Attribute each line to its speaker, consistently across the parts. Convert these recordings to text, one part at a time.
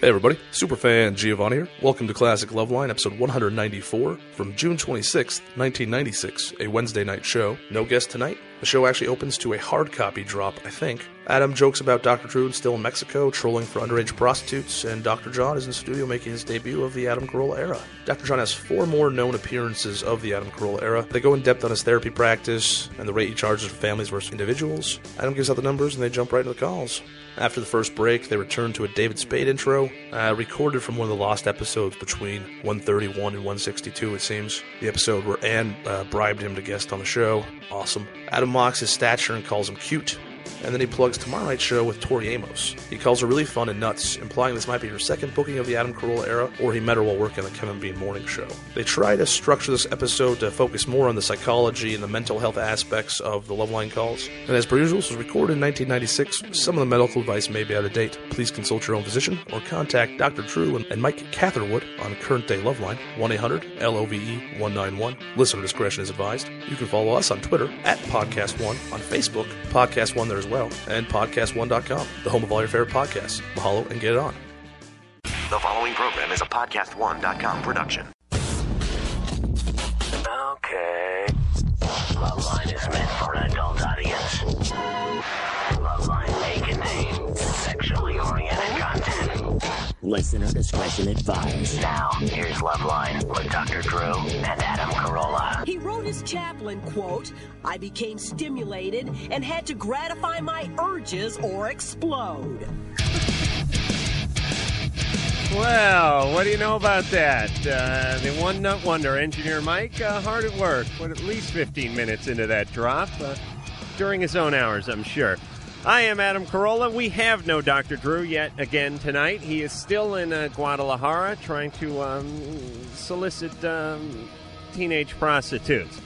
Speaker 1: Hey everybody, Superfan Giovanni here. Welcome to Classic Loveline, episode 194 from June 26th, 1996, a Wednesday night show. No guest tonight. The show actually opens to a hard copy drop, I think. Adam jokes about Dr. Drew still in Mexico, trolling for underage prostitutes, and Dr. John is in studio making his debut of the Adam Carolla era. Dr. John has four more known appearances of the Adam Carolla era. They go in depth on his therapy practice and the rate he charges for families versus individuals. Adam gives out the numbers and they jump right into the calls. After the first break, they return to a David Spade intro, uh, recorded from one of the lost episodes between 131 and 162, it seems. The episode where Anne uh, bribed him to guest on the show. Awesome. Adam mocks his stature and calls him cute. And then he plugs tomorrow night's show with Tori Amos. He calls her really fun and nuts, implying this might be her second booking of the Adam Carolla era, or he met her while working on the Kevin Bean Morning Show. They try to structure this episode to focus more on the psychology and the mental health aspects of the Loveline calls. And as per usual, this was recorded in 1996. Some of the medical advice may be out of date. Please consult your own physician or contact Dr. Drew and, and Mike Catherwood on Current Day Loveline, 1 800 LOVE 191. Listener discretion is advised. You can follow us on Twitter at Podcast One, on Facebook, Podcast One there as well, and PodcastOne.com, the home of all your favorite podcasts. Mahalo and get it on.
Speaker 2: The following program is a podcast1.com production. Okay. Loveline is meant for an adult audience. Loveline may contain sexually oriented content.
Speaker 3: Listener discretion advised.
Speaker 2: Now, here's Loveline with Dr. Drew and Adam Carolla.
Speaker 4: He wrote his chaplain, quote, I became stimulated and had to gratify my urges or explode.
Speaker 5: Well, what do you know about that? Uh, the one nut wonder, engineer Mike, uh, hard at work. What at least 15 minutes into that drop, uh, during his own hours, I'm sure. I am Adam Carolla. We have no Dr. Drew yet again tonight. He is still in uh, Guadalajara trying to um, solicit um, teenage prostitutes.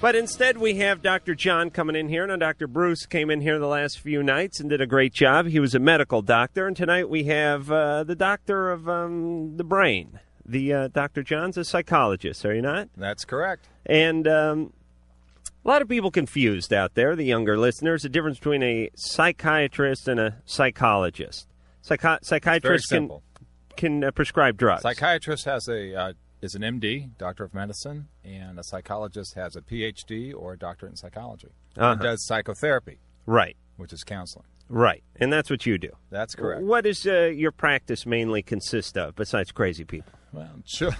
Speaker 5: But instead, we have Dr. John coming in here. Now, Dr. Bruce came in here the last few nights and did a great job. He was a medical doctor. And tonight we have uh, the doctor of um, the brain. The uh, Dr. John's a psychologist, are you not?
Speaker 6: That's correct.
Speaker 5: And um, a lot of people confused out there, the younger listeners, the difference between a psychiatrist and a psychologist. Psychi- psychiatrists can,
Speaker 6: simple.
Speaker 5: can uh, prescribe drugs.
Speaker 6: Psychiatrist has a uh, is an MD, doctor of medicine, and a psychologist has a PhD or a doctorate in psychology. and
Speaker 5: Uh-huh.
Speaker 6: Does psychotherapy,
Speaker 5: right,
Speaker 6: which is counseling.
Speaker 5: right. And that's what you do.
Speaker 6: That's correct.
Speaker 5: What does uh, your practice mainly consist of besides crazy people?
Speaker 6: Well, chil-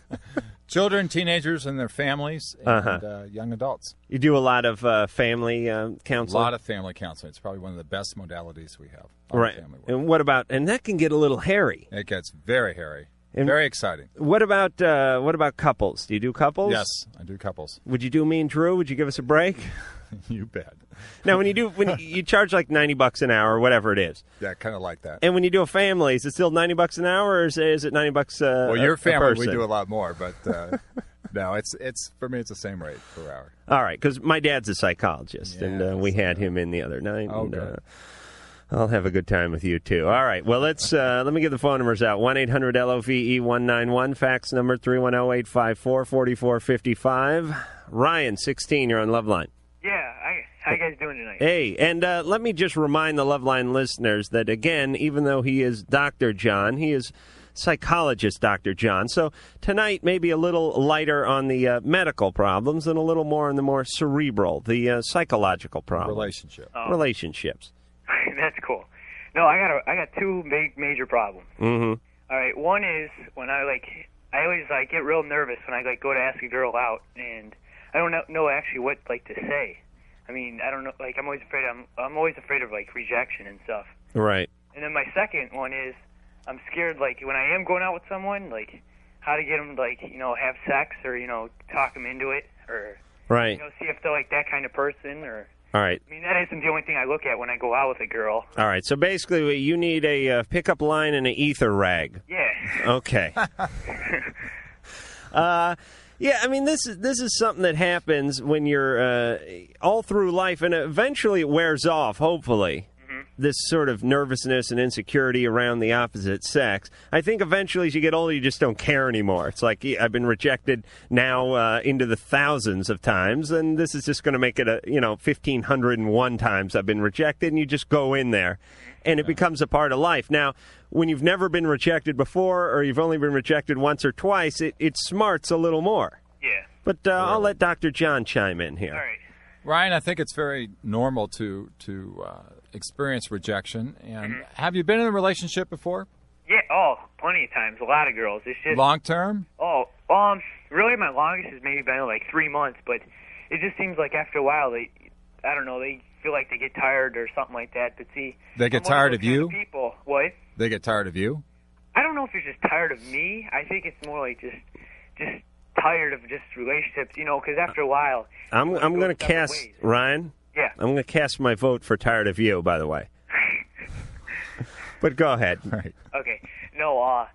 Speaker 6: children, teenagers, and their families, and
Speaker 5: Uh-huh.
Speaker 6: uh, young adults.
Speaker 5: You do a lot of uh, family uh,
Speaker 6: A
Speaker 5: counseling.
Speaker 6: lot of family counseling. It's probably one of the best modalities we have. on
Speaker 5: right.
Speaker 6: Family work.
Speaker 5: And what about? And that can get a little hairy.
Speaker 6: It gets very hairy,
Speaker 5: And-
Speaker 6: very exciting.
Speaker 5: What about? Uh, what about couples? Do you do couples?
Speaker 6: Yes, I do couples.
Speaker 5: Would you do me and Drew? Would you give us a break?
Speaker 6: you bet.
Speaker 5: now, when you do, when you- you charge like ninety bucks an hour, whatever it is,
Speaker 6: Yeah, kind of like that.
Speaker 5: and when you do a family, is it still ninety bucks an hour, or is it, is it ninety bucks? Uh,
Speaker 6: well,
Speaker 5: a-
Speaker 6: your
Speaker 5: a
Speaker 6: family, we
Speaker 5: person?
Speaker 6: do a lot more, but uh, no, it's it's for me, it's the same rate per hour.
Speaker 5: All right, because my dad's a psychologist, and
Speaker 6: Yes,
Speaker 5: uh, we had him in the other night.
Speaker 6: Oh,
Speaker 5: and,
Speaker 6: good.
Speaker 5: uh, I'll have a good time with you too. All right. Well, let's uh, let me get the phone numbers out. One eight hundred LOVE E one nine one. Fax number 310-854-4455. Ryan sixteen. You're on Loveline.
Speaker 7: Yeah, I, how you guys doing tonight?
Speaker 5: Hey, and uh, let me just remind the Loveline listeners that again, even though he is Doctor John, he is psychologist Doctor John. So tonight, maybe a little lighter on the uh, medical problems and a little more on the more cerebral, the uh, psychological problems,
Speaker 6: Relationship.
Speaker 5: relationships.
Speaker 7: That's cool. No, I got a, I got two big major problems.
Speaker 5: Mm-hmm.
Speaker 7: All right, one is when I like I always like get real nervous when I like go to ask a girl out, and I don't know, know actually what like to say. I mean, I don't know. Like I'm always afraid. I'm I'm always afraid of like rejection and stuff.
Speaker 5: Right.
Speaker 7: And then my second one is I'm scared like when I am going out with someone, like how to get them like you know have sex or you know talk them into it or
Speaker 5: Right.
Speaker 7: you know see if they're like that kind of person or
Speaker 5: All right.
Speaker 7: I mean, that isn't the only thing I look at when I go out with a girl.
Speaker 5: All right. So basically, you need a uh, pickup line and an ether rag.
Speaker 7: Yeah.
Speaker 5: Okay. uh, yeah, I mean this is this is something that happens when you're uh, all through life, and eventually it wears off. Hopefully, this sort of nervousness and insecurity around the opposite sex. I think eventually, as you get older, you just don't care anymore. It's like "Yeah, I've been rejected now uh, into the thousands of times, and this is just going to make it a you know fifteen hundred and one times I've been rejected, and you just go in there, and it becomes a part of life. Now, when you've never been rejected before, or you've only been rejected once or twice, it, it smarts a little more.
Speaker 7: Yeah.
Speaker 5: But uh, I'll let Dr. John chime in here.
Speaker 7: All right.
Speaker 6: Ryan, I think it's very normal to to uh, experience rejection. And
Speaker 7: Mm-hmm.
Speaker 6: have you been in a relationship before,
Speaker 7: Yeah. Oh, plenty of times. A lot of girls. It's just.
Speaker 6: long term?
Speaker 7: Oh, um, really, my longest has maybe been like three months, but it just seems like after a while they, I don't know, they feel like they get tired or something like that. But see,
Speaker 6: They get
Speaker 7: I'm one
Speaker 6: tired
Speaker 7: those
Speaker 6: of
Speaker 7: kind
Speaker 6: you?
Speaker 7: People, what?
Speaker 6: They get tired of you.
Speaker 7: I don't know if you're just tired of me. I think it's more like just, just tired of just relationships, you know, because after a while,
Speaker 5: I'm
Speaker 7: it
Speaker 5: I'm
Speaker 7: goes
Speaker 5: going to
Speaker 7: separate
Speaker 5: cast
Speaker 7: ways.
Speaker 5: Ryan.
Speaker 7: Yeah.
Speaker 5: I'm going to cast my vote for "Tired of You." By the way. but go ahead.
Speaker 6: Right.
Speaker 7: Okay. No, uh,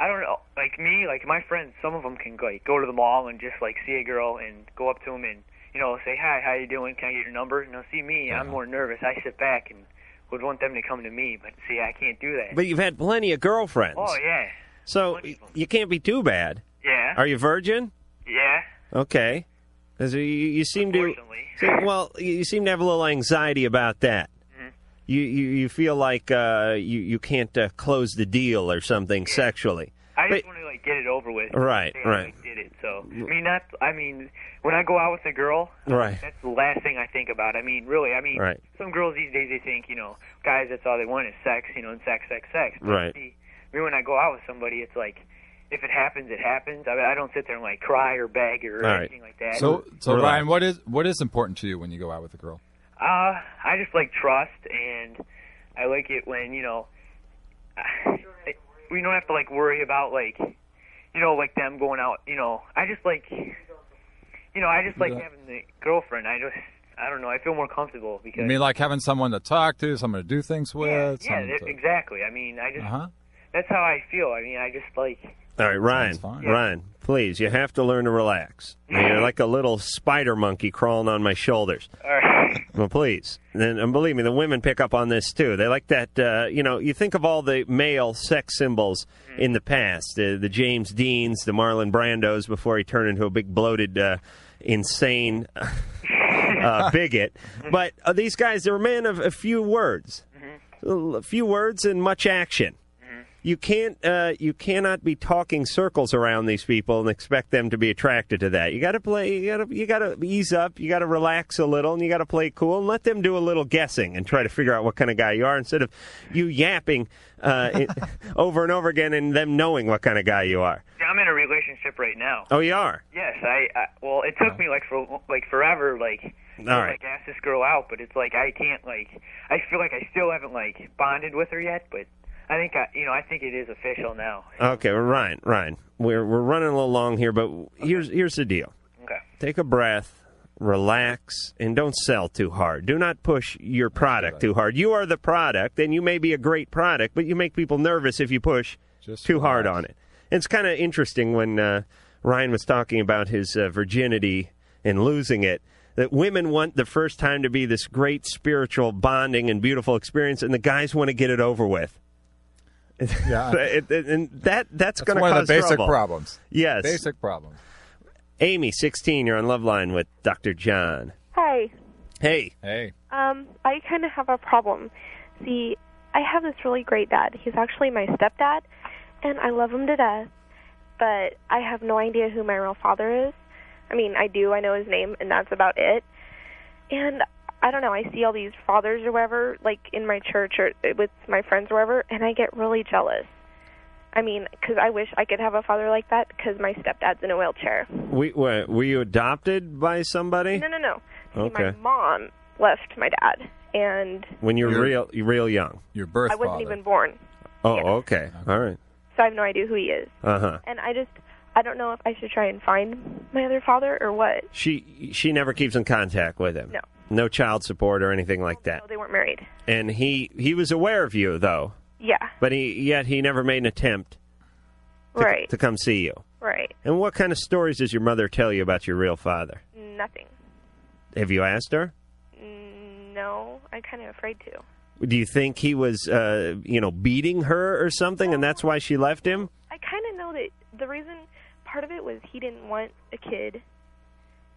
Speaker 7: I don't know. Like me, like my friends, some of them can like go to the mall and just like see a girl and go up to them and you know say hi, how you doing? Can I get your number? You know, see me, I'm more nervous. I sit back and would want them to come to me, but see, I can't do that.
Speaker 5: But you've had plenty of girlfriends,
Speaker 7: oh yeah,
Speaker 5: so
Speaker 7: plenty of 'em.
Speaker 5: you can't be too bad.
Speaker 7: yeah,
Speaker 5: Are you virgin?
Speaker 7: yeah.
Speaker 5: Okay. 'Cause you, you seem to
Speaker 7: Unfortunately.
Speaker 5: so- well, you seem to have a little anxiety about that.
Speaker 7: Mm-hmm.
Speaker 5: You, you you feel like uh, you you can't uh, close the deal or something sexually.
Speaker 7: I just
Speaker 5: But-
Speaker 7: want to like get it over with.
Speaker 5: Right,
Speaker 7: Say I
Speaker 5: right.
Speaker 7: like, did it. So I mean, that's. I mean, when I go out with a girl,
Speaker 5: Right.
Speaker 7: That's the last thing I think about. I mean, really. I mean,
Speaker 5: Right.
Speaker 7: some girls these days they think you know, guys, that's all they want is sex, you know, and sex, sex, sex. But
Speaker 5: Right.
Speaker 7: See, I mean, when I go out with somebody, it's like, if it happens, it happens. I mean, I don't sit there and like cry or beg or
Speaker 5: All right.
Speaker 7: anything like that.
Speaker 6: So, so
Speaker 5: Relax.
Speaker 6: Ryan, what is what is important to you when you go out with a girl?
Speaker 7: Uh, I just like trust, and I like it when you know I- we don't have to like worry about like you know like them going out. You know, I just like you know I just like
Speaker 6: Yeah.
Speaker 7: having the girlfriend. I just I don't know. I feel more comfortable because
Speaker 6: You mean like having someone to talk to, someone to do things with?
Speaker 7: yeah, yeah
Speaker 6: someone
Speaker 7: that-
Speaker 6: to-
Speaker 7: exactly. I mean, I just
Speaker 6: Uh-huh.
Speaker 7: that's how I feel. I mean, I just like
Speaker 5: All right, Ryan.
Speaker 6: Sounds fine. Yeah.
Speaker 5: Ryan, please, you have to learn to relax. You're like a little spider monkey crawling on my shoulders.
Speaker 7: all right.
Speaker 5: Well, please. And, and believe me, the women pick up on this too. They like that. Uh, you know, you think of all the male sex symbols in the past uh, the, the James Deans, the Marlon Brandos before he turned into a big bloated, uh, insane uh, bigot. But uh, these guys, they're men of a few words,
Speaker 7: Mm-hmm.
Speaker 5: a few words and much action. You can't, uh, you cannot be talking circles around these people and expect them to be attracted to that. You got to play, you got to, you got to ease up, you got to relax a little, and you got to play cool and let them do a little guessing and try to figure out what kind of guy you are instead of you yapping uh, it- over and over again and them knowing what kind of guy you are.
Speaker 7: Yeah, I'm in a relationship right now.
Speaker 5: Oh, you are.
Speaker 7: Yes, I, I well, it took
Speaker 6: Uh-huh.
Speaker 7: me like for like forever, like to,
Speaker 5: All right.
Speaker 7: like ask this girl out, but it's like I can't like I feel like I still haven't like bonded with her yet, but I think I you know I think it is official now.
Speaker 6: Oh,
Speaker 5: Okay, well, Ryan, Ryan, we're we're running a little long here, but here's here's the deal.
Speaker 7: Okay.
Speaker 5: Take a breath, relax, and don't sell too hard. Do not push your product too hard. You are the product, and you may be a great product, but you make people nervous if you push
Speaker 6: Just
Speaker 5: too hard
Speaker 6: relax.
Speaker 5: on it. It's kind of interesting when uh, Ryan was talking about his uh, virginity and losing it. That women want the first time to be this great spiritual bonding and beautiful experience, and the guys want to get it over with.
Speaker 6: Yeah,
Speaker 5: But it, it- and that that's,
Speaker 6: that's
Speaker 5: going to
Speaker 6: one
Speaker 5: cause
Speaker 6: of the basic
Speaker 5: trouble.
Speaker 6: problems.
Speaker 5: Yes,
Speaker 6: Basic problems.
Speaker 5: Amy, sixteen, you're on Love Line with Dr. John.
Speaker 8: Hi.
Speaker 5: Hey,
Speaker 6: Hey,
Speaker 8: Um, I kind of have a problem. See, I have this really great dad. He's actually my stepdad, and I love him to death, but I have no idea who my real father is. I mean, I do. I know his name, and that's about it. And I don't know. I see all these fathers or whatever, like in my church or uh, with my friends or whatever, and I get really jealous. I mean, because I wish I could have a father like that because my stepdad's in a wheelchair.
Speaker 5: we, were, were you adopted by somebody
Speaker 8: No, no, no. See, my
Speaker 5: Okay.
Speaker 8: mom left my dad, and
Speaker 5: when you're
Speaker 6: You're-
Speaker 5: real you're real young?
Speaker 6: your birth
Speaker 8: I wasn't
Speaker 6: father.
Speaker 8: even born,
Speaker 5: Oh,
Speaker 8: Yes.
Speaker 5: okay, all right,
Speaker 8: so I have no idea who he is.
Speaker 5: uh
Speaker 6: Uh-huh.
Speaker 5: huh.
Speaker 8: And I just, I don't know if I should try and find my other father or what.
Speaker 5: She she never keeps in contact with him.
Speaker 8: No.
Speaker 5: no child support or anything like that.
Speaker 8: No, Oh, they weren't married.
Speaker 5: And he he was aware of you though,
Speaker 8: Yeah,
Speaker 5: but he yet he never made an attempt to,
Speaker 8: right,
Speaker 5: to come see you.
Speaker 8: right.
Speaker 5: And what kind of stories does your mother tell you about your real father?
Speaker 8: Nothing.
Speaker 5: Have you asked her?
Speaker 8: Mm, No, I'm kind of afraid to.
Speaker 5: Do you think he was, uh, you know, beating her or something, and that's why she left him?
Speaker 8: I kind of know that the reason part of it was he didn't want a kid,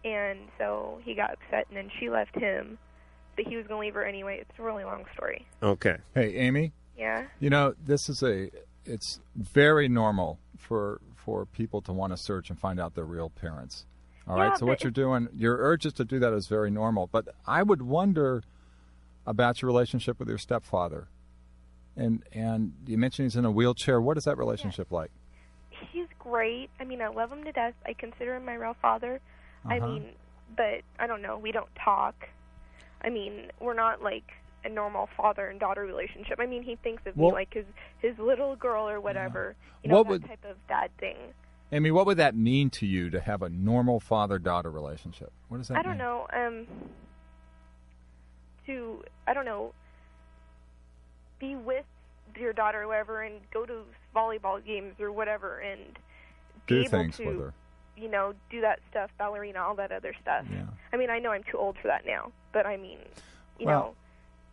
Speaker 8: and so he got upset, and then she left him, but he was going to leave her anyway. It's a really long story.
Speaker 5: Okay.
Speaker 6: Hey, Amy.
Speaker 8: Yeah.
Speaker 6: You know, this is a it's very normal for for people to want to search and find out their real parents. All right.
Speaker 8: Yeah,
Speaker 6: so what
Speaker 8: but-
Speaker 6: you're doing, your urges to do that is very normal, but I would wonder about your relationship with your stepfather. And and you mentioned he's in a wheelchair. What is that relationship like?
Speaker 8: He's great. I mean, I love him to death. I consider him my real father. I
Speaker 6: Uh-huh.
Speaker 8: mean, but I don't know. We don't talk. I mean, we're not like a normal father and daughter relationship. I mean, he thinks of
Speaker 6: Well-
Speaker 8: me like his his little girl or whatever. You know,
Speaker 6: What
Speaker 8: that
Speaker 6: would-
Speaker 8: type of dad thing.
Speaker 6: Amy, what would that mean to you to have a normal father-daughter relationship? What does that
Speaker 8: I don't
Speaker 6: mean?
Speaker 8: know. Um, to I don't know. Be with your daughter, or whatever, and go to volleyball games or whatever, and be
Speaker 6: Do
Speaker 8: able
Speaker 6: things
Speaker 8: to,
Speaker 6: with her.
Speaker 8: You know, do that stuff, ballerina, all that other stuff.
Speaker 6: Yeah.
Speaker 8: I mean, I know I'm too old for that now, but I mean, you
Speaker 6: Well,
Speaker 8: know,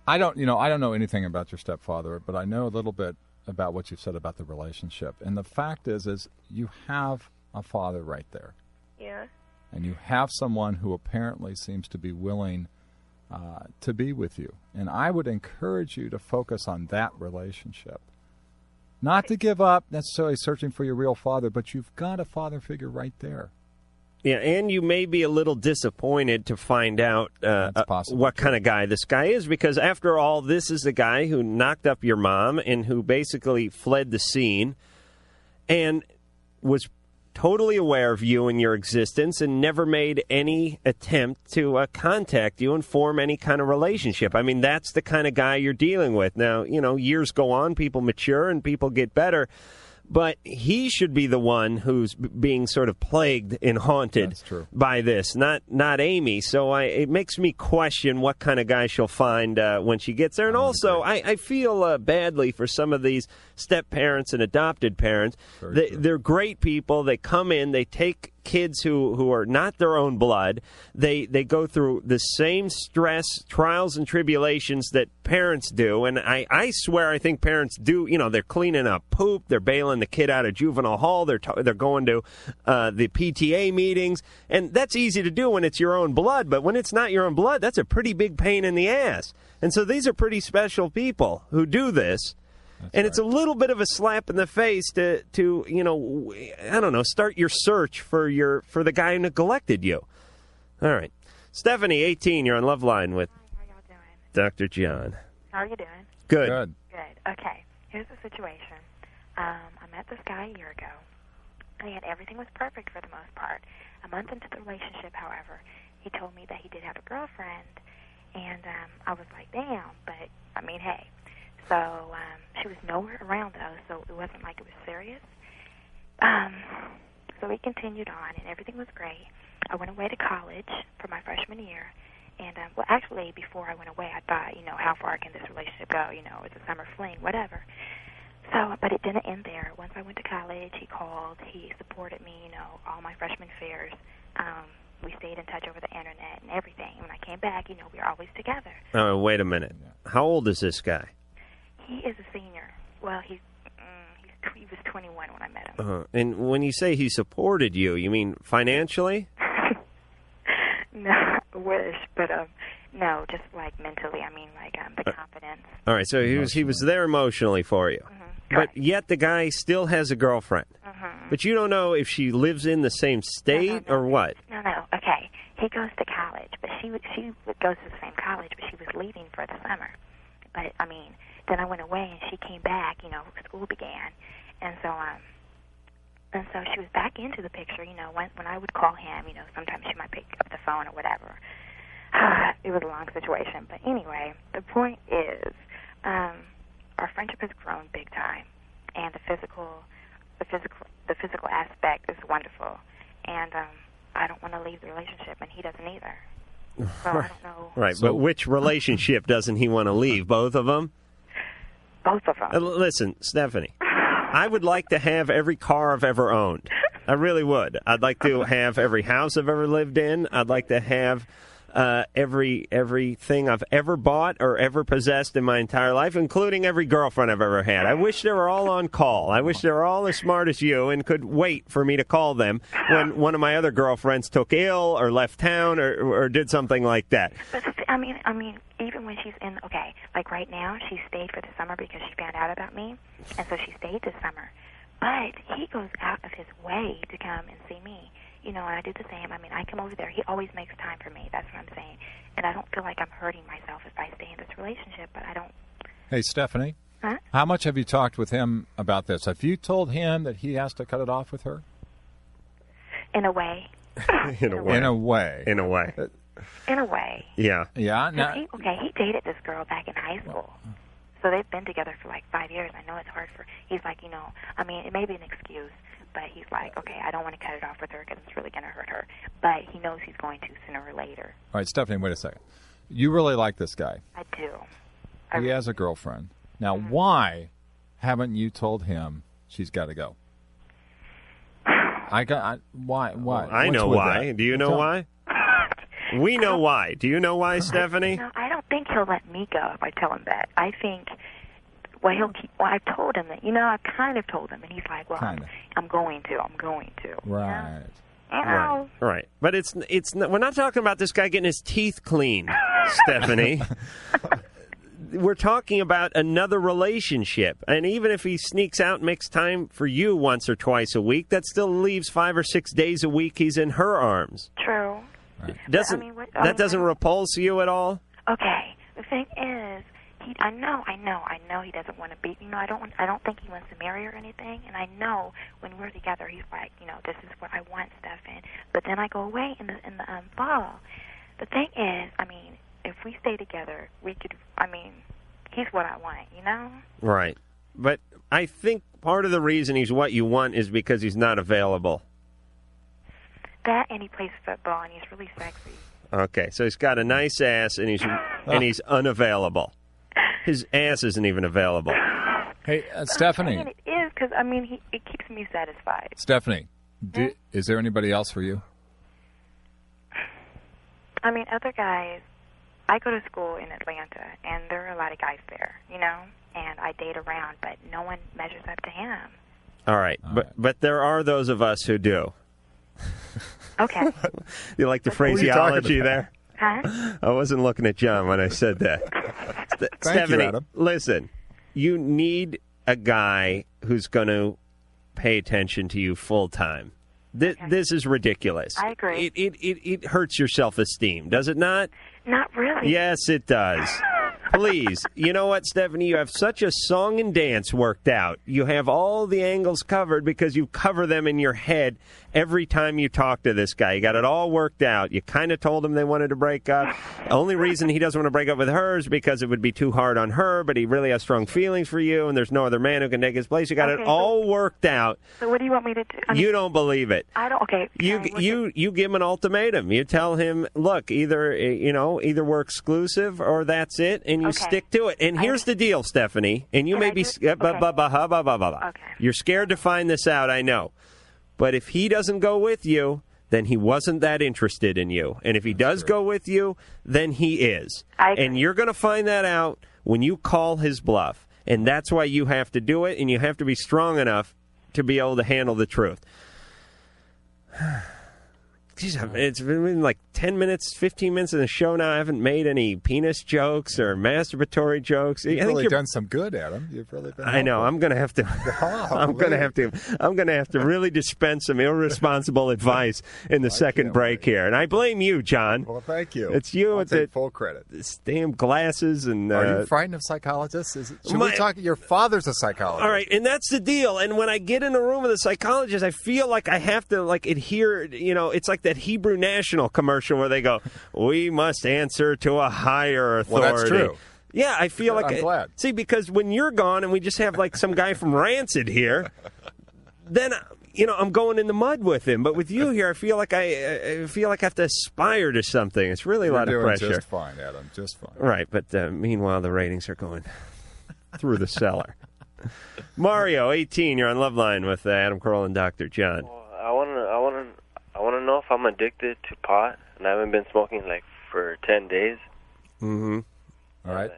Speaker 6: I don't, you know, I don't know anything about your stepfather, but I know a little bit about what you've said about the relationship. And the fact is, is you have a father right there,
Speaker 8: yeah,
Speaker 6: and you have someone who apparently seems to be willing uh, to be with you. And I would encourage you to focus on that relationship, not to give up necessarily searching for your real father, but you've got a father figure right there.
Speaker 5: Yeah, and you may be a little disappointed to find out uh,
Speaker 6: That's possible,
Speaker 5: what kind of guy this guy is because, after all, this is the guy who knocked up your mom and who basically fled the scene and was totally aware of you and your existence and never made any attempt to uh, contact you and form any kind of relationship. I mean, that's the kind of guy you're dealing with. Now, you know, years go on, people mature and people get better. But he should be the one who's b- being sort of plagued and haunted
Speaker 6: That's true.
Speaker 5: by this, not not Amy. So I, it makes me question what kind of guy she'll find uh, when she gets there. And also, I, I feel uh, badly for some of these step parents and adopted parents. They, they're great people. They come in, they take kids who, who are not their own blood. They they go through the same stress, trials, and tribulations that parents do. And I, I swear, I think parents do. You know, they're cleaning up poop. They're bailing the kid out of juvenile hall. They're t- they're going to uh, the PTA meetings, and that's easy to do when it's your own blood. But when it's not your own blood, that's a pretty big pain in the ass. And so these are pretty special people who do this and it's a little bit of a slap in the face to to you know w- I don't know start your search for your for the guy who neglected you. All right, Stephanie, eighteen, you're on Love Line with
Speaker 9: How y'all doing?
Speaker 5: Dr. John.
Speaker 9: How are you doing?
Speaker 5: Good.
Speaker 6: Good.
Speaker 9: Good. Okay. Here's the situation. Um, I met this guy a year ago, and everything was perfect for the most part. A month into the relationship, however, he told me that he did have a girlfriend, and um, I was like, damn. But I mean, hey. So um, she was nowhere around though, so it wasn't like it was serious. Um, so we continued on, and everything was great. I went away to college for my freshman year, and um, well, actually, before I went away, I thought, you know, how far can this relationship go? You know, it's a summer fling, whatever. So, but it didn't end there. Once I went to college, he called, he supported me, you know, all my freshman fairs. Um, we stayed in touch over the internet and everything. When I came back, you know, we were always together.
Speaker 5: Oh, wait a minute. How old is this guy?
Speaker 9: He is a senior. Well, he's mm, he's tw- he was 21 when I met him.
Speaker 5: Uh, and when you say he supported you, you mean financially?
Speaker 9: No, I wish, but um, no, just like mentally. I mean, like um, the confidence.
Speaker 5: All right, so he was he was there emotionally for you, but yet the guy still has a girlfriend. But you don't know if she lives in the same state or what.
Speaker 9: No, no, okay. He goes to college, but she w- she w- goes to the same college, but she was leaving for the summer. But I mean, then I went away and she came back. You know, school began, and so um, and so she was back into the picture. You know, when when I would call him, you know, sometimes she might pick up the phone or whatever. it was a long situation, but anyway, the point is, um, our friendship has grown big time, and the physical, the physical, the physical aspect is wonderful, and um, I don't want to leave the relationship, and he doesn't either. So I don't know
Speaker 5: Right,
Speaker 6: So-
Speaker 5: but which relationship doesn't he want to leave? Both of them?
Speaker 9: both of
Speaker 5: Uh,
Speaker 9: them.
Speaker 5: l- Listen, Stephanie, I would like to have every car I've ever owned. I really would. I'd like to have every house I've ever lived in. I'd like to have uh, every everything I've ever bought or ever possessed in my entire life, including every girlfriend I've ever had. I wish they were all on call. I wish they were all as smart as you and could wait for me to call them when one of my other girlfriends took ill or left town or, or did something like that.
Speaker 9: But the th- I mean, I mean, even when she's in, okay, like right now, she stayed for the summer because she found out about me, and so she stayed this summer. But he goes out of his way to come and see me, you know, and I do the same. I mean, I come over there. He always makes time for me. That's what I'm saying. And I don't feel like I'm hurting myself if I stay in this relationship, but I don't.
Speaker 6: Hey, Stephanie,
Speaker 9: Huh?
Speaker 6: how much have you talked with him about this? Have you told him that he has to cut it off with her?
Speaker 9: In a way,
Speaker 5: In a way.
Speaker 6: In a way. Uh,
Speaker 5: In a way.
Speaker 9: in a way.
Speaker 5: Yeah.
Speaker 6: yeah.
Speaker 9: So
Speaker 6: Now, uh.
Speaker 9: he, okay, he dated this girl back in high school. So they've been together for like five years. I know it's hard for. He's like, you know, I mean, it may be an excuse, but he's like, okay, I don't want to cut it off with her because it's really going to hurt her. But he knows he's going to sooner or later.
Speaker 6: all right, Stephanie, wait a second. You really like this guy.
Speaker 9: I do.
Speaker 6: He has a girlfriend. Now,
Speaker 9: Mm-hmm.
Speaker 6: why haven't you told him she's got to go? I got I, why why
Speaker 5: I
Speaker 6: What's
Speaker 5: know
Speaker 6: with
Speaker 5: why.
Speaker 6: that?
Speaker 5: Do you know
Speaker 6: Tell-
Speaker 5: why? We know why. Do you know why, Stephanie?
Speaker 9: No, I don't think he'll let me go if I tell him that. I think, well, he'll keep. Well, I told him that. You know, I kind of told him, and he's like, well, I'm,
Speaker 6: Kinda.
Speaker 9: I'm going to. I'm going to.
Speaker 6: Right.
Speaker 9: Ow.
Speaker 5: Right. But it's it's not, we're not talking about this guy getting his teeth clean, Stephanie. we're talking about another relationship. And even if he sneaks out and makes time for you once or twice a week, that still leaves 5 or 6 days a week he's in her arms.
Speaker 9: True.
Speaker 5: Doesn't
Speaker 9: mean, what- I mean,
Speaker 5: that doesn't
Speaker 9: what-
Speaker 5: repulse you at all?
Speaker 9: Okay. The thing is, he I know, I know, I know he doesn't want to be. You know, I don't want. I don't think he wants to marry or anything. And I know when we're together, he's like, you know, this is what I want, Stefan. But then I go away in the in the um, fall. The thing is, I mean, if we stay together, we could. I mean, he's what I want. You know.
Speaker 5: Right. But I think part of the reason he's what you want is because he's not available.
Speaker 9: That and he plays football and he's really sexy.
Speaker 5: Okay, so he's got a nice ass and he's and he's unavailable. His ass isn't even available.
Speaker 6: Hey, uh,
Speaker 9: And
Speaker 6: Stephanie.
Speaker 9: it is because I mean, he it keeps me satisfied.
Speaker 6: Stephanie, do, is there anybody else for you?
Speaker 9: I mean, other guys. I go to school in Atlanta, and there are a lot of guys there, you know. And I date around, but no one measures up to him.
Speaker 5: All right, but but there are those of us who do.
Speaker 9: Okay,
Speaker 5: You like the
Speaker 6: are you talking
Speaker 5: phraseology
Speaker 6: about?
Speaker 5: there?
Speaker 9: huh?
Speaker 5: I wasn't looking at John when I said that. Ste-
Speaker 6: Thank you,
Speaker 5: Stephanie,
Speaker 6: Adam.
Speaker 5: listen, you need a guy who's going to pay attention to you full time. Th- This is ridiculous.
Speaker 9: I agree.
Speaker 5: It it, it, it hurts your self esteem, does it not?
Speaker 9: Not really.
Speaker 5: Yes, it does. Please, you know what, Stephanie? You have such a song and dance worked out. You have all the angles covered because you cover them in your head every time you talk to this guy. You got it all worked out. You kind of told him they wanted to break up. The only reason he doesn't want to break up with her is because it would be too hard on her, but he really has strong feelings for you, and there's no other man who can take his place. You got
Speaker 9: Okay,
Speaker 5: it
Speaker 9: so-
Speaker 5: all worked out.
Speaker 9: So what do you want me to do? I mean,
Speaker 5: You don't believe it
Speaker 9: I don't. Okay.
Speaker 5: you
Speaker 9: okay, what
Speaker 5: you you give him an ultimatum. You tell him, look, either eh, you know, either we're exclusive or that's it, and you
Speaker 9: Okay.
Speaker 5: stick to it. And here's the deal, Stephanie. And you
Speaker 9: Can
Speaker 5: may
Speaker 9: I
Speaker 5: be
Speaker 9: do-
Speaker 5: sc- uh, ba-
Speaker 9: okay.
Speaker 5: ba- ba- ha- ba- ba- ba- ba.
Speaker 9: Okay.
Speaker 5: You're scared to find this out. I know, but if he doesn't go with you. Then he wasn't that interested in you. And if he does go with you, then he is.
Speaker 9: I
Speaker 5: and
Speaker 9: agree.
Speaker 5: you're going to find that out when you call his bluff. And that's why you have to do it, and you have to be strong enough to be able to handle the truth. Jeez, I've- it's been like 10 minutes, 15 minutes in the show now. I haven't made any penis jokes or masturbatory jokes. I
Speaker 6: You've
Speaker 5: think
Speaker 6: really
Speaker 5: you're-
Speaker 6: done some good, Adam. You've really been.
Speaker 5: I know. I'm gonna have to.
Speaker 6: Oh,
Speaker 5: I'm gonna have to. I'm gonna have to really dispense some irresponsible advice in the second
Speaker 6: can't
Speaker 5: break here, and I blame you, John.
Speaker 6: Well, thank you.
Speaker 5: It's you
Speaker 6: I'll
Speaker 5: with
Speaker 6: take
Speaker 5: it.
Speaker 6: full credit.
Speaker 5: This damn glasses and.
Speaker 6: Are
Speaker 5: uh,
Speaker 6: you frightened of psychologists? Is it, should
Speaker 5: my-
Speaker 6: we talk? Your father's a psychologist.
Speaker 5: all right, and that's the deal. And when I get in a room with a psychologist, I feel like I have to like adhere. You know, it's like that Hebrew National commercial where they go, "We must answer to a higher
Speaker 6: Well,
Speaker 5: authority."
Speaker 6: that's true.
Speaker 5: Yeah, I feel like
Speaker 6: I'm glad.
Speaker 5: See, because when you're gone and we just have like some guy from Rancid here, then you know I'm going in the mud with him. But with you here, I feel like I, I feel like I have to aspire to something. It's really a
Speaker 6: You're
Speaker 5: lot
Speaker 6: doing
Speaker 5: of pressure.
Speaker 6: just fine, Adam. Just fine.
Speaker 5: Right, but uh, meanwhile, the ratings are going through the cellar. Mario, 18, you're on Love Line with uh, Adam Carolla and Dr. John.
Speaker 10: I wanna, I wanna, I wanna know if I'm addicted to pot, and I haven't been smoking like
Speaker 11: for 10 days.
Speaker 12: Mm-hmm.
Speaker 6: All right.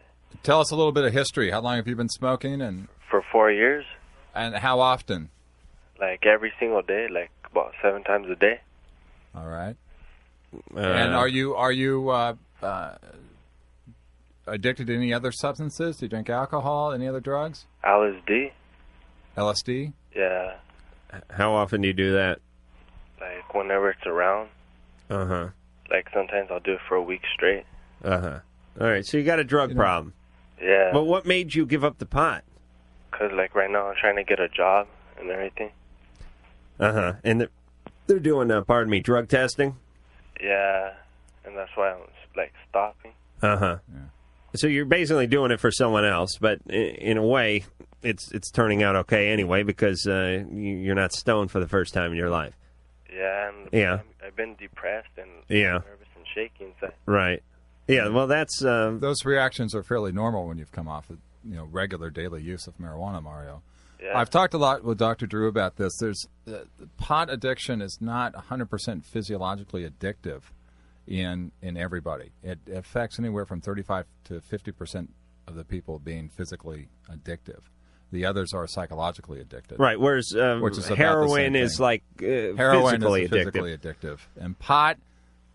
Speaker 6: Tell us a little bit of history. How long have you been smoking, and
Speaker 11: for four years?
Speaker 6: And how often?
Speaker 11: Like every single day, like about seven times a day.
Speaker 6: All right.
Speaker 5: Uh,
Speaker 6: and are you are you uh, uh, addicted to any other substances? Do you drink alcohol? Any other drugs?
Speaker 11: LSD?
Speaker 6: LSD?
Speaker 11: Yeah,
Speaker 5: How often do you do that?
Speaker 11: like whenever it's around.
Speaker 5: Uh huh.
Speaker 11: Like sometimes I'll do it for a week straight.
Speaker 5: Uh huh. All right. So you got a drug problem.
Speaker 11: Yeah.
Speaker 5: But what made you give up the pot?
Speaker 11: Cause like right now I'm trying to get a job and everything.
Speaker 5: Uh huh. And they're, they're doing, uh, pardon me, drug testing.
Speaker 11: Yeah, and that's why I'm like stopping.
Speaker 5: Uh huh. So you're basically doing it for someone else, but i- in a way, it's it's turning out okay anyway because uh, you- you're not stoned for the first time in your life.
Speaker 11: Yeah, and
Speaker 5: Yeah.
Speaker 11: I've been depressed and
Speaker 5: Yeah.
Speaker 11: nervous and shaky inside.
Speaker 5: Right. Yeah. Well, that's um,
Speaker 6: those reactions are fairly normal when you've come off of, you know regular daily use of marijuana, Mario.
Speaker 11: Yeah.
Speaker 6: I've talked a lot with Dr. Drew about this. There's uh, pot addiction is not 100% physiologically addictive in in everybody. It affects anywhere from 35 to 50% of the people being physically addictive. The others are psychologically addicted.
Speaker 5: right. Whereas uh,
Speaker 6: Which is about the same
Speaker 5: heroin is
Speaker 6: thing.
Speaker 5: like uh,
Speaker 6: Heroin
Speaker 5: physically
Speaker 6: is
Speaker 5: addictive.
Speaker 6: physically addictive. and pot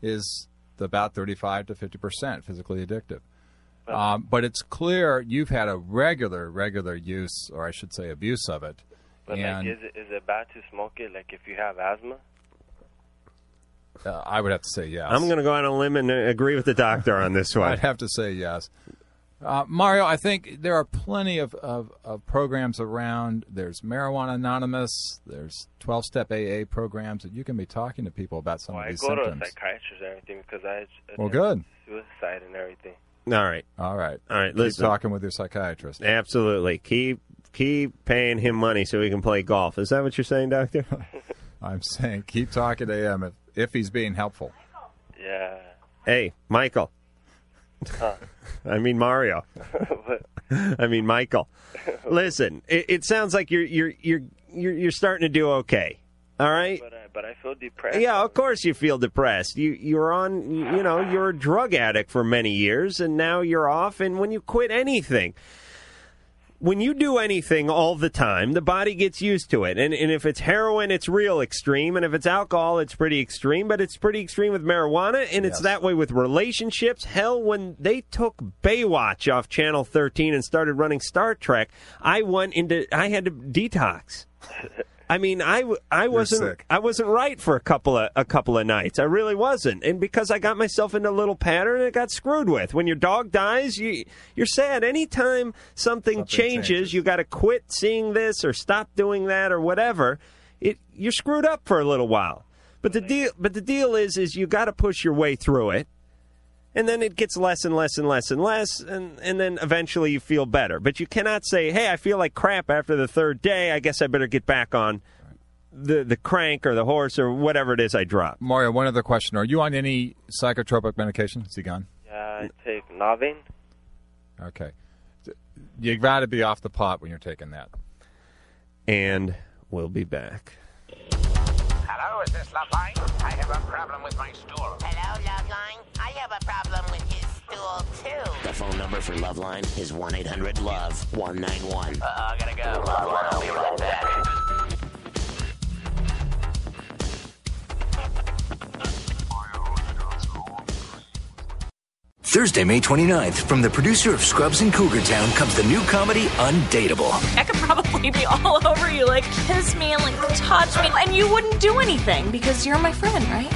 Speaker 6: is about 35 to 50 percent physically addictive. Um, but it's clear you've had a regular, regular use, or I should say, abuse of it.
Speaker 11: But
Speaker 6: and
Speaker 11: like, is it, is it bad to smoke it? Like if you have asthma?
Speaker 6: uh, I would have to say yes.
Speaker 5: I'm going to go out on a limb and uh, agree with the doctor on this one.
Speaker 6: I'd have to say yes. Uh, Mario, I think there are plenty of, of, of programs around. There's Marijuana Anonymous. There's 12 step AA programs that you can be talking to people about some
Speaker 11: Well,
Speaker 6: of
Speaker 11: I
Speaker 6: these
Speaker 11: go to a
Speaker 6: symptoms.
Speaker 11: psychiatrist and everything because I
Speaker 6: Well,
Speaker 11: attempted
Speaker 6: good.
Speaker 11: suicide and everything.
Speaker 5: All right.
Speaker 6: All right.
Speaker 5: All right.
Speaker 6: Keep
Speaker 5: Listen.
Speaker 6: talking with your psychiatrist.
Speaker 5: Absolutely. Keep keep paying him money so he can play golf. Is that what you're saying, doctor?
Speaker 6: I'm saying keep talking to him if, if he's being helpful.
Speaker 11: Yeah.
Speaker 5: hey, Michael.
Speaker 11: Huh.
Speaker 5: I mean Mario.
Speaker 11: What?
Speaker 5: I mean Michael. Listen, it, it sounds like you're you're you're you're you're starting to do okay. All right.
Speaker 11: But I, but I feel depressed.
Speaker 5: Yeah, of course you feel depressed. You you're on you know, you're a drug addict for many years and now you're off and when you quit anything when you do anything all the time, the body gets used to it. And, and if it's heroin, it's real extreme. And if it's alcohol, it's pretty extreme. But it's pretty extreme with marijuana. And it's that way with relationships. Hell, when they took Baywatch off Channel 13 and started running Star Trek, I went into, I had to detox. I mean, I, w- I wasn't
Speaker 6: sick.
Speaker 5: I wasn't right for a couple of a couple of nights. I really wasn't, and because I got myself into a little pattern, it got screwed with. When your dog dies, you you're sad. Anytime something, changes, you got to quit seeing this or stop doing that or whatever. It you're screwed up for a little while. But the deal, but the deal is, is you got to push your way through it and then it gets less and less and less and less and, and then eventually you feel better but you cannot say hey i feel like crap after the third day i guess i better get back on the, the crank or the horse or whatever it is i drop
Speaker 6: Mario, one other question. Are you on any psychotropic medication? Is he gone?
Speaker 11: Yeah, I take Novin.
Speaker 6: Okay. you got to be off the pot when you're taking that.
Speaker 5: and we'll be back
Speaker 13: Hello, is this Loveline? I have a problem with my stool.
Speaker 14: Hello, Loveline. I have a problem with his stool, too.
Speaker 2: The phone number for Loveline is 1 800 Love 191.
Speaker 13: Uh, I gotta go. Loveline, I'll be right back.
Speaker 15: Thursday, May 29th, from the producer of Scrubs and Cougar Town comes the new comedy Undateable.
Speaker 16: I could probably be all over you, like kiss me and like touch me, and you wouldn't do anything because you're my friend, right?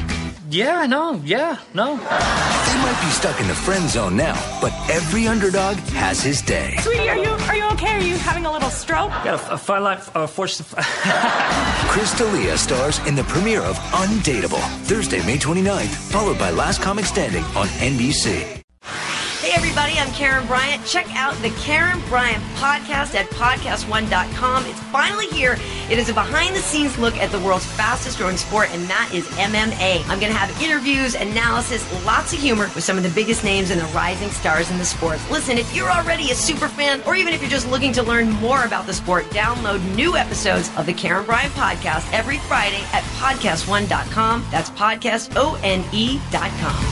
Speaker 15: Yeah, I know. Yeah, no. They might be stuck in the friend zone now, but every underdog has his day.
Speaker 16: Sweetie, are you are you okay? Are you having a little stroke?
Speaker 15: Got a, a fine life, uh, force. Chris D'Elia stars in the premiere of Undateable, Thursday, May 29th, followed by Last Comic Standing on NBC.
Speaker 17: Hey, everybody, I'm Karen Bryant. Check out the Karen Bryant podcast at podcast1.com. It's finally here. It is a behind the scenes look at the world's fastest growing sport, and that is MMA. I'm going to have interviews, analysis, lots of humor with some of the biggest names and the rising stars in the sport. Listen, if you're already a super fan, or even if you're just looking to learn more about the sport, download new episodes of the Karen Bryant podcast every Friday at podcast1.com. That's podcast, O N E dot com.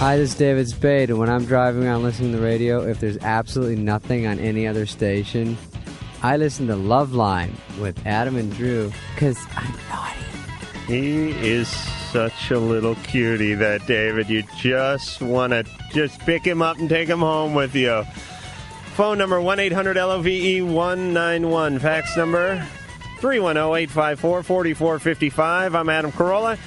Speaker 18: Hi, this is David Spade, and when I'm driving around listening to the radio, if there's absolutely nothing on any other station, I listen to Love Line with Adam and Drew because I'm naughty.
Speaker 5: He is such a little cutie, that David. You just want to just pick him up and take him home with you. Phone number 1 800 LOVE 191. Fax number 310 854 4455. I'm Adam Carolla.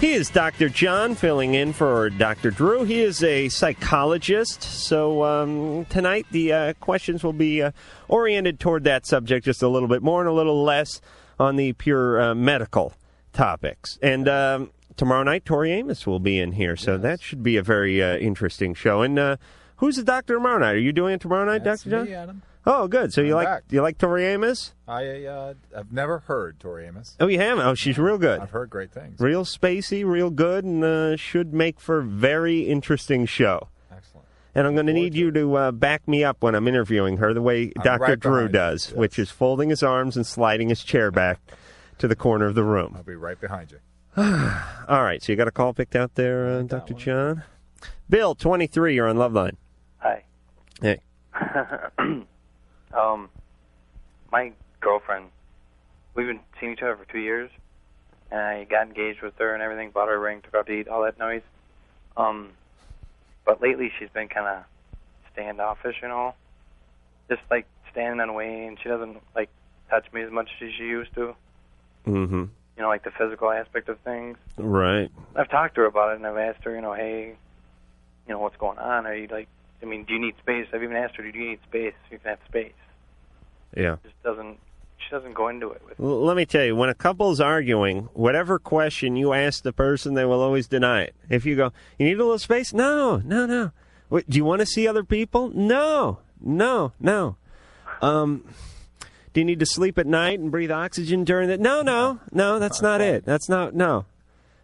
Speaker 5: He is Dr. John, filling in for Dr. Drew. He is a psychologist. So um, tonight the uh, questions will be uh, oriented toward that subject just a little bit more and a little less on the pure uh, medical topics. And um, tomorrow night, Tori Amos will be in here, so that should be a very uh, interesting show. And uh, who's the doctor tomorrow night? Are you doing it tomorrow night, Doctor John?
Speaker 6: me, Adam.
Speaker 5: Oh, good. So you
Speaker 6: I'm
Speaker 5: like
Speaker 6: back.
Speaker 5: you like Tori Amos?
Speaker 6: I uh, I've never heard Tori Amos.
Speaker 5: Oh, you have? Oh, she's real good.
Speaker 6: I've heard great things.
Speaker 5: Real spacey, real good, and uh, should make for a very interesting show. Excellent. And I'm going to need you to uh, back me up when I'm interviewing her, the way
Speaker 6: I'm
Speaker 5: Dr.
Speaker 6: right
Speaker 5: Drew
Speaker 6: behind you,
Speaker 5: does, which is folding his arms and sliding his chair back to the corner of the room.
Speaker 6: I'll be right behind you.
Speaker 5: All right, so you got a call picked out there, uh, Dr. John. Bill, 23, you're on Love Line.
Speaker 10: Hi.
Speaker 5: Hey.
Speaker 10: um, my girlfriend, we've been seeing each other for two years, and I got engaged with her and everything, bought her a ring, took her out to eat, all that noise. Um, but lately she's been kind of standoffish and all, just like standing in the way, and she doesn't like touch me as much as she used to.
Speaker 5: Mm-hmm.
Speaker 10: You know, like the physical aspect of things.
Speaker 5: Right.
Speaker 10: I've talked to her about it, and I've asked her, you know, hey, you know, what's going on? Are you like, I mean, do you need space? I've even asked her, do you need space? You can have space.
Speaker 5: Yeah.
Speaker 10: Just doesn't. She doesn't go into it. With,
Speaker 5: L- let me tell you, when a couple's arguing, whatever question you ask the person, they will always deny it. If you go, you need a little space? No, no, no. Wait, do you want to see other people? No, no, no. Um, do you need to sleep at night and breathe oxygen during the? No, no, no. That's not it. That's not no.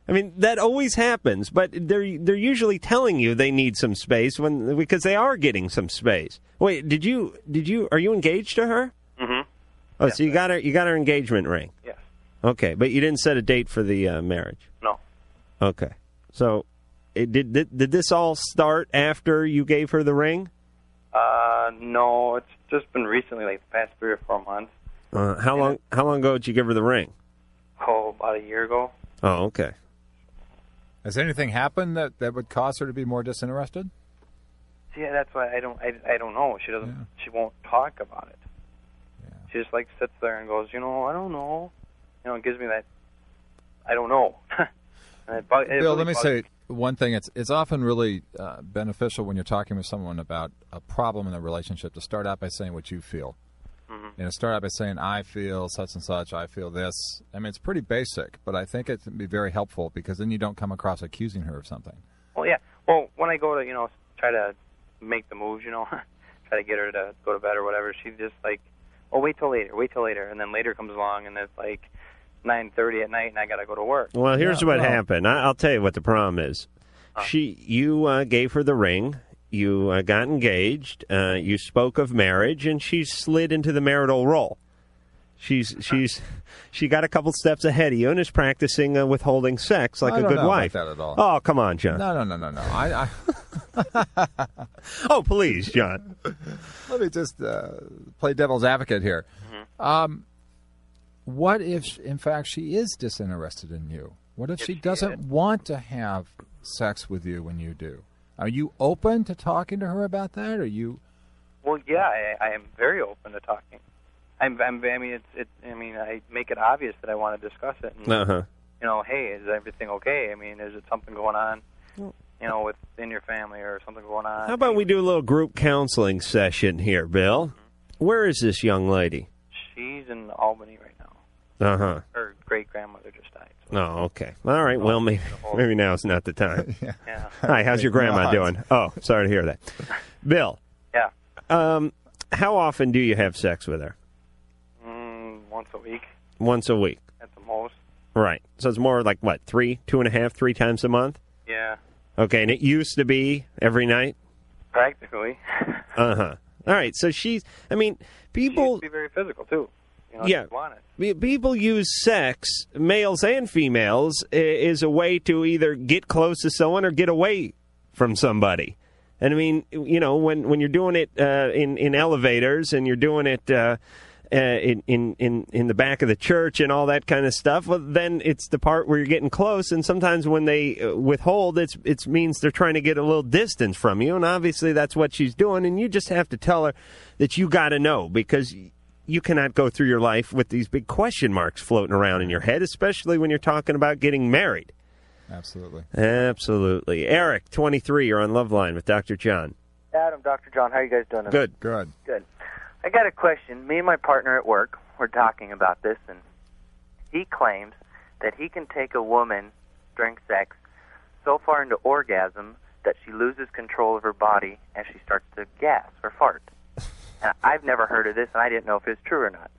Speaker 5: I mean, that always happens, but they're they're usually telling you they need some space when because they are getting some space. Wait, did you did you are you engaged to her?
Speaker 10: mm-hmm.
Speaker 5: Oh, so you got her you got her engagement ring.
Speaker 10: Yes.
Speaker 5: Okay, but you didn't set a date for the uh, marriage.
Speaker 10: No.
Speaker 5: Okay. So it, did, did did this all start after you gave her the ring?
Speaker 10: Uh, no. It's just been recently, like the past three or four months.
Speaker 5: Uh, how long how long ago did you give her the ring?
Speaker 10: Oh, about a year ago.
Speaker 5: Oh, okay.
Speaker 6: Has anything happened that, that would cause her to be more disinterested?
Speaker 10: See, Yeah, that's why I don't. I, I don't know. She doesn't. She won't talk about it. She just like sits there and goes, you know, I don't know. You know, it gives me that. I don't know. and it, bu- it
Speaker 6: Bill,
Speaker 10: really
Speaker 6: let me
Speaker 10: bugs
Speaker 6: say one thing. It's it's often really uh, beneficial when you're talking with someone about a problem in a relationship to start out by saying what you feel.
Speaker 10: Mhm.
Speaker 6: You know, start out by saying I feel such and such. I feel this. I mean, it's pretty basic, but I think it can be very helpful because then you don't come across accusing her of something.
Speaker 10: Well, Oh, yeah. Well, when I go to, you know, try to make the moves, you know, try to get her to go to bed or whatever, she just like, oh, wait till later, wait till later, and then later comes along and it's like 9:30 at night and I gotta go to work.
Speaker 5: Well, here's what happened. I, I'll tell you what the problem is. She, you uh, gave her the ring. You uh, got engaged. Uh, you spoke of marriage, and she slid into the marital role. She's she's she got a couple steps ahead of you and is practicing uh, withholding sex like
Speaker 6: I
Speaker 5: a
Speaker 6: don't
Speaker 5: good
Speaker 6: know about
Speaker 5: wife.
Speaker 6: that at all.
Speaker 5: Oh, come on, John.
Speaker 6: No, no, no, no, no. I, I
Speaker 5: Oh, please, John.
Speaker 6: let me just uh, play devil's advocate here. Um, what if, in fact, she is disinterested in you? What if she doesn't want to have sex with you when you do? Are you open to talking to her about that? Are you?
Speaker 10: Well, yeah, I, I am very open to talking. I'm, I'm, I mean, it's, it, I mean, I make it obvious that I want to discuss it. And,
Speaker 5: Uh huh.
Speaker 10: You know, hey, is everything okay? I mean, is it something going on?
Speaker 5: Well-
Speaker 10: You know, within your family or something going on?
Speaker 5: How about we do a little group counseling session here, Bill?
Speaker 6: Mm-hmm.
Speaker 5: Where is this young lady?
Speaker 10: She's in Albany right now.
Speaker 5: Uh huh.
Speaker 10: Her great grandmother just died.
Speaker 5: Oh, okay. All right. Well, maybe, maybe now's not the time.
Speaker 10: Yeah.
Speaker 5: Hi, how's your grandma
Speaker 10: Not.
Speaker 5: doing? Oh, sorry to hear that. Bill.
Speaker 10: Yeah.
Speaker 5: Um, how often do you have sex with her?
Speaker 10: Mm, once a week
Speaker 5: Once a week.
Speaker 10: at the most.
Speaker 5: Right. So it's more like what, three, two and a half, three times a month?
Speaker 10: Yeah,
Speaker 5: Okay. And it used to be every night?
Speaker 10: practically.
Speaker 5: Uh huh. All right. So she's, I mean, people.
Speaker 10: Be very physical too. You know,
Speaker 5: yeah.
Speaker 10: just want it.
Speaker 5: Pe- People use sex, males and females, i- is a way to either get close to someone or get away from somebody. And I mean, you know, when, when you're doing it uh, in in elevators and you're doing it uh, uh, in, in in in the back of the church and all that kind of stuff, well, then it's the part where you're getting close. And sometimes when they uh, withhold, it's it means they're trying to get a little distance from you. And obviously, that's what she's doing. And you just have to tell her that you got to know because you cannot go through your life with these big question marks floating around in your head, especially when you're talking about getting married.
Speaker 6: Absolutely.
Speaker 5: Absolutely. Eric, 23, you're on Love Line with Dr. John.
Speaker 19: Adam, Dr. John, how you guys doing?
Speaker 5: Good. Good.
Speaker 19: Good. I got a question. Me and my partner at work were talking about this, and he claims that he can take a woman during sex so far into orgasm that she loses control of her body and she starts to gas or fart. And I've never heard of this, and I didn't know if it was true or not.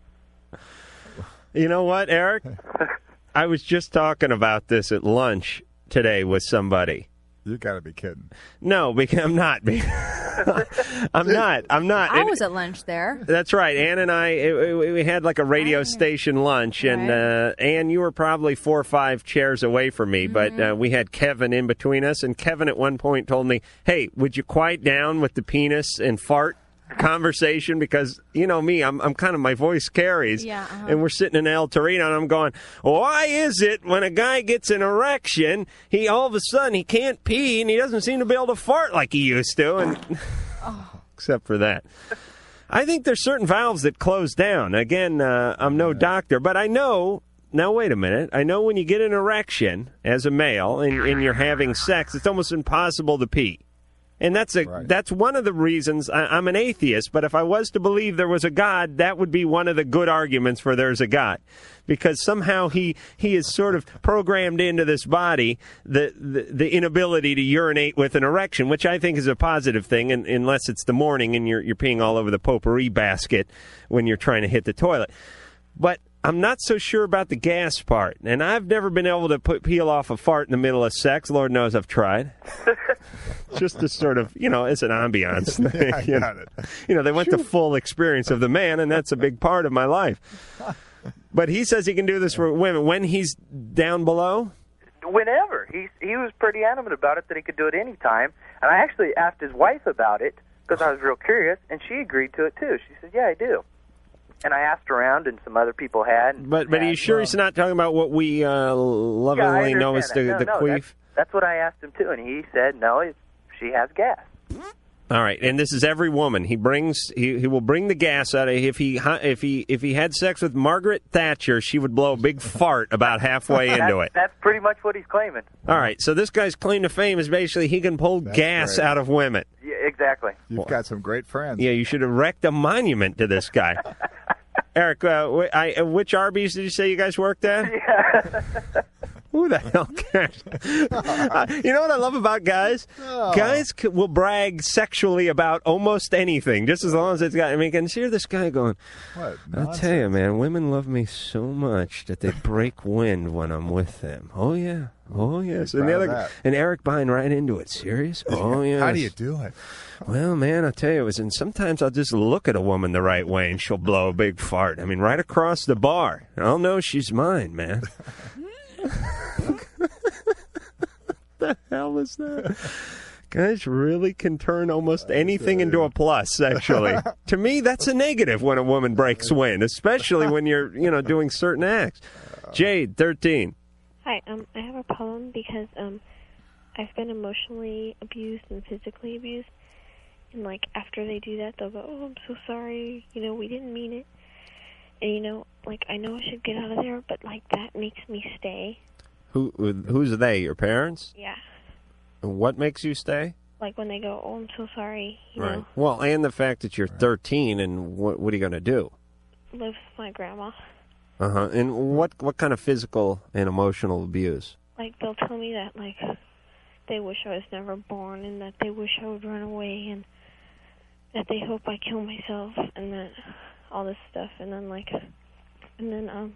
Speaker 5: You know what, Eric? I was just talking about this at lunch today with somebody.
Speaker 6: You got to be kidding.
Speaker 5: No, because I'm not. be- I'm not. I'm not.
Speaker 20: I
Speaker 5: And-
Speaker 20: was at lunch there.
Speaker 5: That's right. Ann and I, it, we- we had like a
Speaker 21: Oh.
Speaker 5: radio station lunch, and uh, Ann, you were probably four or five chairs away from me,
Speaker 21: Mm-hmm.
Speaker 5: but uh, we had Kevin in between us, and Kevin at one point told me, "Hey, would you quiet down with the penis and fart?" conversation because you know me I'm, I'm kind of my voice carries
Speaker 21: Yeah, uh-huh.
Speaker 5: and we're sitting in El Torino and I'm going why is it when a guy gets an erection he all of a sudden he can't pee and he doesn't seem to be able to fart like he used to and except for that. I think there's certain valves that close down. Again, uh, I'm no doctor, but I know. Now, wait a minute. I know when you get an erection as a male and, and you're having sex, it's almost impossible to pee. And that's a that's one of the reasons I, I'm an atheist. But if I was to believe there was a God, that would be one of the good arguments for there's a God, because somehow he he is sort of programmed into this body the the, the inability to urinate with an erection, which I think is a positive thing, un unless it's the morning and you're you're peeing all over the potpourri basket when you're trying to hit the toilet. But I'm not so sure about the gas part, and I've never been able to put peel off a fart in the middle of sex. Lord knows I've tried just to sort of you know it's an ambiance thing,
Speaker 6: I
Speaker 5: you,
Speaker 6: got
Speaker 5: know. You know, they went the full experience of the man and that's a big part of my life but he says he can do this for women when he's down below
Speaker 19: Whenever he he was pretty adamant about it that he could do it any time, and I actually asked his wife about it because I was real curious, and she agreed to it too. She said, "Yeah, I do." And I asked around, and some other people had. and
Speaker 5: but but are you sure he's not talking about what we uh,
Speaker 19: Yeah, I
Speaker 5: lovingly know as the,
Speaker 19: understand that.
Speaker 5: the
Speaker 19: no, no,
Speaker 5: queef
Speaker 19: That's, that's what I asked him too, and he said, "No, it's, she has gas."
Speaker 5: All right, and this is every woman. He brings he, he will bring the gas out of if he if he if he had sex with Margaret Thatcher, she would blow a big fart about halfway into
Speaker 19: That's-
Speaker 5: it.
Speaker 19: That's pretty much what he's claiming.
Speaker 5: All right, so this guy's claim to fame is basically he can pull gas
Speaker 6: great.
Speaker 5: out of women.
Speaker 19: Yeah, exactly.
Speaker 6: You've got some great friends.
Speaker 5: Yeah, you should erect a monument to this guy. Eric, uh, wh- I, uh, which Arby's did you say you guys worked at? Who the hell cares? Uh, you know what I love about guys?
Speaker 6: Oh.
Speaker 5: Guys c- will brag sexually about almost anything, just as long as it's got. I mean, I can hear this guy going,
Speaker 6: What?
Speaker 5: I'll tell you, man, women love me so much that they break wind when I'm with them. Oh, yeah. Oh, yes.
Speaker 6: You're
Speaker 5: And, the
Speaker 6: proud of
Speaker 5: other,
Speaker 6: that.
Speaker 5: and Eric buying right into it. Serious? Oh, yes.
Speaker 6: How do you do it?
Speaker 5: Well, man, I tell you, it was. And sometimes I'll just look at a woman the right way, and she'll blow a big fart. I mean, right across the bar. And I'll know she's mine, man. the hell is that? Guys really can turn almost anything into a plus sexually. to me, that's a negative when a woman breaks wind, especially when you're, you know, doing certain acts.
Speaker 6: Uh,
Speaker 5: Jade, thirteen.
Speaker 22: Hi, um, I have a problem because um, I've been emotionally abused and physically abused, and like after they do that, they'll go, "Oh, I'm so sorry. You know, we didn't mean it." And you know, like I know I should get out of there, but like that makes me stay.
Speaker 5: Who who's they? Your parents?
Speaker 22: Yeah,
Speaker 5: And What makes you stay?
Speaker 22: like when they go, "Oh, I'm so sorry. You
Speaker 5: Right. Well, and the fact that you're 13, and what what are you going to do?
Speaker 22: know, live with my grandma."
Speaker 5: Uh huh. And what what kind of physical and emotional abuse?
Speaker 22: Like they'll tell me that like they wish I was never born, and that they wish I would run away, and that they hope I kill myself, and that all this stuff, and then like, and then um,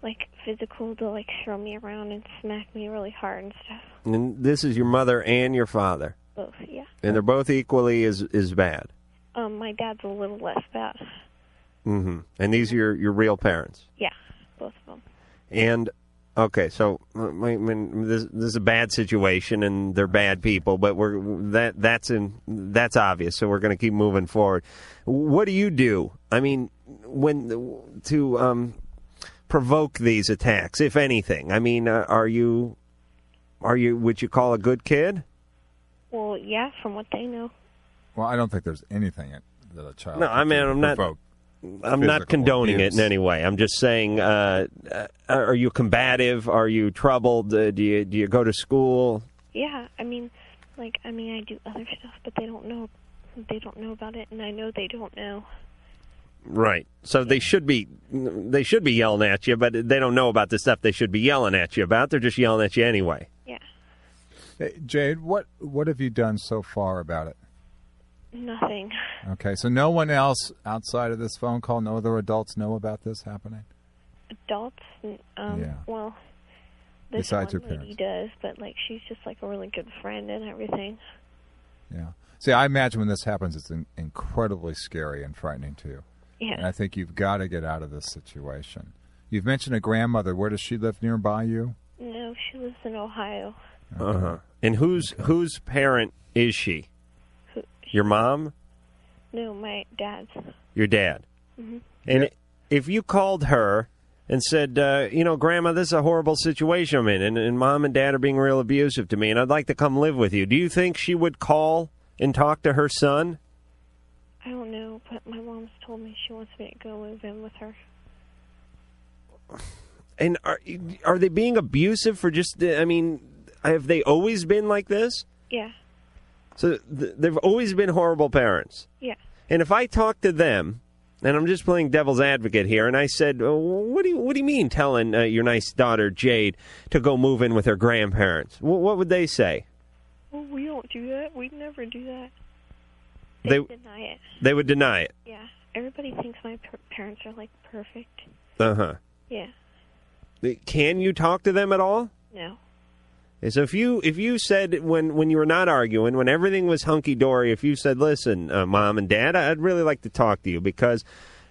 Speaker 22: like physical, they'll like throw me around and smack me really hard and stuff.
Speaker 5: And this is your mother and your father,
Speaker 22: Both, yeah.
Speaker 5: and they're both equally as as bad.
Speaker 22: Um, my dad's a little less bad.
Speaker 5: Mm-hmm. And these are your your real parents.
Speaker 22: Yeah, both of them.
Speaker 5: And Okay, so uh, I mean, this, this is a bad situation, and they're bad people. But we're that that's in that's obvious. So we're going to keep moving forward. What do you do? I mean, when to um, provoke these attacks, if anything? I mean, uh, are you are you would you call a good kid?
Speaker 22: Well, yeah, from what they know.
Speaker 6: Well, I don't think there's anything that- that a child.
Speaker 5: No, I
Speaker 6: could
Speaker 5: mean,
Speaker 6: do
Speaker 5: I'm
Speaker 6: to
Speaker 5: not-
Speaker 6: provoke
Speaker 5: I'm
Speaker 6: physical
Speaker 5: not condoning
Speaker 6: abuse.
Speaker 5: it in any way. I'm just saying, uh, uh, are you combative? Are you troubled? Uh, do you do you go to school?
Speaker 22: Yeah, I mean, like I mean, I do other stuff, but they don't know. They don't know about it, and I know they don't know.
Speaker 5: Right. So they should be they should be yelling at you, but they don't know about the stuff they should be yelling at you about. They're just yelling at you anyway.
Speaker 6: Hey, Jade, what what have you done so far about it?
Speaker 22: Nothing.
Speaker 6: Okay, so no one else outside of this phone call, no other adults know about this happening.
Speaker 22: Adults. n- Um,
Speaker 6: Yeah.
Speaker 22: Well, this
Speaker 6: Besides
Speaker 22: one
Speaker 6: your
Speaker 22: lady does, but like she's just like a really good friend and everything.
Speaker 6: Yeah. See, I imagine when this happens, it's in- incredibly scary and frightening to you.
Speaker 22: Yeah.
Speaker 6: And I think you've got to get out of this situation. You've mentioned a grandmother. Where does she live nearby you?
Speaker 22: No, she lives in Ohio.
Speaker 5: Uh huh. And whose whose parent is she?
Speaker 22: Who-
Speaker 5: Your mom,
Speaker 22: No, my dad's.
Speaker 5: your dad.
Speaker 22: hmm
Speaker 5: And if you called her and said, uh, you know, Grandma, this is a horrible situation I'm in, and, and Mom and Dad are being real abusive to me, and I'd like to come live with you, do you think she would call and talk to her son?
Speaker 22: I don't know, but my mom's told me she wants me to go move in with her.
Speaker 5: And are are they being abusive for just? I mean, have they always been like this?
Speaker 22: Yeah,
Speaker 5: So th- they've always been horrible parents.
Speaker 22: yeah.
Speaker 5: And if I talk to them, and I'm just playing devil's advocate here, and I said, "Oh, "What do you What do you mean telling uh, your nice daughter Jade to go move in with her grandparents?" Wh- what would they say?
Speaker 22: Well, Oh, we don't do that. We never do that.
Speaker 5: They
Speaker 22: Deny it.
Speaker 5: they would deny it.
Speaker 22: Yeah. Everybody thinks my per- parents are like perfect.
Speaker 5: Uh huh.
Speaker 22: Yeah.
Speaker 5: Can you talk to them at all?
Speaker 22: No.
Speaker 5: Okay, So if you if you said when when you were not arguing, when everything was hunky dory, if you said, "Listen, uh, mom and dad, I- I'd really like to talk to you because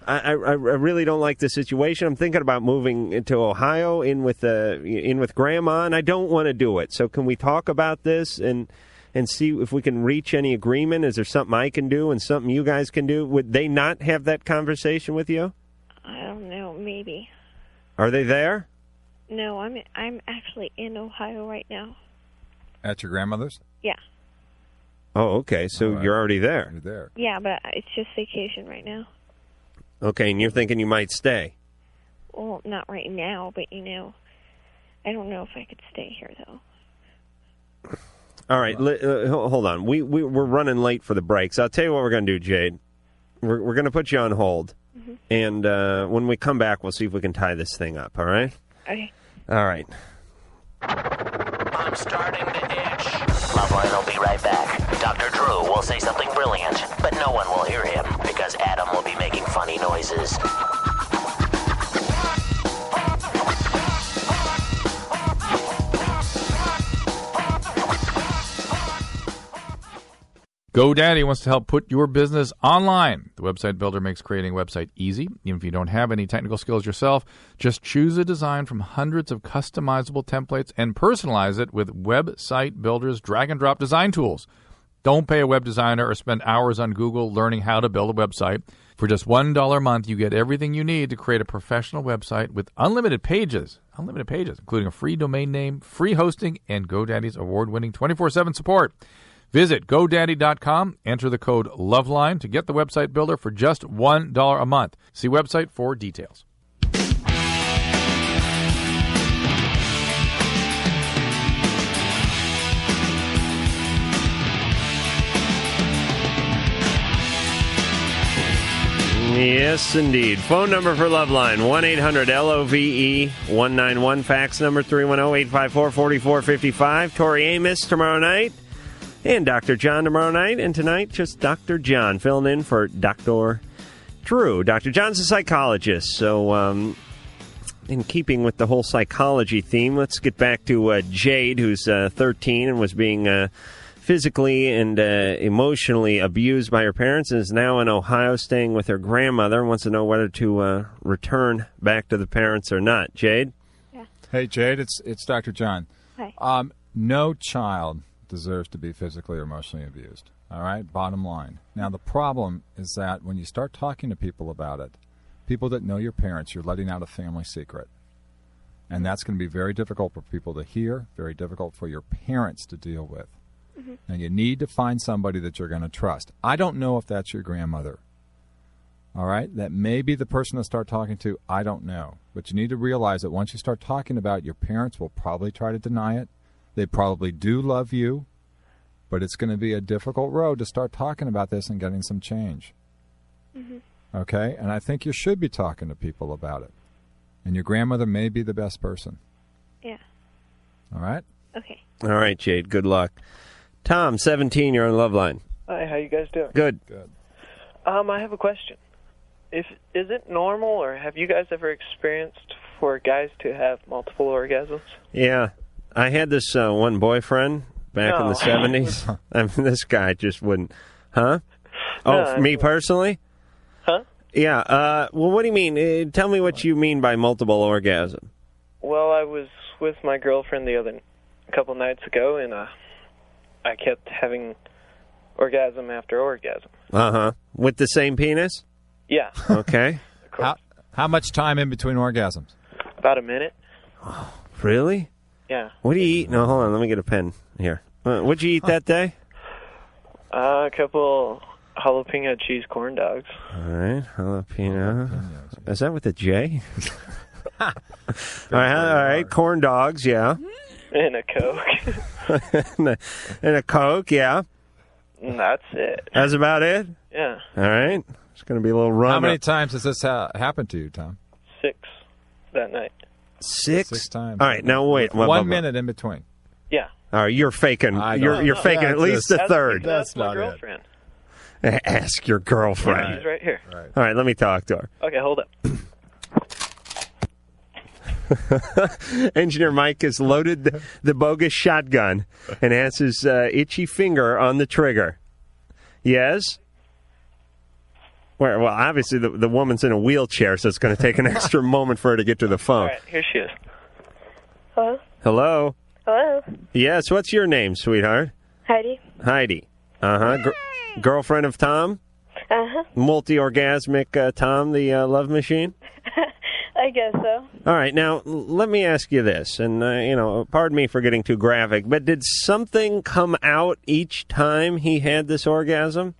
Speaker 5: I, I I really don't like this situation. I'm thinking about moving into Ohio in with uh, in with grandma, and I don't want to do it. So can we talk about this and and see if we can reach any agreement? Is there something I can do and something you guys can do? Would they not have that conversation with you?
Speaker 22: I don't know. Maybe.
Speaker 5: Are they there?
Speaker 22: No, I'm I'm actually in Ohio right now.
Speaker 6: At your grandmother's?
Speaker 22: Yeah.
Speaker 5: Oh, okay. So you're already there.
Speaker 6: You're there.
Speaker 22: Yeah, but it's just vacation right now.
Speaker 5: Okay, and you're thinking you might stay.
Speaker 22: Well, not right now, but you know, I don't know if I could stay here though.
Speaker 5: All right, li- uh, ho- hold on. We, we we're running late for the breaks. I'll tell you what we're going to do, Jade. We're we're going to put you on hold, and uh, when we come back, we'll see if we can tie this thing up. All right.
Speaker 22: Okay.
Speaker 5: All right.
Speaker 23: I'm starting to itch.
Speaker 24: Loveline will be right back. Dr. Drew will say something brilliant, but no one will hear him because Adam will be making funny noises.
Speaker 20: GoDaddy wants to help put your business online. The website builder makes creating a website easy. Even if you don't have any technical skills yourself, just choose a design from hundreds of customizable templates and personalize it with website builder's drag and drop design tools. Don't pay a web designer or spend hours on Google learning how to build a website. For just $1 a month, you get everything you need to create a professional website with unlimited pages, unlimited pages, including a free domain name, free hosting, and GoDaddy's award winning 24 7 support. Visit GoDaddy.com, enter the code LOVELINE to get the website builder for just $1 a month. See website for details.
Speaker 5: Yes, indeed. Phone number for Loveline 1 800 LOVE E 191. Fax number 310 854 4455. Tori Amos tomorrow night. And Dr. John tomorrow night. And tonight, just Dr. John filling in for Dr. Drew. Dr. John's a psychologist. So, um, in keeping with the whole psychology theme, let's get back to uh, Jade, who's uh, 13 and was being uh, physically and uh, emotionally abused by her parents, and is now in Ohio staying with her grandmother. and Wants to know whether to uh, return back to the parents or not. Jade,
Speaker 22: Yeah.
Speaker 6: Hey, Jade, it's it's Dr. John.
Speaker 22: Hi.
Speaker 6: Um, no child deserves to be physically or emotionally abused. All right, bottom line. Now, the problem is that when you start talking to people about it, people that know your parents, you're letting out a family secret. And that's going to be very difficult for people to hear, very difficult for your parents to deal with.
Speaker 22: Mhm.
Speaker 6: Now, you need to find somebody that you're going to trust. I don't know if that's your grandmother. All right, that may be the person to start talking to. I don't know. But you need to realize that once you start talking about it, your parents will probably try to deny it. They probably do love you, but it's going to be a difficult road to start talking about this and getting some change.
Speaker 25: Mm-hmm.
Speaker 22: Mhm.
Speaker 6: Okay? And I think you should be talking to people about it. And your grandmother may be the best person.
Speaker 22: Yeah.
Speaker 6: All right?
Speaker 22: Okay.
Speaker 5: All right, Jade. Good luck. Tom, 17, you're on the love line.
Speaker 21: Hi, how you guys doing?
Speaker 5: Good.
Speaker 21: Um, I have a question. If is it normal, or have you guys ever experienced for guys to have multiple orgasms?
Speaker 5: Yeah. I had this uh, one boyfriend back in
Speaker 21: No.
Speaker 5: the 70s. I mean, this guy just wouldn't. Huh?
Speaker 21: No,
Speaker 5: Oh,
Speaker 21: I-
Speaker 5: me personally?
Speaker 21: Huh?
Speaker 5: Yeah. Uh, well, what do you mean? Uh, tell me what you mean by multiple orgasm.
Speaker 21: Well, I was with my girlfriend the other a couple nights ago, and uh, I kept having orgasm after orgasm.
Speaker 5: Uh huh. With the same penis?
Speaker 21: Yeah,
Speaker 5: Okay.
Speaker 6: How, how much time in between orgasms?
Speaker 21: about a minute.
Speaker 5: really?
Speaker 21: Yeah.
Speaker 5: What do you eat? No, hold on. Let me get a pen here. Uh, what'd you eat that day?
Speaker 21: Uh, a couple jalapeno cheese corn dogs.
Speaker 5: All right, jalapeno. Is that with a J? all right, all right, corn dogs, yeah,
Speaker 21: Mm. And a Coke.
Speaker 5: and, a, and a Coke, yeah.
Speaker 21: and Mm, that's it.
Speaker 5: That's about it.
Speaker 21: Yeah.
Speaker 5: All right, it's going to be a little run.
Speaker 6: how many times has this ha- happened to you, Tom?
Speaker 21: Six that night.
Speaker 5: Six?
Speaker 6: Six times.
Speaker 5: All right, now wait.
Speaker 6: One
Speaker 5: Blah, blah, blah.
Speaker 6: minute in between.
Speaker 21: Yeah.
Speaker 5: All right, you're faking. Uh, You're you're faking at least the third.
Speaker 21: That's, my girlfriend.
Speaker 5: Ask your girlfriend.
Speaker 21: She's right here.
Speaker 5: All right, let me talk to her.
Speaker 21: Okay, hold up.
Speaker 5: Engineer Mike has loaded the, the bogus shotgun and has his uh, itchy finger on the trigger. Yes? Where, well, obviously, the, the woman's in a wheelchair, so it's going to take an extra moment for her to get to the
Speaker 21: All
Speaker 5: phone.
Speaker 21: right, here she is.
Speaker 26: Hello?
Speaker 5: Hello?
Speaker 26: Hello?
Speaker 5: Yes, what's your name, sweetheart?
Speaker 26: Heidi?
Speaker 5: Heidi. Uh huh. Gr- girlfriend of Tom?
Speaker 26: Uh huh.
Speaker 5: Multi orgasmic uh, Tom, the uh, love machine?
Speaker 26: I guess so.
Speaker 5: All right, now l- let me ask you this, and uh, you know, pardon me for getting too graphic, but did something come out each time he had this orgasm?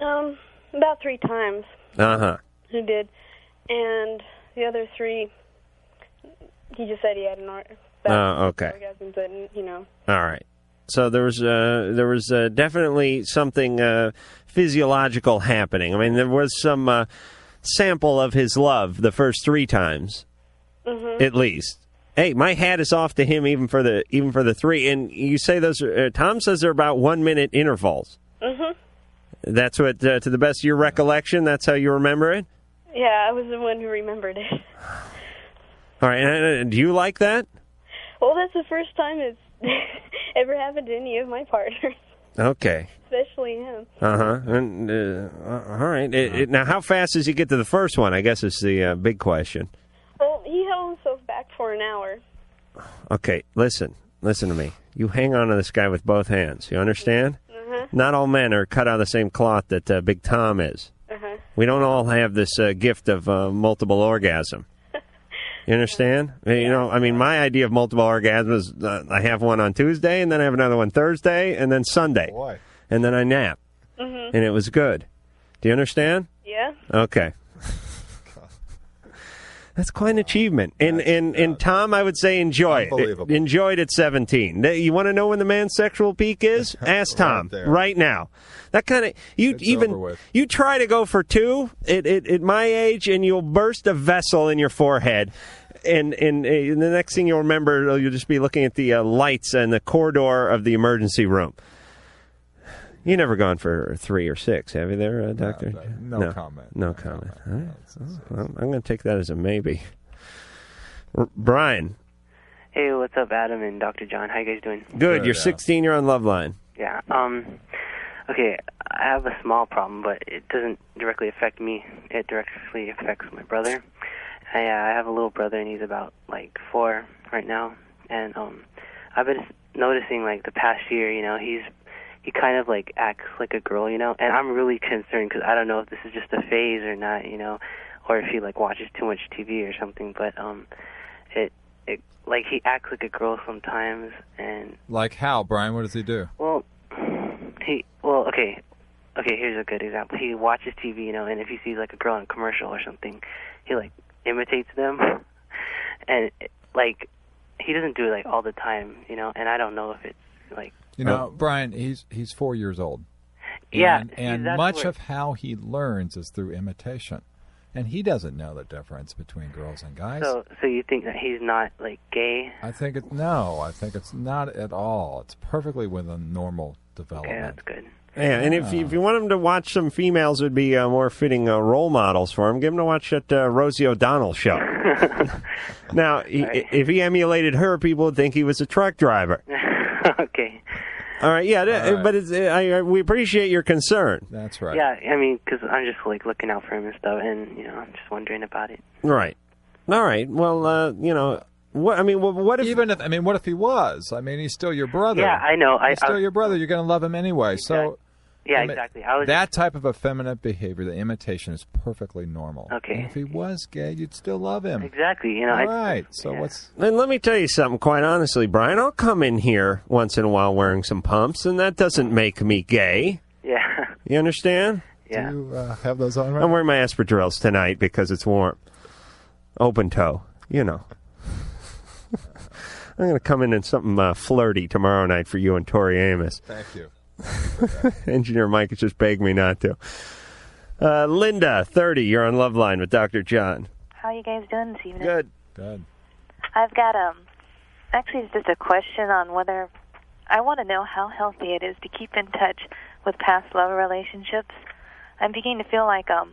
Speaker 26: Um, about three times
Speaker 5: Uh huh.
Speaker 26: he did, and the other three, he just said he had an or-
Speaker 5: Oh, okay.
Speaker 26: orgasm, but you know,
Speaker 5: All right. So there was uh, there was uh, definitely something uh, physiological happening. I mean, there was some uh, sample of his love the first three times, at least. Hey, my hat is off to him even for the even for the three. And you say those are, uh, Tom says they're about one minute intervals.
Speaker 26: mhm.
Speaker 5: That's what, uh, to the best of your recollection, that's how you remember it.
Speaker 26: Yeah, I was the one who remembered it.
Speaker 5: All right. and, uh, do you like that?
Speaker 26: Well, that's the first time it's ever happened to any of my partners,
Speaker 5: Okay.
Speaker 26: especially him.
Speaker 5: Uh-huh. And, uh All right. It, it, now, how fast does he get to the first one? I guess is the uh, big question.
Speaker 26: Well, he held himself back for an hour.
Speaker 5: Okay. Listen. Listen to me. You hang on to this guy with both hands. You understand?
Speaker 26: Mm-hmm.
Speaker 5: Not all men are cut out of the same cloth that uh, Big Tom is.
Speaker 26: Uh-huh.
Speaker 5: We don't all have this uh, gift of uh, multiple orgasm. You understand? I mean, You know, I mean, my idea of multiple orgasm is uh, I have one on Tuesday, and then I have another one Thursday, and then Sunday, and then I nap,
Speaker 26: Mhm.
Speaker 5: and it was good. Do you understand?
Speaker 26: Yeah.
Speaker 5: Okay. That's quite an achievement, and and and Tom, I would say enjoy it.
Speaker 6: Unbelievable.
Speaker 5: Enjoyed at seventeen. Th- You want to know when the man's sexual peak is? Ask Tom right,
Speaker 6: there.
Speaker 5: now. That kind of you even
Speaker 6: over with.
Speaker 5: you try to go for two at, at, at my age, and you'll burst a vessel in your forehead. And, and and the next thing you'll remember, you'll just be looking at the uh, lights and the corridor of the emergency room. You never gone for three or six, have you, there, uh, Doctor?
Speaker 6: no comment.
Speaker 5: No, comment. All right. Well, I'm going to take that as a maybe. R- Brian,
Speaker 27: Hey, what's up, Adam and Dr. John? How you guys doing?
Speaker 5: good. You're 16. You're on Love Line.
Speaker 27: Yeah. Um. Okay, I have a small problem, but it doesn't directly affect me. It directly affects my brother. I, uh, I have a little brother, and he's about like four. right now, and um, I've been noticing like the past year, you know, he's he kind of like acts like a girl, you know, and I'm really concerned because I don't know if this is just a phase or not, you know, or if he like watches too much TV or something, but um, it it like he acts like a girl sometimes, and
Speaker 6: Like how, Brian? What does he do?
Speaker 27: well, he well okay, okay. Here's a good example. He watches TV, you know, and if he sees like a girl in a commercial or something, he like imitates them, and like he doesn't do it like all the time, you know. And I don't know if it's like
Speaker 6: You know, Brian, he's he's four years old.
Speaker 27: Yeah,
Speaker 6: and,
Speaker 27: see,
Speaker 6: and
Speaker 27: that's
Speaker 6: much
Speaker 27: where-
Speaker 6: of how he learns is through imitation, and he doesn't know the difference between girls and guys.
Speaker 27: so. So you think that he's not like gay?
Speaker 6: I think it no, I think it's not at all. It's perfectly within normal development.
Speaker 27: that's good.
Speaker 5: Yeah, and if, you- if you want him to watch some females, would be uh, more fitting uh, role models for him. Give him to watch that uh, Rosie O'Donnell show. now, he, if he emulated her, people would think he was a truck driver.
Speaker 27: okay.
Speaker 5: All right, yeah, th-
Speaker 27: All right.
Speaker 5: but it's, uh, I, I, we appreciate your concern.
Speaker 6: That's
Speaker 27: Yeah, I mean, because I'm just like looking out for him and stuff, and you know, I'm just wondering about it.
Speaker 5: Right. All right. Well, uh, you know, what I mean, wh- what if
Speaker 6: even if I mean, what if he was? I mean, he's still your brother.
Speaker 27: Yeah, I know. I-
Speaker 6: he's still
Speaker 27: I-
Speaker 6: your brother. You're going to love him anyway. So
Speaker 27: Yeah,
Speaker 6: I mean,
Speaker 27: exactly. I was
Speaker 6: that type of effeminate behavior, the imitation, is perfectly normal.
Speaker 27: Okay.
Speaker 6: And if he was gay, you'd still love him.
Speaker 27: Exactly. You know, I-
Speaker 6: All right. So what's
Speaker 5: And let me tell you something, quite honestly, Brian. I'll come in here once in a while wearing some pumps, and that doesn't make me gay.
Speaker 27: yeah,
Speaker 5: You understand?
Speaker 27: yeah.
Speaker 6: Do you uh, have those on right
Speaker 5: I'm wearing my espadrilles tonight because it's warm. Open toe, you know. I'm going to come in in something uh, flirty tomorrow night for you and Tori Amos.
Speaker 6: Thank you.
Speaker 5: Engineer Mike has just begged me not to. Uh, Linda, 30, you're on Love Line with Dr. John.
Speaker 25: How you guys doing this evening?
Speaker 5: Good.
Speaker 6: Good.
Speaker 25: I've got um actually it's just a question on whether I want to know how healthy it is to keep in touch with past love relationships. I'm beginning to feel like um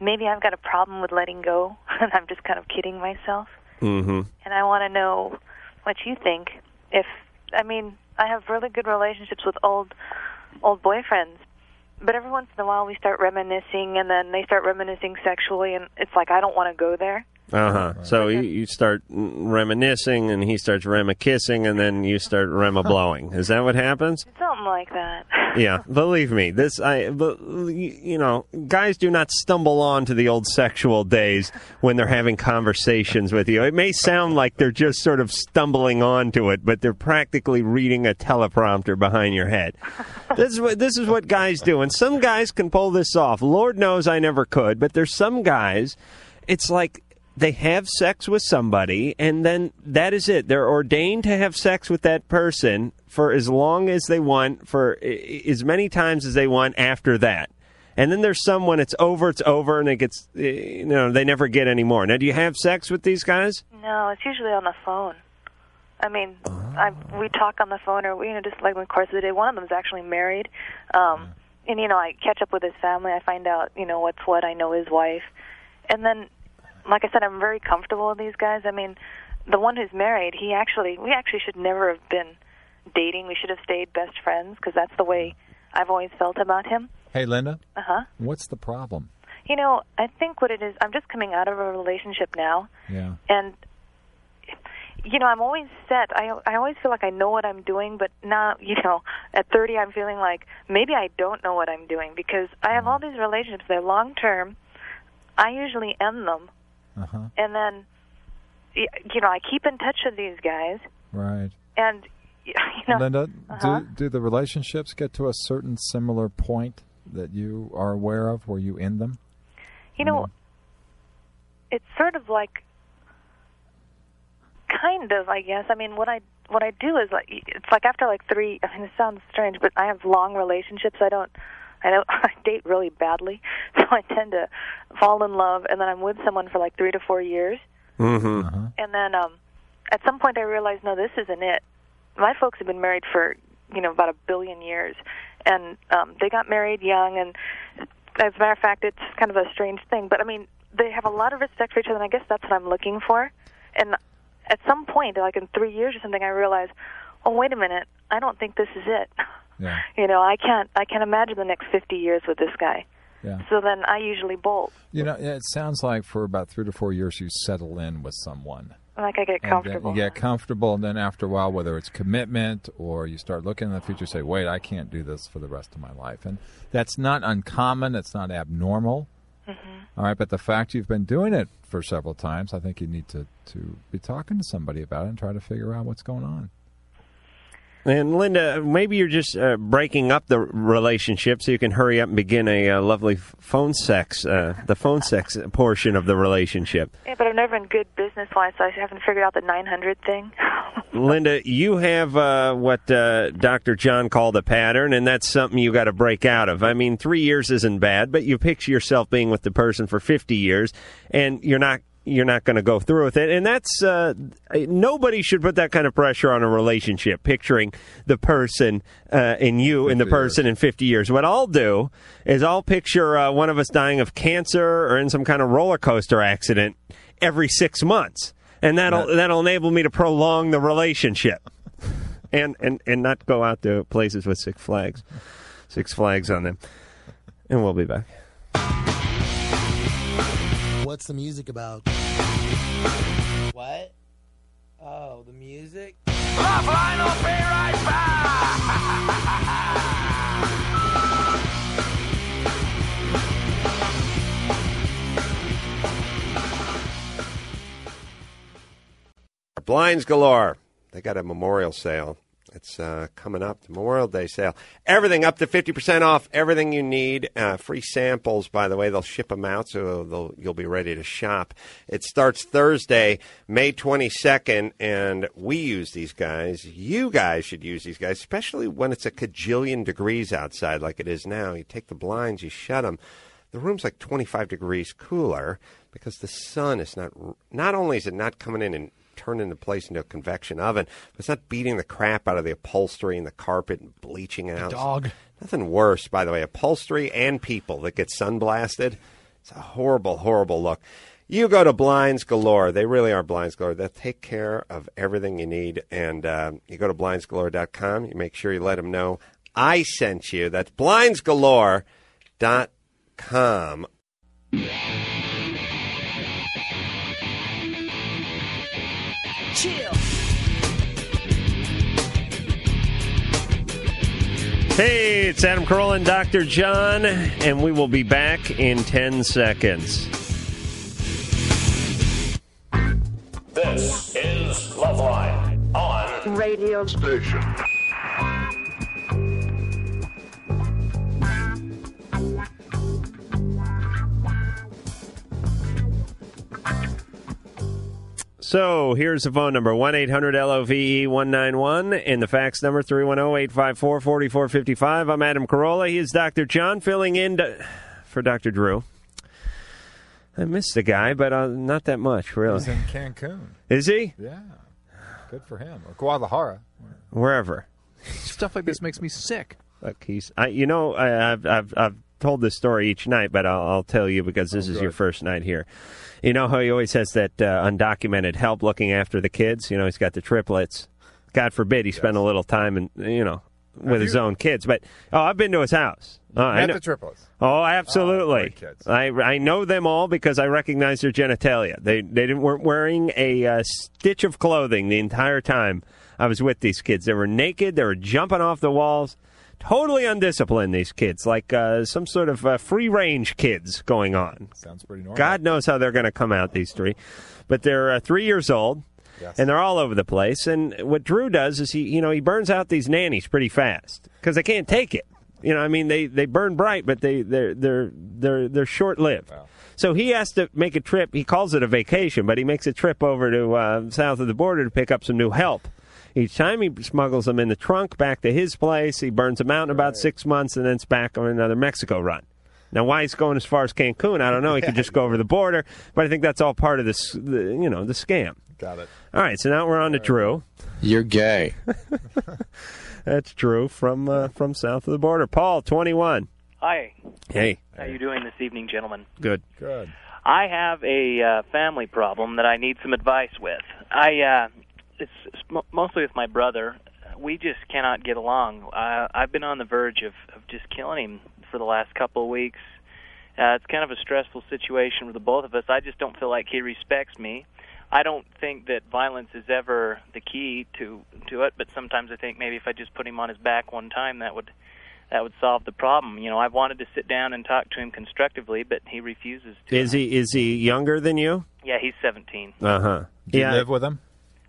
Speaker 25: maybe I've got a problem with letting go and I'm just kind of kidding myself.
Speaker 5: Mm-hmm.
Speaker 25: And I want to know what you think if I mean, I have really good relationships with old old boyfriends, but every once in a while we start reminiscing and then they start reminiscing sexually and it's like I don't want to go there.
Speaker 5: Uh huh. So you, you start reminiscing, and he starts rema kissing, and then you start rema blowing. Is that what happens?
Speaker 25: Something like that.
Speaker 5: yeah, believe me, this I but, you know, guys do not stumble on to the old sexual days when they're having conversations with you. It may sound like they're just sort of stumbling onto it, but they're practically reading a teleprompter behind your head. This is what this is what guys do, and some guys can pull this off. Lord knows I never could, but there's some guys. It's like they have sex with somebody and then that is it they're ordained to have sex with that person for as long as they want for i- i- as many times as they want after that and then there's some when it's over it's over and it gets eh, you know they never get any more now do you have sex with these guys
Speaker 25: No, it's usually on the phone. I mean, I we talk on the phone, or we, you know, just like in the course of the day. One of them's actually married, um, and you know, I catch up with his family. I find out, you know, what's what. I know his wife, and then, like I said, I'm very comfortable with these guys. I mean, the one who's married, he actually, we actually should never have been dating. We should have stayed best friends because that's the way I've always felt about him.
Speaker 6: Hey, Linda,
Speaker 25: Uh huh.
Speaker 6: what's the problem?
Speaker 25: You know, I think what it is, I'm just coming out of a relationship now,
Speaker 6: Yeah.
Speaker 25: and you know i'm always set i i always feel like i know what i'm doing but now you know at thirty i'm feeling like maybe i don't know what i'm doing because i have all these relationships they're long term i usually end them
Speaker 6: Uh-huh.
Speaker 25: and then y- you know i keep in touch with these guys
Speaker 6: Right.
Speaker 25: and you know
Speaker 6: Linda,
Speaker 25: uh-huh.
Speaker 6: do do the relationships get to a certain similar point that you are aware of where you end them?
Speaker 25: you know it's sort of like kind of i guess i mean what i what i do is like it's like after like three i mean it sounds strange but i have long relationships i don't i don't i date really badly so i tend to fall in love and then i'm with someone for like three to four years
Speaker 5: mm-hmm
Speaker 25: and then um at some point i realized no this isn't it my folks have been married for you know about a billion years and um they got married young and as a matter of fact it's kind of a strange thing but i mean they have a lot of respect for each other and i guess that's what i'm looking for and at some point like in three years or something i realized oh wait a minute i don't think this is it
Speaker 6: Yeah.
Speaker 25: you know i can't i can't imagine the next fifty years with this guy
Speaker 6: Yeah.
Speaker 25: so then i usually bolt
Speaker 6: You know, it sounds like for about three to four years you settle in with someone.
Speaker 25: Like I get
Speaker 6: and then
Speaker 25: comfortable.
Speaker 6: you get comfortable, and then after a while, whether it's commitment or you start looking in the future, say, "Wait, I can't do this for the rest of my life," and that's not uncommon. It's not abnormal. All right, but the fact you've been doing it for several times, I think you need to to be talking to somebody about it and try to figure out what's going on.
Speaker 5: And Linda, maybe you're just uh, breaking up the relationship so you can hurry up and begin a uh, lovely f- phone sex, uh, the phone sex portion of the relationship.
Speaker 25: Yeah, but I'm never in good business wise, so I haven't figured out the 900 thing.
Speaker 5: Linda, you have uh, what uh, Dr. John called a pattern, and that's something you got to break out of. I mean, three years isn't bad, but you picture yourself being with the person for 50 years, and you're not you're not going to go through with it. And that's uh, nobody should put that kind of pressure on a relationship, picturing the person uh, in you and the person in 50 years. What I'll do is I'll picture uh, one of us dying of cancer or in some kind of roller coaster accident every six months and that'll that'll enable me to prolong the relationship, and and and not go out to places with six flags, six flags on them, and we'll be back.
Speaker 4: What's the music about?
Speaker 14: What? Oh, the music?
Speaker 2: Offline will be right
Speaker 5: Blinds galore. They got a memorial sale. It's uh, coming up, the Memorial Day sale. Everything up to 50% off, everything you need. Uh, free samples, by the way. They'll ship them out so they'll, you'll be ready to shop. It starts Thursday, May 22nd, and we use these guys. You guys should use these guys, especially when it's a cajillion degrees outside like it is now. You take the blinds, you shut them the room's like 25 degrees cooler because the sun is not not only is it not coming in and turning the place into a convection oven but it's not beating the crap out of the upholstery and the carpet and bleaching out
Speaker 28: dog.
Speaker 5: nothing worse by the way upholstery and people that get sun blasted it's a horrible horrible look you go to blinds galore they really are blinds galore they'll take care of everything you need and um, you go to blindsgalore.com you make sure you let them know i sent you that's blindsgalore.com com.
Speaker 2: Chill.
Speaker 5: Hey, it's Adam Carolla and Dr. John, and we will be back in 10 seconds.
Speaker 2: This is Loveline on radio station.
Speaker 5: So here's the phone number 1 800 LOVE 191 and the fax number 310 854 4455. I'm Adam Carolla. He is Dr. John filling in d for Dr. Drew. I miss the guy, but uh, not that much, really.
Speaker 6: He's in Cancun.
Speaker 5: Is he?
Speaker 6: Yeah, good for him. Or Guadalajara.
Speaker 5: Wherever.
Speaker 28: Stuff like this makes me sick.
Speaker 5: Look, he's. I, you know, I, I've, I've I've told this story each night, but I'll, I'll tell you because
Speaker 6: Oh,
Speaker 5: this is your first night here. You know how he always has that uh, undocumented help looking after the kids. You know, he's got the triplets. God forbid he spent a little time and you know with his own kids. But oh, I've been to his house. Uh, I
Speaker 6: Met
Speaker 5: know-
Speaker 6: the triplets.
Speaker 5: Oh, absolutely.
Speaker 6: great kids.
Speaker 5: I I know them all because I recognize their genitalia. They they didn't, weren't wearing a uh, stitch of clothing the entire time I was with these kids. They were naked. They were jumping off the walls. Totally undisciplined. These kids, like uh, some sort of uh, free range kids going on.
Speaker 6: Sounds pretty normal.
Speaker 5: God knows how they're going to come out, these three. But they're uh, three years old, and they're all over the place. And what Drew does is he, you know, he burns out these nannies pretty fast because they can't take it. You know, I mean, they, they burn bright, but they they're they're they're they're short lived. So he has to make a trip. He calls it a vacation, but he makes a trip over to uh, south of the border to pick up some new help. Each time he smuggles them in the trunk back to his place, he burns them out in about six months, and then it's back on another Mexico run. Now, why he's going as far as Cancun, I don't know. He could just go over the border, but I think that's all part of this, the, you know, the scam.
Speaker 6: Got it.
Speaker 5: All right, so now we're on to Drew.
Speaker 15: You're gay.
Speaker 5: That's Drew from uh, from south of the border. Paul, twenty-one.
Speaker 29: Hi.
Speaker 5: Hey,
Speaker 29: How you doing this evening, gentlemen?
Speaker 5: good.
Speaker 6: Good.
Speaker 29: I have a uh, family problem that I need some advice with. I uh, it's, it's mo- mostly with my brother. We just cannot get along. Uh, I've been on the verge of, of just killing him for the last couple of weeks. Uh, it's kind of a stressful situation for the both of us. I just don't feel like he respects me. I don't think that violence is ever the key to to it, but sometimes I think maybe if I just put him on his back one time, that would that would solve the problem. You know, I wanted to sit down and talk to him constructively, but he refuses.
Speaker 5: Is he is he younger than you?
Speaker 29: Yeah, he's 17.
Speaker 5: Uh huh.
Speaker 6: Do you live with him?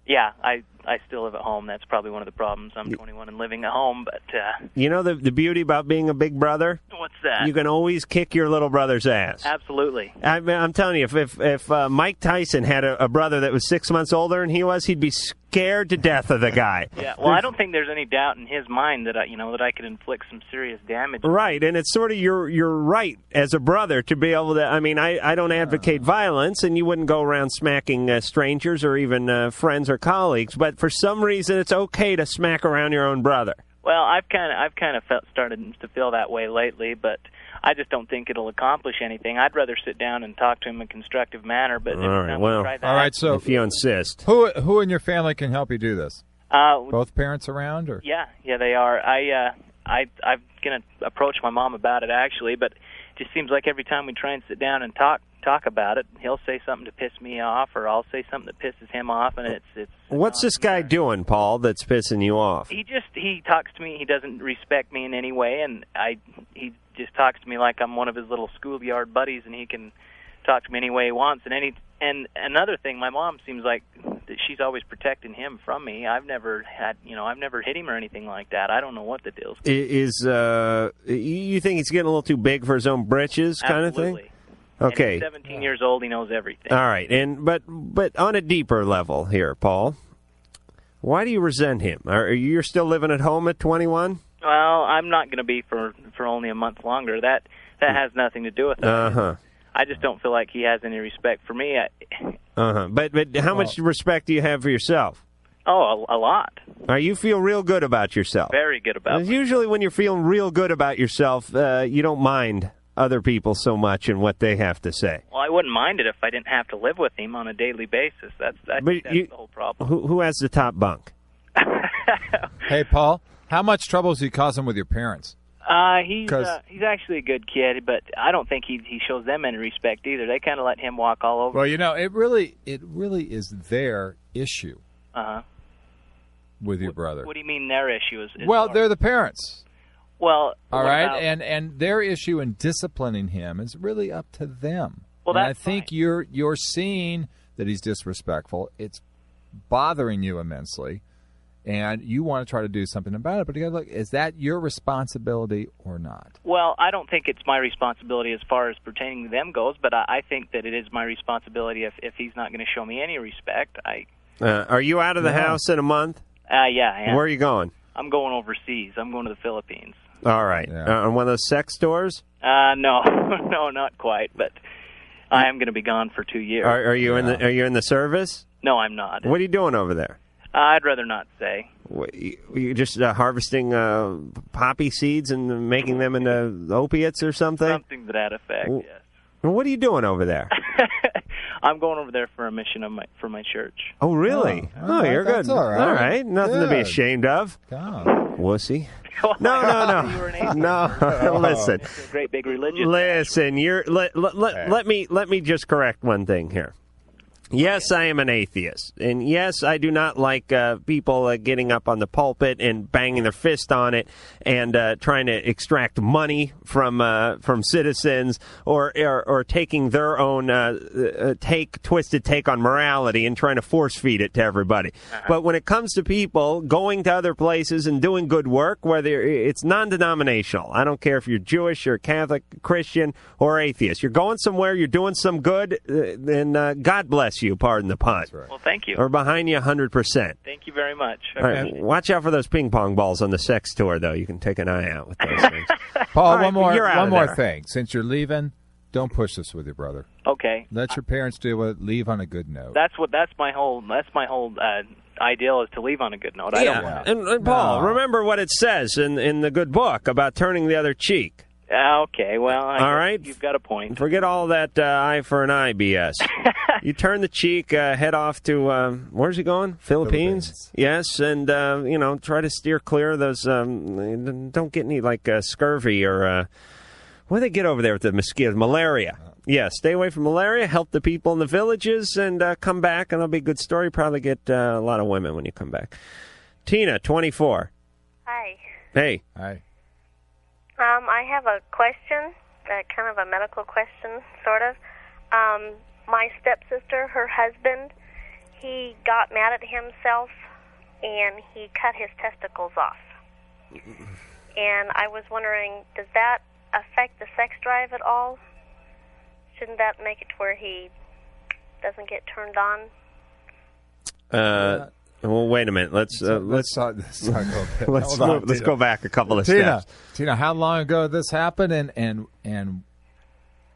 Speaker 29: Yeah, I I still live at home. That's probably one of the problems. I'm 21 and living at home, but uh,
Speaker 5: You know the the beauty about being a big brother.
Speaker 29: What's that?
Speaker 5: You can always kick your little brother's ass.
Speaker 29: absolutely.
Speaker 5: I mean, I'm telling you, if if, if uh, Mike Tyson had a, a brother that was six months older than he was, he'd be scared to death of the guy.
Speaker 29: Yeah. Well, I don't think there's any doubt in his mind that I, you know, that I could inflict some serious damage.
Speaker 5: Right, and it's sort of your your right as a brother to be able to. I mean, I, I don't
Speaker 29: Uh.
Speaker 5: advocate violence, and you wouldn't go around smacking uh, strangers or even uh, friends or colleagues. But for some reason, it's okay to smack around your own brother.
Speaker 29: Well, I've kind of I've kind of felt started to feel that way lately, but I just don't think it'll accomplish anything. I'd rather sit down and talk to him in a constructive manner. But
Speaker 5: All
Speaker 29: every
Speaker 5: right,
Speaker 29: time
Speaker 5: well,
Speaker 29: we try that,
Speaker 6: All right, so
Speaker 5: if you insist,
Speaker 6: who who in your family can help you do this?
Speaker 29: Uh,
Speaker 6: Both parents around, or
Speaker 29: Yeah, yeah, they are. I uh I I'm gonna approach my mom about it actually, but it just seems like every time we try and sit down and talk talk about it, he'll say something to piss me off, or I'll say something that pisses him off, and it's it's
Speaker 5: what's this guy doing, Paul? That's pissing you off?
Speaker 29: he just he talks to me. He doesn't respect me in any way, and I he just talks to me like I'm one of his little schoolyard buddies, and he can talk to me any way he wants. And any and another thing, my mom seems like that she's always protecting him from me. I've never had you know I've never hit him or anything like that. I don't know what the deal's
Speaker 5: I- Is uh, you- you think he's getting a little too big for his own britches, kind of
Speaker 29: Absolutely.
Speaker 5: thing? Okay,
Speaker 29: And he's 17 years old. He knows everything.
Speaker 5: All right, and but but on a deeper level here, Paul, why do you resent him? Are you're still living at home at 21?
Speaker 29: Well, I'm not going to be for for only a month longer. That that has nothing to do with it.
Speaker 5: Uh huh.
Speaker 29: I just don't feel like he has any respect for me. I,
Speaker 5: Uh huh. But but how much respect do you have for yourself?
Speaker 29: oh, a, a lot.
Speaker 5: All right, you feel real good about yourself.
Speaker 29: Very good about. it.
Speaker 5: Usually, when you're feeling real good about yourself, uh, you don't mind other people so much and what they have to say.
Speaker 29: Well, I wouldn't mind it if I didn't have to live with him on a daily basis. That's that's,
Speaker 5: But
Speaker 29: that's
Speaker 5: you-
Speaker 29: the whole problem.
Speaker 5: Who who has the top bunk?
Speaker 6: hey, Paul, how much trouble is he causing with your parents?
Speaker 29: Uh, he's
Speaker 6: 'Cause-
Speaker 29: uh, he's actually a good kid, but I don't think he he shows them any respect either. They kind of let him walk all over.
Speaker 6: Well, you know, it really it really is their issue
Speaker 29: Uh huh.
Speaker 6: with your brother.
Speaker 29: What do you mean their issue is? is
Speaker 6: well,
Speaker 29: ours?
Speaker 6: they're the parents.
Speaker 29: well.
Speaker 6: All
Speaker 29: what
Speaker 6: right,
Speaker 29: about-
Speaker 6: and and their issue in disciplining him is really up to them.
Speaker 29: Well,
Speaker 6: and I
Speaker 29: that's
Speaker 6: think you're you're seeing that he's disrespectful. It's bothering you immensely, and you want to try to do something about it. But you got to look: is that your responsibility or not?
Speaker 29: Well, I don't think it's my responsibility as far as pertaining to them goes, but I, I think that it is my responsibility if if he's not going to show me any respect. I
Speaker 5: Uh, are you out of the
Speaker 29: Yeah.
Speaker 5: house in a month?
Speaker 29: uh yeah, I am.
Speaker 5: Where are you going?
Speaker 29: I'm going overseas. I'm going to the Philippines.
Speaker 5: All right, uh, on one of those sex stores.
Speaker 29: Uh no. no, not quite, but I am going to be gone for 2 years.
Speaker 5: Are, are you in the Are you in the service?
Speaker 29: No, I'm not. Uh,
Speaker 5: What are you doing over there?
Speaker 29: I'd rather not say.
Speaker 5: What, you- you're just uh, harvesting uh, poppy seeds and making them into opiates or something.
Speaker 29: Something to that effect.
Speaker 5: W- What are you doing over there?
Speaker 29: I'm going over there for a mission of my for my church.
Speaker 5: Oh, really?
Speaker 29: Oh,
Speaker 5: Oh,
Speaker 29: all right,
Speaker 5: you're
Speaker 29: that's
Speaker 5: good.
Speaker 29: all right.
Speaker 5: nothing to be
Speaker 29: Good.
Speaker 5: ashamed of. Wussy. No, no, no, no. Listen,
Speaker 29: It's a great big religion.
Speaker 5: listen. You're let let, let, let me let me just correct one thing here. Yes, I am an atheist, and yes, I do not like uh, people uh, getting up on the pulpit and banging their fist on it and uh, trying to extract money from uh, from citizens or or, or taking their own uh, uh, take twisted take on morality and trying to force feed it to everybody.
Speaker 29: Uh-huh.
Speaker 5: But when it comes to people going to other places and doing good work, whether it's non-denominational, I don't care if you're Jewish or Catholic, Christian or atheist, you're going somewhere, you're doing some good, uh, then uh, God bless you. Pardon the pun.
Speaker 29: Well, thank you.
Speaker 5: Or behind you, hundred percent.
Speaker 29: Thank you very much. I
Speaker 5: All right,
Speaker 29: appreciate it.
Speaker 5: watch out for those ping pong balls on the sex tour, though. You can take an eye out with those things.
Speaker 6: Paul,
Speaker 5: All right,
Speaker 6: one more
Speaker 5: you're out
Speaker 6: one
Speaker 5: of
Speaker 6: more
Speaker 5: there.
Speaker 6: thing. Since you're leaving, don't push this with your brother.
Speaker 29: Okay.
Speaker 6: Let your parents deal with it. Leave on a good note.
Speaker 29: That's what. That's my whole. That's my whole uh, ideal is to leave on a good note. I
Speaker 5: yeah,
Speaker 29: don't want
Speaker 5: and, and Paul, remember what it says in in the good book about turning the other cheek.
Speaker 29: to. Uh, okay. Well. I
Speaker 5: All
Speaker 29: guess
Speaker 5: right.
Speaker 29: You've got a point.
Speaker 5: Forget all that uh, eye for an eye BS. you turn the cheek, uh, head off to um, where's he going? Philippines. Yes, and uh, you know try to steer clear of those. Um, don't get any like uh, scurvy or uh, what do they get over there with the mosquitoes? Malaria. Yeah, stay away from malaria, help the people in the villages, and uh, come back, and it'll be a good story. Probably get uh, a lot of women when you come back. Tina, 24.
Speaker 30: Hi.
Speaker 5: Hey. Hi.
Speaker 30: Um, I have a question, uh, kind of a medical question, sort of. Um, my stepsister, her husband, he got mad at himself and he cut his testicles off. And I was wondering, does that affect the sex drive at all? Shouldn't that make it to where he doesn't get turned on?
Speaker 5: Uh, well, wait a minute. Let's uh, let's
Speaker 6: let's,
Speaker 5: let's,
Speaker 6: Hold on,
Speaker 5: move- let's
Speaker 6: Tina.
Speaker 5: go back a couple of
Speaker 6: Tina,
Speaker 5: steps.
Speaker 6: Tina, how long ago this happened, and and and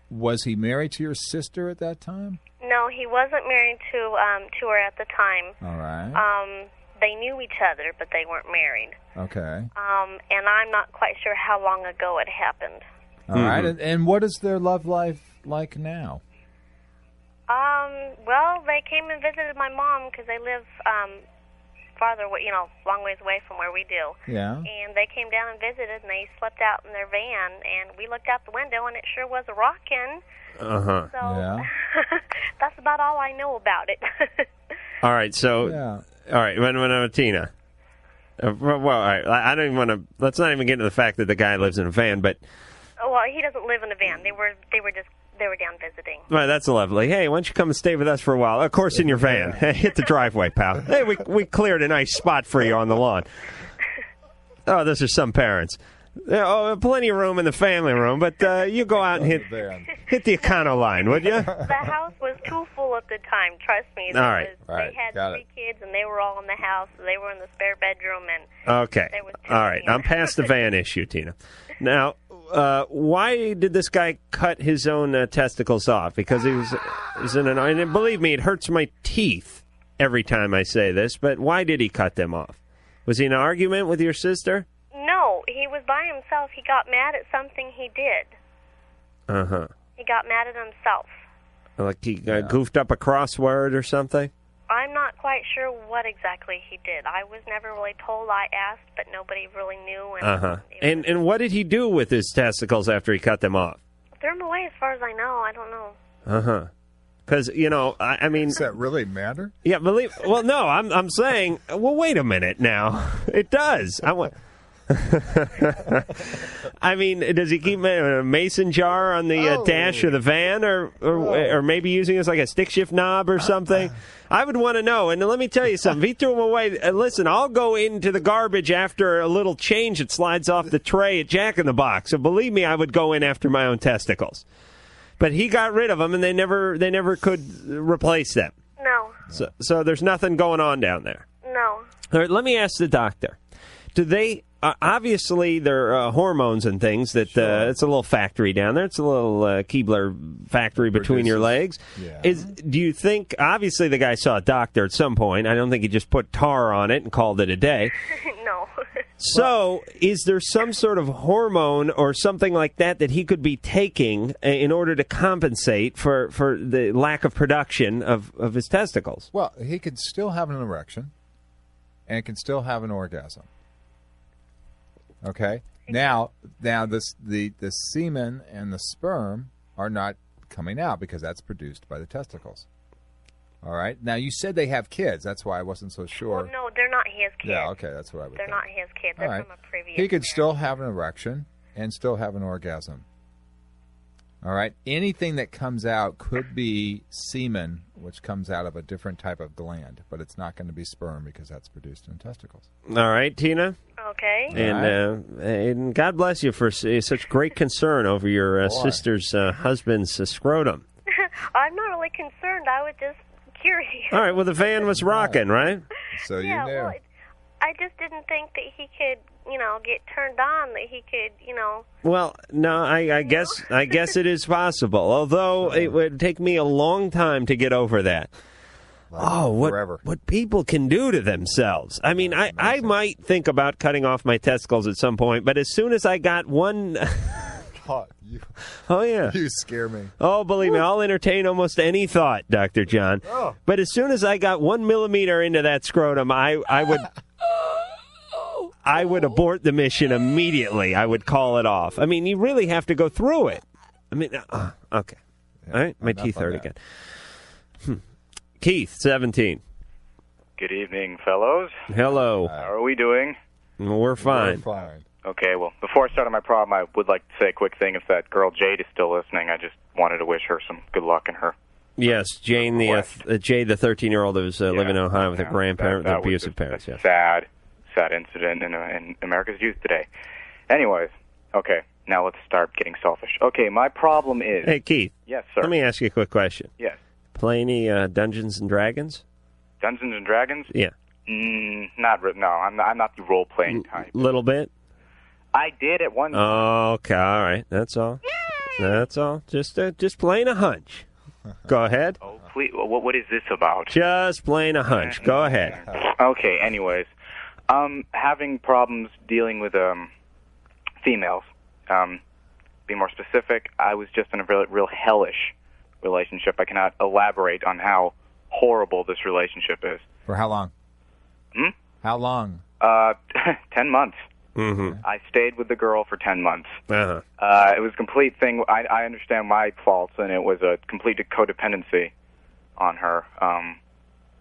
Speaker 6: was he married to your sister at that time?
Speaker 30: No, he wasn't married to um, to her at the time.
Speaker 6: All right.
Speaker 5: Uh,
Speaker 30: Um, they knew each other, but they weren't married.
Speaker 6: okay.
Speaker 30: Um, and I'm not quite sure how long ago it happened.
Speaker 5: Mm-hmm.
Speaker 6: All right. And, and what is their love life like now?
Speaker 30: Um, well, they came and visited my mom because they live um, farther, wa- you know, long ways away from where we do.
Speaker 6: Yeah.
Speaker 30: And they came down and visited, and they slept out in their van, and we looked out the window, and it sure was rocking.
Speaker 5: Uh huh.
Speaker 30: So that's about all I know about it.
Speaker 5: All right, so all right, when when uh, Tina. Uh, well, all right, I I don't even want to. Let's not even get into the fact that the guy lives in a van, but
Speaker 30: oh, well, he doesn't live in a van. They were they were just they were down visiting.
Speaker 5: well, that's lovely. Hey, why don't you come and stay with us for a while? Of course, in your van. Hit the driveway, pal. Hey, we we cleared a nice spot for you on the lawn. Oh, this is some parents. Yeah, Oh, plenty of room in the family room, but uh, you go out and hit hit the econo line, would you?
Speaker 30: the house was too full at the time. Trust me.
Speaker 5: All
Speaker 30: There
Speaker 5: right.
Speaker 30: was-
Speaker 5: All right,
Speaker 30: They had
Speaker 5: got
Speaker 30: three kids, and they were all in the house. So they were in the spare bedroom, and
Speaker 5: Okay.
Speaker 30: There was
Speaker 5: All right. I'm past the van issue, Tina. Now, uh, why did this guy cut his own uh, testicles off? Because he was, he was in an. And believe me, it hurts my teeth every time I say this, but why did he cut them off? Was he in an argument with your sister?
Speaker 30: no, he was by himself. He got mad at something he did.
Speaker 5: Uh huh.
Speaker 30: He got mad at himself.
Speaker 5: Like he uh, goofed up a crossword or something?
Speaker 30: I'm not quite sure what exactly he did. I was never really told. I asked, but nobody really knew. And
Speaker 5: Uh huh. And, and what did he do with his testicles after he cut them off?
Speaker 30: threw him away, as far as I know. I don't know.
Speaker 5: Uh huh. Because you know, I, I mean, does that
Speaker 6: really matter?
Speaker 5: Yeah, believe. Well, no, I'm I'm saying. Well, wait a minute now. It does. I want. I mean, does he keep a a mason jar on the uh, dash of the van, or or, or maybe using it as like a stick shift knob or something? I would want to know. And let me tell you something. If he threw them away, uh, listen, I'll go into the garbage after a little change that slides off the tray at Jack in the Box. So believe me, I would go in after my own testicles. But he got rid of them, and they never they never could replace them.
Speaker 30: No,
Speaker 5: So, so there's nothing going on down there.
Speaker 30: no.
Speaker 5: All right, let me ask the doctor. Do they uh, obviously there are uh, hormones and things that uh, it's a little factory down there. It's a little uh, Keebler factory between your legs. Is do you think obviously the guy saw a doctor at some point? I don't think he just put tar on it and called it a day.
Speaker 30: no.
Speaker 5: So, is there some sort of hormone or something like that that he could be taking uh, in order to compensate for, for the lack of production of, of his testicles?
Speaker 6: Well, he could still have an erection and can still have an orgasm. Okay? Now, now this the the semen and the sperm are not coming out because that's produced by the testicles. All right? Now you said they have kids. That's why I wasn't so sure.
Speaker 30: Well, no, they're not his kids.
Speaker 6: Yeah, okay, that's what I was
Speaker 30: They're not his kids. They're
Speaker 6: All right.
Speaker 30: from a previous.
Speaker 6: He could still have an erection and still have an orgasm. All right. Anything that comes out could be semen, which comes out of a different type of gland, but it's not going to be sperm because that's produced in testicles.
Speaker 5: All right, Tina.
Speaker 30: Okay.
Speaker 5: And uh, and God bless you for s- uh, such great concern over your uh,
Speaker 30: Boy.
Speaker 5: sister's uh, husband's uh, scrotum.
Speaker 30: I'm not really concerned. I was just curious.
Speaker 5: All right, well the van was rocking, right?
Speaker 6: So
Speaker 30: yeah, well, it- I just didn't think that he could, you know, get turned on. That he could, you know.
Speaker 5: Well, no, I, I guess I guess it is possible. Although it would take me a long time to get over that. oh, what what people can do to themselves. I mean, I, I might think about cutting off my testicles at some point, but as soon as I got one
Speaker 6: Oh, you,
Speaker 5: Oh yeah.
Speaker 6: you scare me.
Speaker 5: Oh, believe me, I'll entertain almost any thought, Doctor John.
Speaker 6: Oh.
Speaker 5: But as soon as I got one millimeter into that scrotum, I I would. I would abort the mission immediately. I would call it off. I mean, you really have to go through it. I mean, uh, okay. All right, my
Speaker 8: enough
Speaker 5: teeth
Speaker 8: on
Speaker 5: hurt
Speaker 8: that.
Speaker 5: again. Hmm. Keith, seventeen.
Speaker 8: Good evening, fellows.
Speaker 5: Hello.
Speaker 8: How are we doing?
Speaker 5: We're fine.
Speaker 8: Okay, well, before I start on my problem, I would like to say a quick thing. If that girl Jade is still listening, I just wanted to wish her some good luck in her.
Speaker 5: Yes, Jane the uh, th- uh, Jade, the thirteen-year-old who was uh, living in Ohio with her grandparents,
Speaker 8: that
Speaker 5: with
Speaker 8: was
Speaker 5: abusive parents. Yes.
Speaker 8: Sad, sad incident in, in America's youth today. Anyways, okay, now let's start getting selfish. Okay, my problem is.
Speaker 5: Hey, Keith.
Speaker 8: Yes, sir.
Speaker 5: Let me ask you a quick question.
Speaker 8: Yes.
Speaker 5: Play any uh, Dungeons and Dragons?
Speaker 8: Dungeons and Dragons?
Speaker 5: Yeah,
Speaker 8: Mm, not re- no. I'm not, I'm not the role playing type.
Speaker 5: little bit.
Speaker 8: I did at one.
Speaker 5: Okay, all right. That's all. That's all. Just uh, just playing a hunch. Go ahead.
Speaker 8: Please, what what is this about?
Speaker 5: Just playing a hunch. Go ahead.
Speaker 8: Uh, Okay. Anyways, um, having problems dealing with um females. Um, be more specific. I was just in a real, real hellish relationship. I cannot elaborate on how horrible this relationship is.
Speaker 20: For how long?
Speaker 8: Hmm?
Speaker 20: How long?
Speaker 8: Uh, ten months.
Speaker 5: Mm-hmm.
Speaker 8: I stayed with the girl for ten months.
Speaker 5: Uh-huh.
Speaker 8: Uh, it was a complete thing. I, I understand my faults, and it was a complete codependency on her. Um,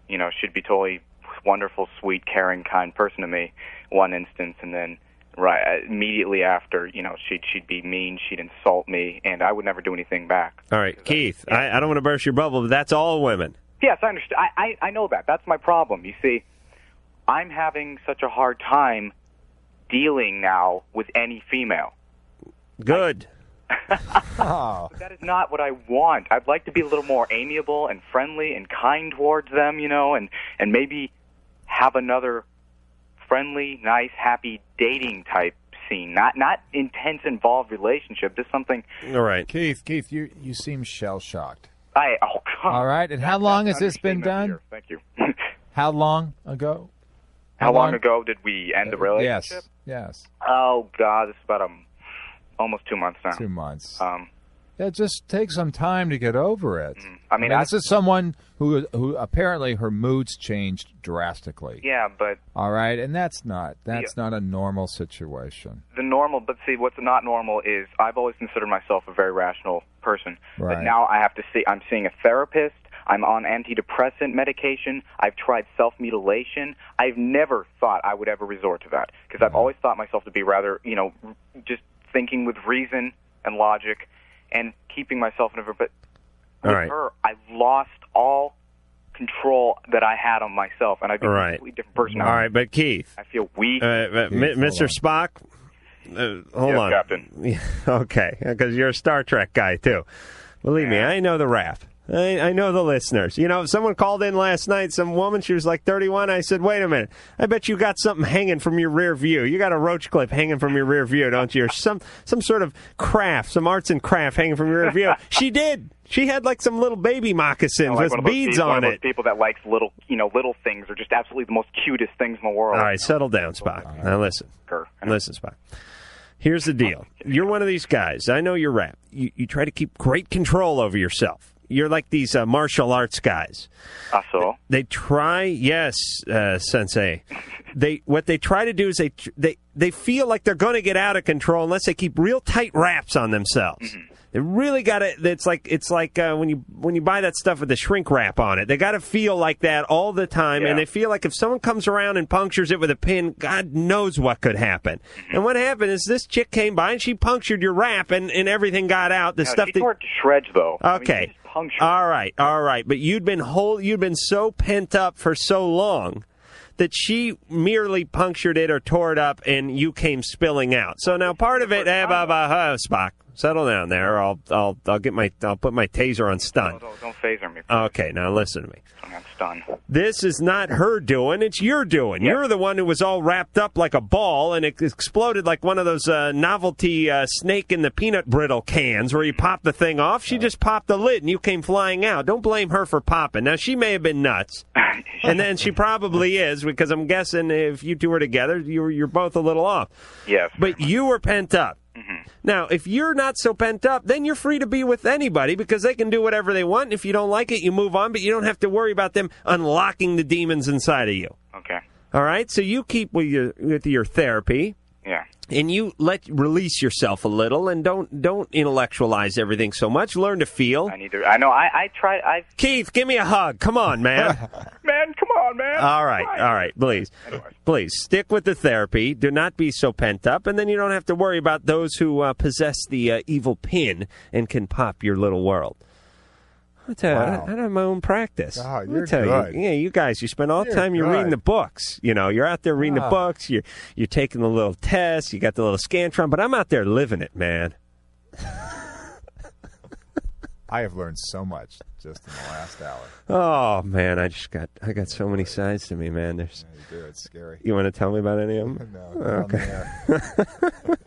Speaker 8: you know, she'd be totally wonderful, sweet, caring, kind person to me one instance, and then right uh, immediately after, you know, she'd she'd be mean, she'd insult me, and I would never do anything back.
Speaker 5: All right, Keith. I, I don't want to burst your bubble, but that's all women.
Speaker 8: Yes, I understand. I, I I know that. That's my problem. You see, I'm having such a hard time dealing now with any female.
Speaker 5: Good.
Speaker 20: Oh.
Speaker 8: But that is not what I want. I'd like to be a little more amiable and friendly and kind towards them, you know, and and maybe have another friendly, nice, happy dating type scene. Not not intense, involved relationship. Just something.
Speaker 5: All right,
Speaker 20: Keith. Keith, you you seem shell shocked.
Speaker 8: I oh god.
Speaker 20: All right, and how long has this been
Speaker 8: understatement
Speaker 20: done?
Speaker 8: Thank you.
Speaker 20: How long ago?
Speaker 8: How, long, ago did we end the relationship?
Speaker 20: Uh, Yes. Yes.
Speaker 8: Oh god, this is about um almost two months now.
Speaker 20: Two months.
Speaker 8: Um.
Speaker 20: Yeah, just take some time to get over it.
Speaker 8: Mm. I mean, I-
Speaker 20: this is someone who who apparently her moods changed drastically.
Speaker 8: Yeah, but
Speaker 20: All right, and that's not that's not a normal situation.
Speaker 8: the normal, but see, what's not normal is I've always considered myself a very rational person. But
Speaker 20: Right.
Speaker 8: now I have to see, I'm seeing a therapist. I'm on antidepressant medication. I've tried self mutilation. I've never thought I would ever resort to that because
Speaker 5: Mm-hmm.
Speaker 8: I've always thought myself to be rather, you know, r- just thinking with reason and logic and keeping myself in a. But
Speaker 5: All
Speaker 8: with
Speaker 5: right.
Speaker 8: her, I lost all control that I had on myself, and I've
Speaker 5: All
Speaker 8: been a
Speaker 5: right.
Speaker 8: completely different person.
Speaker 5: All right, but Keith.
Speaker 8: I feel weak.
Speaker 5: Uh, uh,
Speaker 8: Keith,
Speaker 5: Mi-
Speaker 8: hold
Speaker 5: Mr. Spock. Uh, hold
Speaker 8: Yes,
Speaker 5: on, Captain. okay, because you're a Star Trek guy too. Believe me, I know the raft. I, I know the listeners. You know, someone called in last night. Some woman, she was like 31. I said, "Wait a minute. I bet you got something hanging from your rear view. You got a roach clip hanging from your rear view, don't you? Or some some sort of craft, some arts and craft hanging from your rear view." she did. She had like some little baby moccasins
Speaker 8: know, like
Speaker 5: with
Speaker 8: one of those
Speaker 5: beads
Speaker 8: people, one
Speaker 5: on
Speaker 8: of those
Speaker 5: it.
Speaker 8: People that likes little, you know, little things are just absolutely the most cutest things in the world.
Speaker 5: All right, settle down, Spock. Now listen, listen, Spock. Here's the deal. You're one of these guys. I know you're rap. You, you try to keep great control over yourself. You're like these uh, martial arts guys.
Speaker 8: I saw.
Speaker 5: They try, yes, uh, Sensei. They what they try to do is they tr- they they feel like they're going to get out of control unless they keep real tight wraps on themselves. They really got to. It's like it's like uh, when you when you buy that stuff with the shrink wrap on it. They got to feel like that all the time, and they feel like if someone comes around and punctures it with a pin, God knows what could happen.
Speaker 8: Mm-hmm.
Speaker 5: And what happened is this chick came by and she punctured your wrap, and and everything got out. The
Speaker 8: No,
Speaker 5: stuff
Speaker 8: she
Speaker 5: that
Speaker 8: tore it to shreds, though. I mean,
Speaker 5: Okay. All right, all right. But you'd been whole you'd been so pent up for so long that she merely punctured it or tore it up and you came spilling out. So now part of it eh, bah, bah, huh, Spock. Settle down there. or I'll I'll I'll get my I'll put my taser on stun.
Speaker 8: Don't, don't phaser me.
Speaker 5: Okay, now listen to me.
Speaker 8: I'm stunned.
Speaker 5: This is not her doing; it's your doing. You're the one who was all wrapped up like a ball, and it exploded like one of those uh, novelty uh, snake in the peanut brittle cans, where you pop the thing off. She just popped the lid, and you came flying out. Don't blame her for popping. Now she may have been nuts, and then she probably is because I'm guessing if you two were together, you're you're both a little off.
Speaker 8: Yes.
Speaker 5: But you were pent up.
Speaker 8: Mm-hmm.
Speaker 5: Now, if you're not so pent up, then you're free to be with anybody because they can do whatever they want. And if you don't like it, you move on, but you don't have to worry about them unlocking the demons inside of you.
Speaker 8: Okay.
Speaker 5: All right? So you keep with your with your therapy.
Speaker 8: Yeah.
Speaker 5: and you let release yourself a little and don't don't intellectualize everything so much. Learn to feel. I
Speaker 8: need to. I know. I I try. I
Speaker 5: Keith, give me a hug. Come on, man.
Speaker 8: man, come on, man.
Speaker 5: all right, all right. Please, please stick with the therapy. Do not be so pent up, and then you don't have to worry about those who uh, possess the uh, evil pin and can pop your little world. I tell you, I, don't, I don't have my own practice.
Speaker 6: Oh,
Speaker 5: Let me
Speaker 6: you're
Speaker 5: tell
Speaker 6: good.
Speaker 5: you, yeah, you guys, you spend all the
Speaker 6: You're
Speaker 5: time you're reading
Speaker 6: good.
Speaker 5: the books. You know, you're out there reading
Speaker 6: Ah.
Speaker 5: the books. You're you're taking the little tests. You got the little scantron, but I'm out there living it, man.
Speaker 6: I have learned so much just in the last hour.
Speaker 5: Oh man, I just got I got so many sides to me, man. There's
Speaker 6: you do. It's scary.
Speaker 5: You want to tell me about any of them?
Speaker 6: No, not on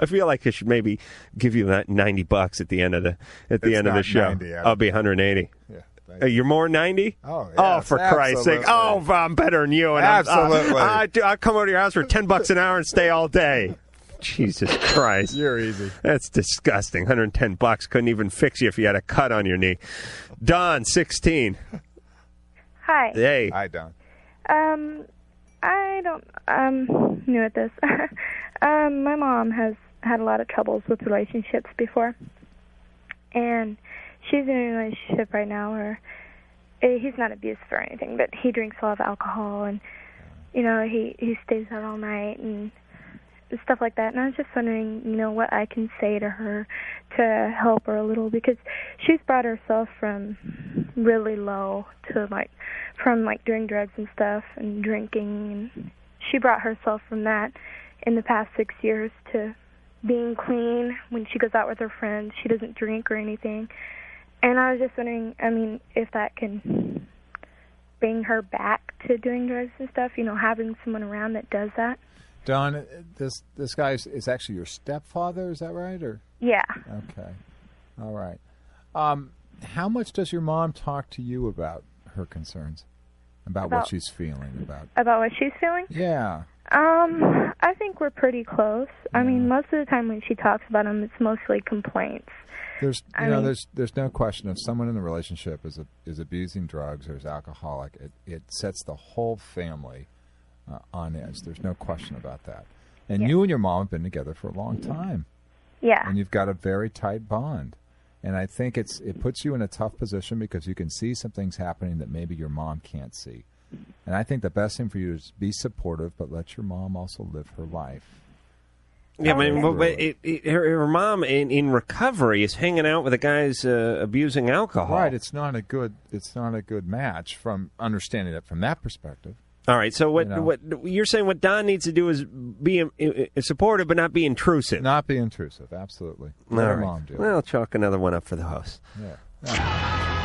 Speaker 5: I feel like I should maybe give you that ninety bucks at the end of the at the
Speaker 6: It's
Speaker 5: end of the
Speaker 6: not
Speaker 5: show.
Speaker 6: 90, I-
Speaker 5: I'll be hundred and eighty.
Speaker 6: Yeah,
Speaker 5: Uh, you're more than ninety.
Speaker 6: Oh,
Speaker 5: oh,
Speaker 6: yes,
Speaker 5: for Christ's sake! Oh,
Speaker 6: absolutely.
Speaker 5: I'm better than you. And I'm- uh,
Speaker 6: Absolutely.
Speaker 5: I do, I come over to your house for ten bucks an hour and stay all day. Jesus Christ!
Speaker 6: You're easy.
Speaker 5: That's disgusting. 110 bucks couldn't even fix you if you had a cut on your knee. Don, 16.
Speaker 31: Hi.
Speaker 5: Hey.
Speaker 6: Hi, Don.
Speaker 31: Um, I don't. I'm new at this. um, my mom has had a lot of troubles with relationships before, and she's in a relationship right now where uh, he's not abused for anything, but he drinks a lot of alcohol and you know he he stays out all night and stuff like that. And I was just wondering, you know, what I can say to her to help her a little because she's brought herself from really low to like from like doing drugs and stuff and drinking and she brought herself from that in the past six years to being clean when she goes out with her friends she doesn't drink or anything and i was just wondering i mean if that can bring her back to doing drugs and stuff you know having someone around that does that
Speaker 6: Don, uh, this this guy is, is actually your stepfather. Is that right? Or
Speaker 31: yeah
Speaker 6: okay, all right. Um, how much does your mom talk to you about her concerns, about, what
Speaker 31: About-
Speaker 6: she's feeling about?
Speaker 31: about what she's feeling
Speaker 6: Yeah.
Speaker 31: Um, I think we're pretty close. I mean, most of the time when she talks about him, it's mostly complaints.
Speaker 6: There's you
Speaker 31: I
Speaker 6: know
Speaker 31: mean-
Speaker 6: there's there's no question if someone in the relationship is a, is abusing drugs or is alcoholic it, it sets the whole family uh, on edge. There's no question about that. And you and your mom have been together for a long time.
Speaker 31: Yeah.
Speaker 6: And you've got a very tight bond. And I think it's it puts you in a tough position because you can see some things happening that maybe your mom can't see. And I think the best thing for you is be supportive, but let your mom also live her life.
Speaker 5: Yeah, but,
Speaker 6: Okay.
Speaker 5: but, but it, it, her, her mom in, in recovery is hanging out with a guy who's uh, abusing alcohol.
Speaker 6: Right, it's not a good it's not a good match from understanding it from that perspective.
Speaker 5: All right, so what
Speaker 6: You know.
Speaker 5: what you're saying? What Don needs to do is be uh, uh, supportive, but not be intrusive.
Speaker 6: Not be intrusive, absolutely.
Speaker 5: All
Speaker 6: Let her
Speaker 5: right.
Speaker 6: mom do it.
Speaker 5: Well, chalk another one up for the host.
Speaker 6: Yeah.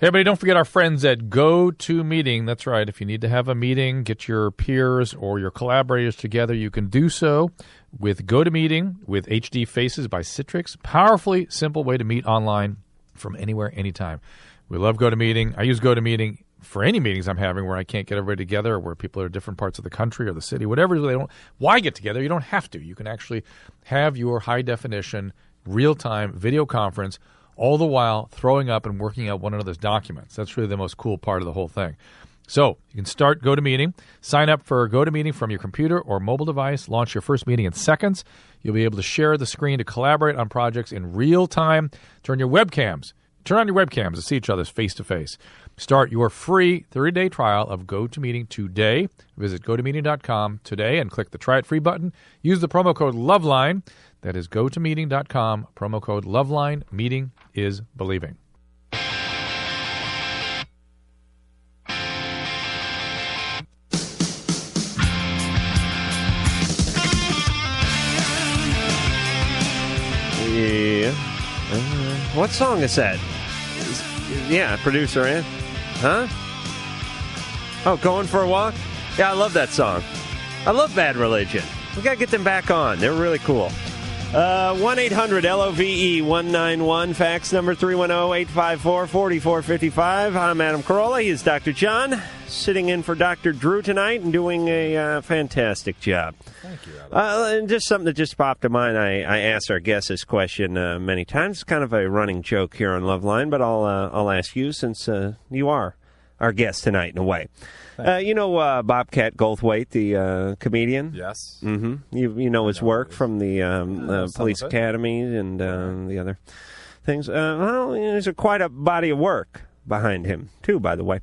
Speaker 20: Hey, everybody, don't forget our friends at GoToMeeting. That's right. If you need to have a meeting, get your peers or your collaborators together, you can do so with GoToMeeting with HD Faces by Citrix. Powerfully simple way to meet online from anywhere, anytime. We love GoToMeeting. I use GoToMeeting for any meetings I'm having where I can't get everybody together, where people are different parts of the country or the city, whatever they don't. Why get together? You don't have to. You can actually have your high definition, real time video conference all the while throwing up and working out one another's documents. That's really the most cool part of the whole thing. So you can start GoToMeeting, sign up for GoToMeeting from your computer or mobile device, launch your first meeting in seconds. You'll be able to share the screen to collaborate on projects in real time. Turn your webcams, turn on your webcams to see each other's face to face. Start your free 30-day trial of GoToMeeting today. Visit gotomeeting.com today and click the try it free button. Use the promo code LOVELINE. That is gotomeeting.com, promo code LOVELINE. Meeting is believing.
Speaker 5: Yeah. Uh, what song is that? Is- yeah, producer in. Huh? Oh, going for a walk? Yeah, I love that song. I love Bad Religion. We got to get them back on. They're really cool. Uh, 1 800 LOVE 191, fax number 310 854 4455. I'm Adam Carolla. He is Dr. John. sitting in for Dr. Drew tonight and doing a uh, fantastic job. Thank you. Uh, and just something that just popped to mind. I, I asked our guest this question uh, many times. It's kind of a running joke here on Loveline, but I'll uh, I'll ask you since uh, you are our guest tonight in a way. Uh, you know uh, Bobcat Goldthwait, the uh, comedian.
Speaker 6: Yes.
Speaker 5: hmm You you know his work from the um, uh, Police
Speaker 6: of it.
Speaker 5: Academy and um, the other things. Uh, well, you know, there's a, quite a body of work behind him too. By the way,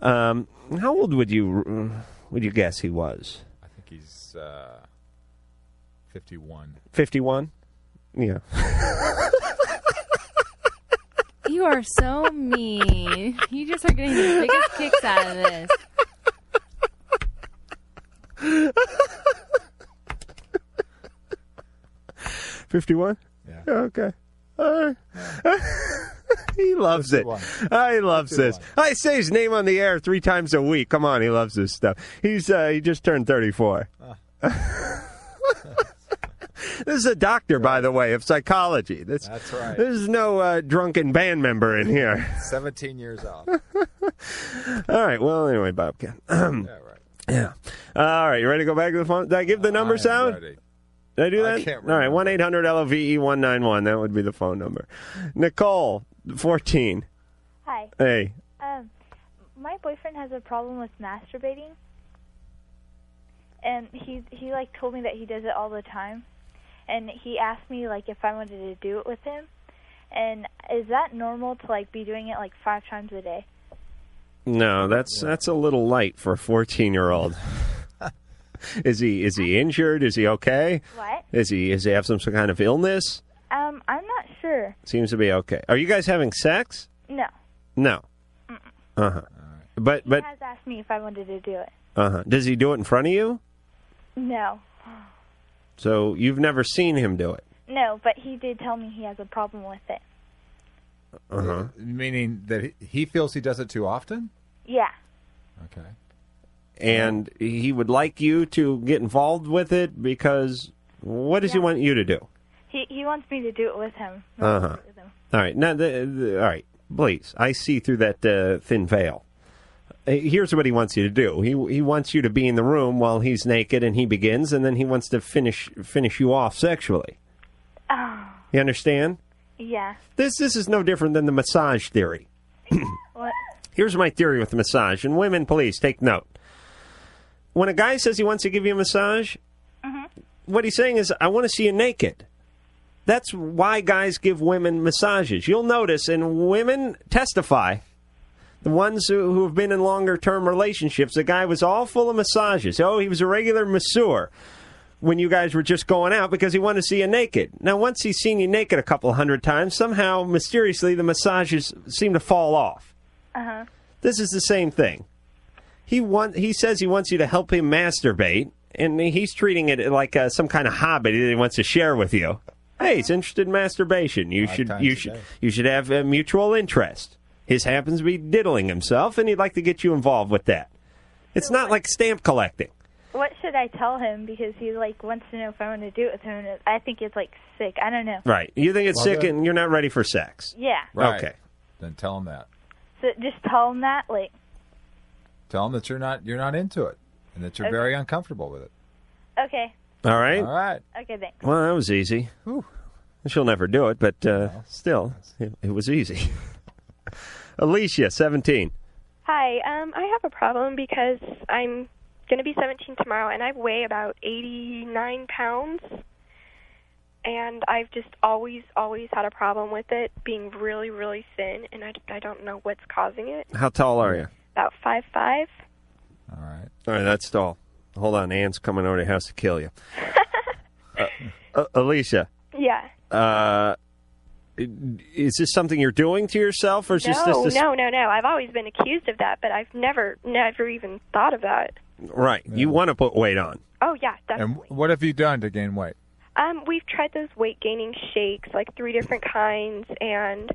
Speaker 5: um, how old would you would you guess he was?
Speaker 6: I think he's uh, 51.
Speaker 5: Fifty one. Yeah.
Speaker 18: You are so mean. You just are getting the biggest kicks out of this.
Speaker 5: Fifty one. Yeah. Okay. All right. he loves it. Uh, he loves this. I say his name on the air three times a week. Come on, he loves this stuff. He's uh, he just turned thirty four.
Speaker 6: Ah.
Speaker 5: This is a doctor, by the way, of psychology. This,
Speaker 6: That's right.
Speaker 5: This is no uh, drunken band member in here.
Speaker 6: 17 years off.
Speaker 5: All right. Well, anyway, Bobcat. yeah, right. Yeah. All right. You ready to go back to the phone? Did I give the number sound? Did I do that?
Speaker 6: can't
Speaker 5: All right. 1 800 LOVE 191. That would be the phone number. Nicole, 14.
Speaker 32: Hi.
Speaker 5: Hey.
Speaker 32: Um, my boyfriend has a problem with masturbating, and he he like told me that he does it all the time, and he asked me like if I wanted to do it with him, and is that normal to like be doing it like five times a day?
Speaker 5: No, that's that's a little light for a 14 year old. is he is he injured? Is he okay?
Speaker 32: What?
Speaker 5: Is he is he have some kind of illness?
Speaker 32: Um, I'm not sure.
Speaker 5: Seems to be okay. Are you guys having sex?
Speaker 32: No,
Speaker 5: No. Uh huh. But but
Speaker 32: he has asked me if I wanted to do it.
Speaker 5: uh huh. Does he do it in front of you?
Speaker 32: No,
Speaker 5: So you've never seen him do it.
Speaker 32: no, but he did tell me he has a problem with it.
Speaker 5: Uh-huh.
Speaker 6: Meaning that he- he feels he does it too often?
Speaker 32: Yeah.
Speaker 6: Okay.
Speaker 5: And he would like you to get involved with it because what does he want you to do?
Speaker 32: He he wants me to do it with him.
Speaker 5: Uh huh. All right. Now, the, the, all right. Please, I see through that uh, thin veil. Uh, Here's what he wants you to do. He he wants you to be in the room while he's naked and he begins, and then he wants to finish finish you off sexually.
Speaker 32: Oh,
Speaker 5: You understand?
Speaker 32: yeah.
Speaker 5: This this is no different than the massage theory.
Speaker 32: What?
Speaker 5: Here's my theory with the massage, and women, please take note. When a guy says he wants to give you a massage, what he's saying is, I want to see you naked. That's why guys give women massages. You'll notice, and women testify. The ones who, who have been in longer term relationships, the guy was all full of massages. Oh, he was a regular masseur when you guys were just going out because he wanted to see you naked. Now, once he's seen you naked a couple hundred times, somehow mysteriously the massages seem to fall off.
Speaker 32: Uh huh.
Speaker 5: This is the same thing. He want, he says he wants you to help him masturbate, and he's treating it like uh, some kind of hobby that he wants to share with you. Hey, he's interested in masturbation. You should
Speaker 6: times
Speaker 5: you
Speaker 6: a
Speaker 5: should
Speaker 6: day.
Speaker 5: you should have a mutual interest. His happens to be diddling himself, and he'd like to get you involved with that. It's not like stamp collecting.
Speaker 32: What should I tell him? Because he like wants to know if I want to do it with him. And I think it's like sick. I don't know.
Speaker 5: Right. You think it's
Speaker 6: Well,
Speaker 5: sick
Speaker 6: then-
Speaker 5: and you're not ready for sex.
Speaker 32: Yeah.
Speaker 6: Right.
Speaker 5: Okay.
Speaker 6: Then tell him that.
Speaker 32: So just tell him that. Like,
Speaker 6: Tell him that you're not you're not into it and that you're
Speaker 32: Okay.
Speaker 6: very uncomfortable with it.
Speaker 32: okay,
Speaker 5: All right.
Speaker 6: All right.
Speaker 32: okay, thanks.
Speaker 5: Well, that was easy. She'll never do it, but uh, still, it, it was easy. Alicia, 17.
Speaker 33: Hi, um, I have a problem because I'm going to be 17 tomorrow and I weigh about 89 pounds. And I've just always, always had a problem with it being really, really thin, and I, I don't know what's causing it.
Speaker 5: How tall are you?
Speaker 33: About five five.
Speaker 5: All right, that's tall. Hold on, Anne's coming over to your house to kill you. uh, uh, Alicia,
Speaker 33: Yeah.
Speaker 5: uh, is this something you're doing to yourself, or is this
Speaker 33: no,
Speaker 5: this, this
Speaker 33: no, no, no. I've always been accused of that, but I've never, never even thought of that.
Speaker 5: right? You want to put weight on?
Speaker 33: Oh yeah, definitely.
Speaker 6: What have you done to gain weight?
Speaker 33: Um, we've tried those weight gaining shakes, like three different kinds, and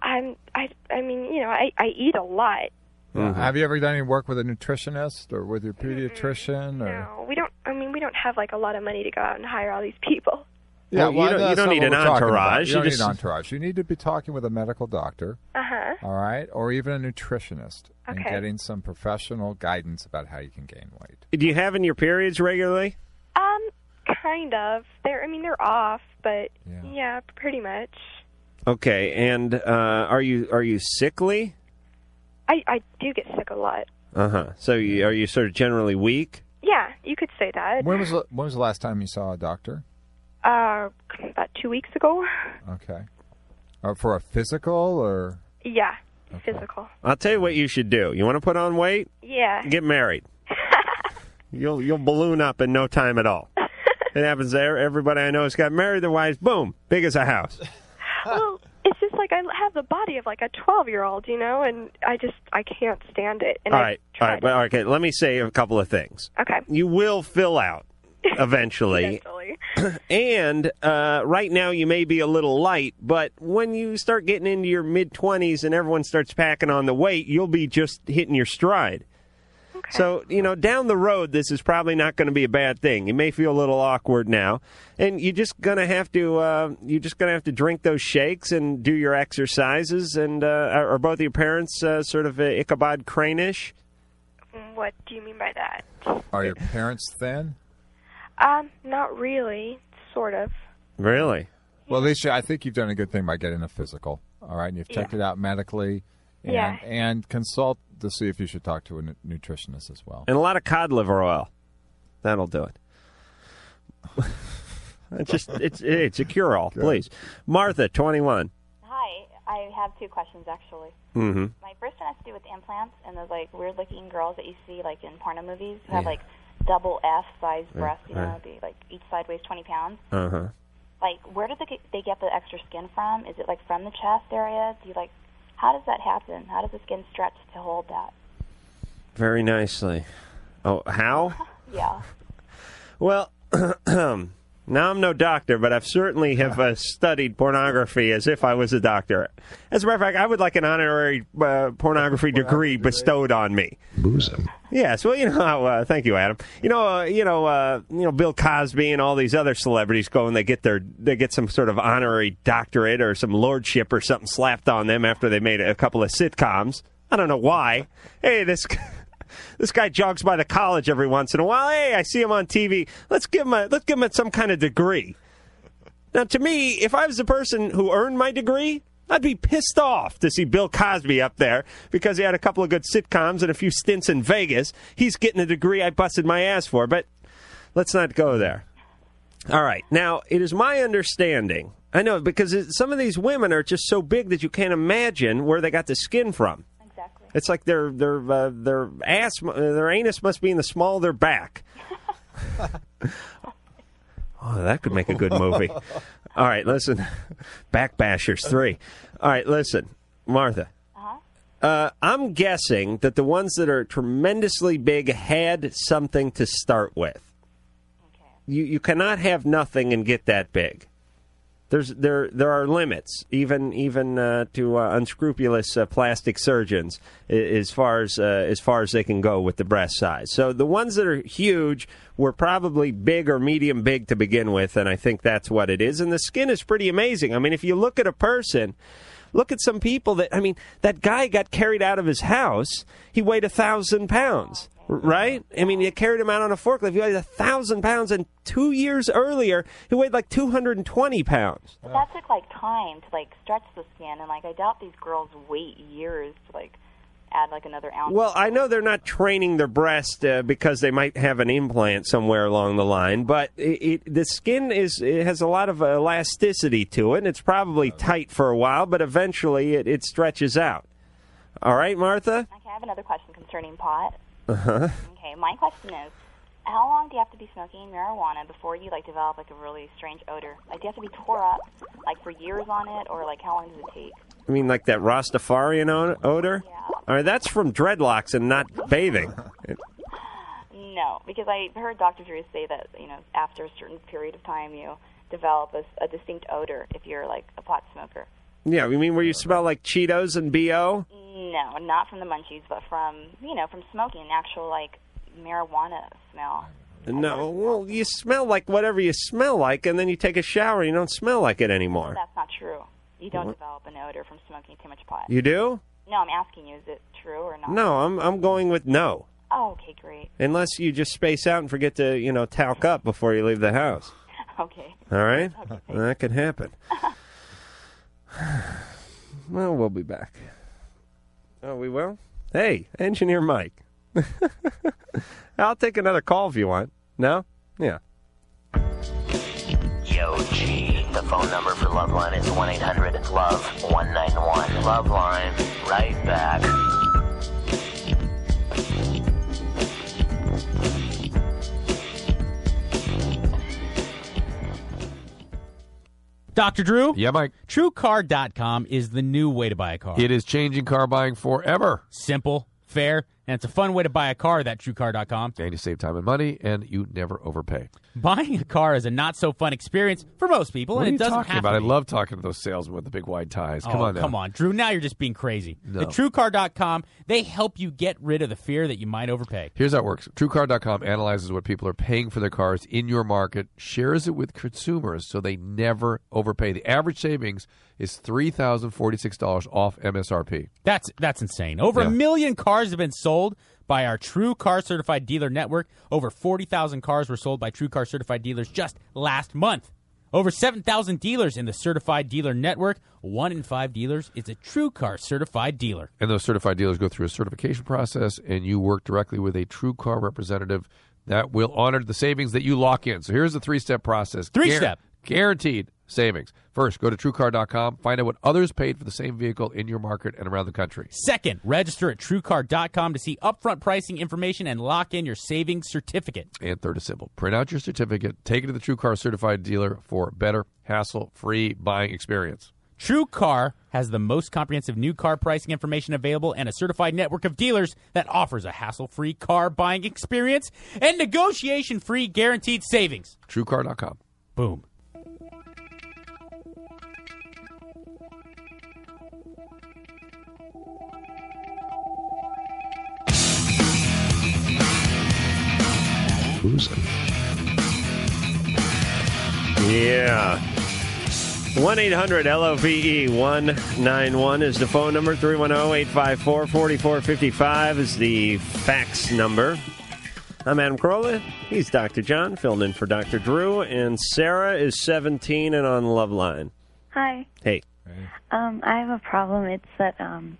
Speaker 33: I'm I I mean, you know, I I eat a lot.
Speaker 5: Mm-hmm.
Speaker 6: Uh, Have you ever done any work with a nutritionist or with your pediatrician? Or
Speaker 33: We don't I mean, we don't have like a lot of money to go out and hire all these people.
Speaker 5: Yeah, well, you don't-
Speaker 6: that's
Speaker 5: you don't
Speaker 6: not
Speaker 5: need
Speaker 6: what
Speaker 5: an
Speaker 6: we're talking about.
Speaker 5: entourage.
Speaker 6: You
Speaker 5: You
Speaker 6: don't
Speaker 5: just-
Speaker 6: need an entourage. You need to be talking with a medical doctor,
Speaker 33: Uh-huh.
Speaker 6: all right, or even a nutritionist, and getting some professional guidance about how you can gain weight.
Speaker 5: Do you have in your periods regularly?
Speaker 33: Um, kind of. They're I mean they're off, but yeah, pretty much.
Speaker 5: Okay, and uh, are you are you sickly?
Speaker 33: I I do get sick a lot.
Speaker 5: Uh huh. So you, are you sort of generally weak?
Speaker 33: Yeah, you could say that.
Speaker 6: When was the, when was the last time you saw a doctor?
Speaker 33: uh about 2 weeks ago?
Speaker 6: Okay, or for a physical or
Speaker 33: Yeah, physical.
Speaker 5: I'll tell you what you should do. You want to put on weight?
Speaker 33: Yeah.
Speaker 5: Get married. you'll you'll balloon up in no time at all. It happens there. Everybody I know has got married. Their wives, boom, big as a house.
Speaker 33: well, it's just like I have the body of like a 12-year-old, you know, and I just I can't stand it. And
Speaker 5: all
Speaker 33: I,
Speaker 5: right, all right, well, okay. Let me say a couple of things.
Speaker 33: Okay.
Speaker 5: You will fill out eventually. and uh, right now you may be a little light, but when you start getting into your mid twenties and everyone starts packing on the weight, you'll be just hitting your stride. So, you know, down the road, this is probably not going to be a bad thing. You may feel a little awkward now, and you're just going to have to uh, you're just going to have to drink those shakes and do your exercises. And uh, are are both your parents uh, sort of uh, Ichabod Crane-ish?
Speaker 33: what do you mean by that?
Speaker 6: are your parents thin?
Speaker 33: Um, not really, sort of.
Speaker 5: Really?
Speaker 6: Well, Alicia, I think you've done a good thing by getting a physical. All right, and you've checked it out medically, and,
Speaker 33: Yeah.
Speaker 6: and consult to see if you should talk to a nu- nutritionist as well.
Speaker 5: and a lot of cod liver oil. That'll do it. it's just it's it's a cure all. Please, Martha, twenty one.
Speaker 23: Hi, I have two questions actually.
Speaker 5: Mhm.
Speaker 23: My first one has to do with implants and those like weird-looking girls that you see like in porno movies who have
Speaker 5: Yeah.
Speaker 23: like double F size
Speaker 5: Yeah,
Speaker 23: breasts. You know,
Speaker 5: right.
Speaker 23: they, like each side weighs 20 pounds.
Speaker 5: Uh huh.
Speaker 23: Like, where do they get, they get the extra skin from? Is it like from the chest area? Do you like? How does that happen? How does the skin stretch to hold that?
Speaker 5: Very nicely. Oh, how?
Speaker 23: Yeah.
Speaker 5: Well, now I'm no doctor, but I've certainly have uh, studied pornography as if I was a doctor. As a matter of fact, I would like an honorary uh, pornography degree bestowed on me. Boozum. Yes. Well, you know how. Uh, thank you, Adam. You know, uh, you know, uh, you know, Bill Cosby and all these other celebrities go and they get their they get some sort of honorary doctorate or some lordship or something slapped on them after they made a couple of sitcoms. I don't know why. Hey, this. This guy jogs by the college every once in a while. Hey, I see him on TV. Let's give him a let's give him some kind of degree. Now, to me, if I was the person who earned my degree, I'd be pissed off to see Bill Cosby up there because he had a couple of good sitcoms and a few stints in Vegas. He's getting a degree I busted my ass for, but let's not go there. All right. Now, it is my understanding. I know because it, some of these women are just so big that you can't imagine where they got the skin from. Exactly. It's like their their uh, their ass mu- uh, their anus must be in the small of their back. Oh, that could make a good movie. All right, listen. Backbashers 3. All right, listen. Martha. Uh, I'm guessing that the ones that are tremendously big had something to start with. You you cannot have nothing and get that big. There's there there are limits, even even uh, to uh, unscrupulous uh, plastic surgeons, i- as far as uh, as far as they can go with the breast size. So the ones that are huge were probably big or medium big to begin with, and I think that's what it is. And the skin is pretty amazing. I mean, if you look at a person. Look at some people that I mean. That guy got carried out of his house. He weighed a thousand pounds, r- right? I mean, you carried him out on a forklift. He weighed a thousand pounds, and two years earlier, he weighed like two hundred and twenty pounds.
Speaker 23: But that took like time to like stretch the skin, and like I doubt these girls wait years to like add like another ounce.
Speaker 5: Well, I know they're not training their breast uh, because they might have an implant somewhere along the line, but it, it, the skin is it has a lot of elasticity to it, and it's probably tight for a while, but eventually it, it stretches out. All right, Martha.
Speaker 23: Okay, I have another question concerning pot.
Speaker 5: Uh huh.
Speaker 23: Okay, my question is, how long do you have to be smoking marijuana before you like develop like a really strange odor? Like, do you have to be tore up like for years on it, or like how long does it take?
Speaker 5: I mean, like that Rastafarian o- odor. All right, that's from dreadlocks and not bathing.
Speaker 23: No, because I heard Dr. Drew say that you know after a certain period of time you develop a, a distinct odor if you're like a pot smoker.
Speaker 5: Yeah, you mean where you smell like Cheetos and bo?
Speaker 23: No, not from the munchies, but from you know from smoking actual like marijuana smell.
Speaker 5: No, well, you smell like whatever you smell like, and then you take a shower and you don't smell like it anymore.
Speaker 23: That's not true. You don't
Speaker 5: What?
Speaker 23: develop an odor from smoking too much pot.
Speaker 5: You do?
Speaker 23: No, I'm asking you, is it true or not?
Speaker 5: No, I'm I'm going with no.
Speaker 23: Oh, okay, great.
Speaker 5: Unless you just space out and forget to, you know, talc up before you leave the house.
Speaker 23: Okay.
Speaker 5: All right? That could happen. well, we'll be back. Oh, we will? Hey, Engineer Mike. I'll take another call if you want. No? Yeah.
Speaker 2: Yo, G. The phone number for Loveline is 1 800 Love 191. Loveline, right back.
Speaker 34: Dr. Drew?
Speaker 35: Yeah, Mike.
Speaker 34: TrueCar.com is the new way to buy a car.
Speaker 35: It is changing car buying forever.
Speaker 34: Simple, fair, and it's a fun way to buy a car, that TrueCar.com.
Speaker 35: And you save time and money, and you never overpay.
Speaker 34: Buying a car is a not so fun experience for most people, and
Speaker 35: what are you
Speaker 34: it doesn't
Speaker 35: talking
Speaker 34: have
Speaker 35: about?
Speaker 34: to
Speaker 35: I
Speaker 34: be.
Speaker 35: love talking to those salesmen with the big wide ties. Come
Speaker 34: Oh,
Speaker 35: on now.
Speaker 34: Come on, Drew. Now you're just being crazy.
Speaker 35: No.
Speaker 34: The TrueCar.com, they help you get rid of the fear that you might overpay.
Speaker 35: Here's how it works. TrueCar.com analyzes what people are paying for their cars in your market, shares it with consumers so they never overpay. The average savings is $3,046 off MSRP.
Speaker 34: That's that's insane. Over
Speaker 35: Yeah.
Speaker 34: a million cars have been sold by our True Car Certified Dealer Network. Over 40,000 cars were sold by True Car Certified Dealers just last month. Over 7,000 dealers in the Certified Dealer Network. One in five dealers is a True Car Certified Dealer.
Speaker 35: And those certified dealers go through a certification process, and you work directly with a TrueCar representative that will honor the savings that you lock in. So here's the three step process.
Speaker 34: Three step.
Speaker 35: Guaranteed savings. First, go to TrueCar.com, find out what others paid for the same vehicle in your market and around the country.
Speaker 34: Second, register at TrueCar.com to see upfront pricing information and lock in your savings certificate.
Speaker 35: And third is simple. Print out your certificate, take it to the True Car certified dealer for a better, hassle free buying experience.
Speaker 34: True Car has the most comprehensive new car pricing information available and a certified network of dealers that offers a hassle free car buying experience and negotiation free guaranteed savings.
Speaker 35: TrueCar.com.
Speaker 34: Boom.
Speaker 5: Who's Yeah. 1 800 LOVE 191 is the phone number. 310 854 4455 is the fax number. I'm Adam Carolla. He's Dr. John, filling in for Dr. Drew. And Sarah is 17 and on Love Line.
Speaker 24: Hi.
Speaker 5: Hey.
Speaker 24: Um, I have a problem. It's that um,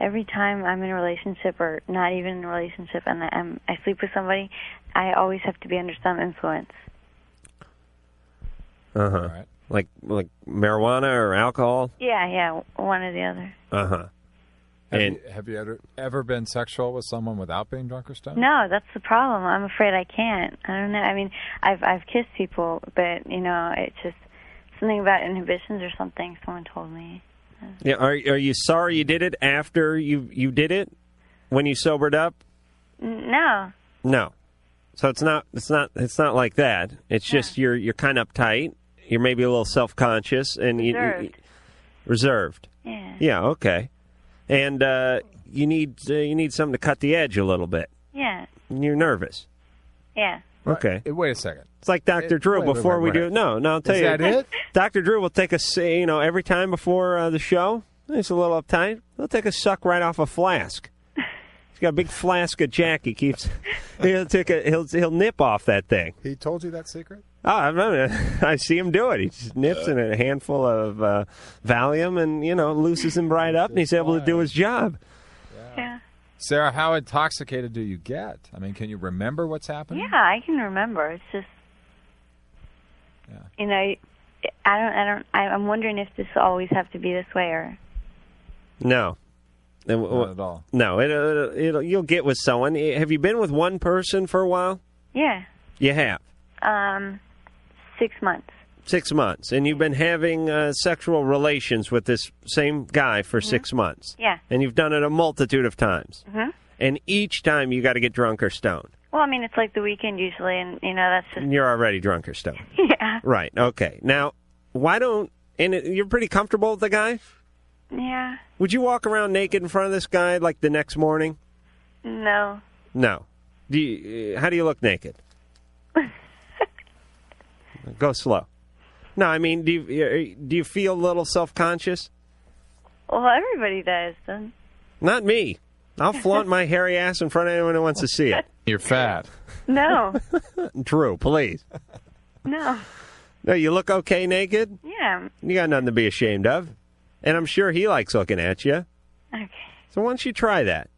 Speaker 24: every time I'm in a relationship or not even in a relationship and I- I'm, I sleep with somebody, I always have to be under some influence.
Speaker 5: Uh huh. Like, like marijuana or alcohol?
Speaker 24: Yeah, yeah, one or the other.
Speaker 5: Uh huh.
Speaker 6: Have,
Speaker 5: And-
Speaker 6: you, have you ever, ever been sexual with someone without being drunk or stoned?
Speaker 24: No, that's the problem. I'm afraid I can't. I don't know. I mean, I've I've kissed people, but you know, it's just something about inhibitions or something. Someone told me.
Speaker 5: Yeah. Are, are you sorry you did it after you, you did it? When you sobered up?
Speaker 24: N- No.
Speaker 5: No. So it's not it's not it's not like that. It's just you're you're kind of uptight. You're maybe a little self conscious and you- You,
Speaker 24: Reserved.
Speaker 5: reserved.
Speaker 24: Yeah.
Speaker 5: Yeah. Okay. And uh, you need uh, you need something to cut the edge a little bit.
Speaker 24: Yeah.
Speaker 5: You're nervous.
Speaker 24: Yeah.
Speaker 5: Okay.
Speaker 6: Wait a second.
Speaker 5: It's like Dr. Drew
Speaker 6: wait, wait,
Speaker 5: before
Speaker 6: wait,
Speaker 5: we
Speaker 6: wait.
Speaker 5: do No, no, I'll tell
Speaker 6: Is
Speaker 5: you.
Speaker 6: that it?
Speaker 5: Dr. Drew will take a s- you know every time before uh, the show. It's a little uptight. He'll take a suck right off a flask. He's got a big flask of Jack. He keeps. He'll take a. He'll he'll nip off that thing.
Speaker 6: He told you that secret?
Speaker 5: Oh, I, remember, I see him do it. He just nips in a handful of uh, Valium and, you know, loosens him right up, and he's able to do his job.
Speaker 24: Yeah.
Speaker 6: Sarah, how intoxicated do you get? I mean, can you remember what's happening?
Speaker 24: Yeah, I can remember. It's just, you know, I don't, I don't, I- I'm wondering if this will always have to be this way or.
Speaker 5: No. Not
Speaker 6: at all.
Speaker 5: No, it'll, it'll, it'll, you'll get with someone. Eh, Have you been with one person for a while?
Speaker 24: Yeah.
Speaker 5: You have.
Speaker 24: Um, six months.
Speaker 5: Six months. And you've been having uh, sexual relations with this same guy for six months.
Speaker 24: Mm-hmm. Yeah.
Speaker 5: And you've done it a multitude of times.
Speaker 24: hmm
Speaker 5: And each time you got to get drunk or stoned.
Speaker 24: Well, I mean, it's like the weekend usually, and you know, that's just
Speaker 5: And you're already drunk or stoned.
Speaker 24: Mm-hmm. yeah,
Speaker 5: Right. Okay. Now, why don't and it, you're pretty comfortable with the guy?
Speaker 24: yeah.
Speaker 5: Would you walk around naked in front of this guy like the next morning?
Speaker 24: No,
Speaker 5: No. Do you, uh, how do you look naked? Go slow. No, I mean, do you uh, do you feel a little self conscious?
Speaker 24: well, everybody does. Then
Speaker 5: Not me. I'll flaunt my hairy ass in front of anyone who wants to see it.
Speaker 20: You're fat.
Speaker 24: No,
Speaker 5: Drew, please.
Speaker 24: no.
Speaker 5: No, you look okay naked.
Speaker 24: Yeah.
Speaker 5: You got nothing to be ashamed of. And I'm sure he likes looking at you.
Speaker 24: Okay. Mm-hmm.
Speaker 5: So why don't you try that?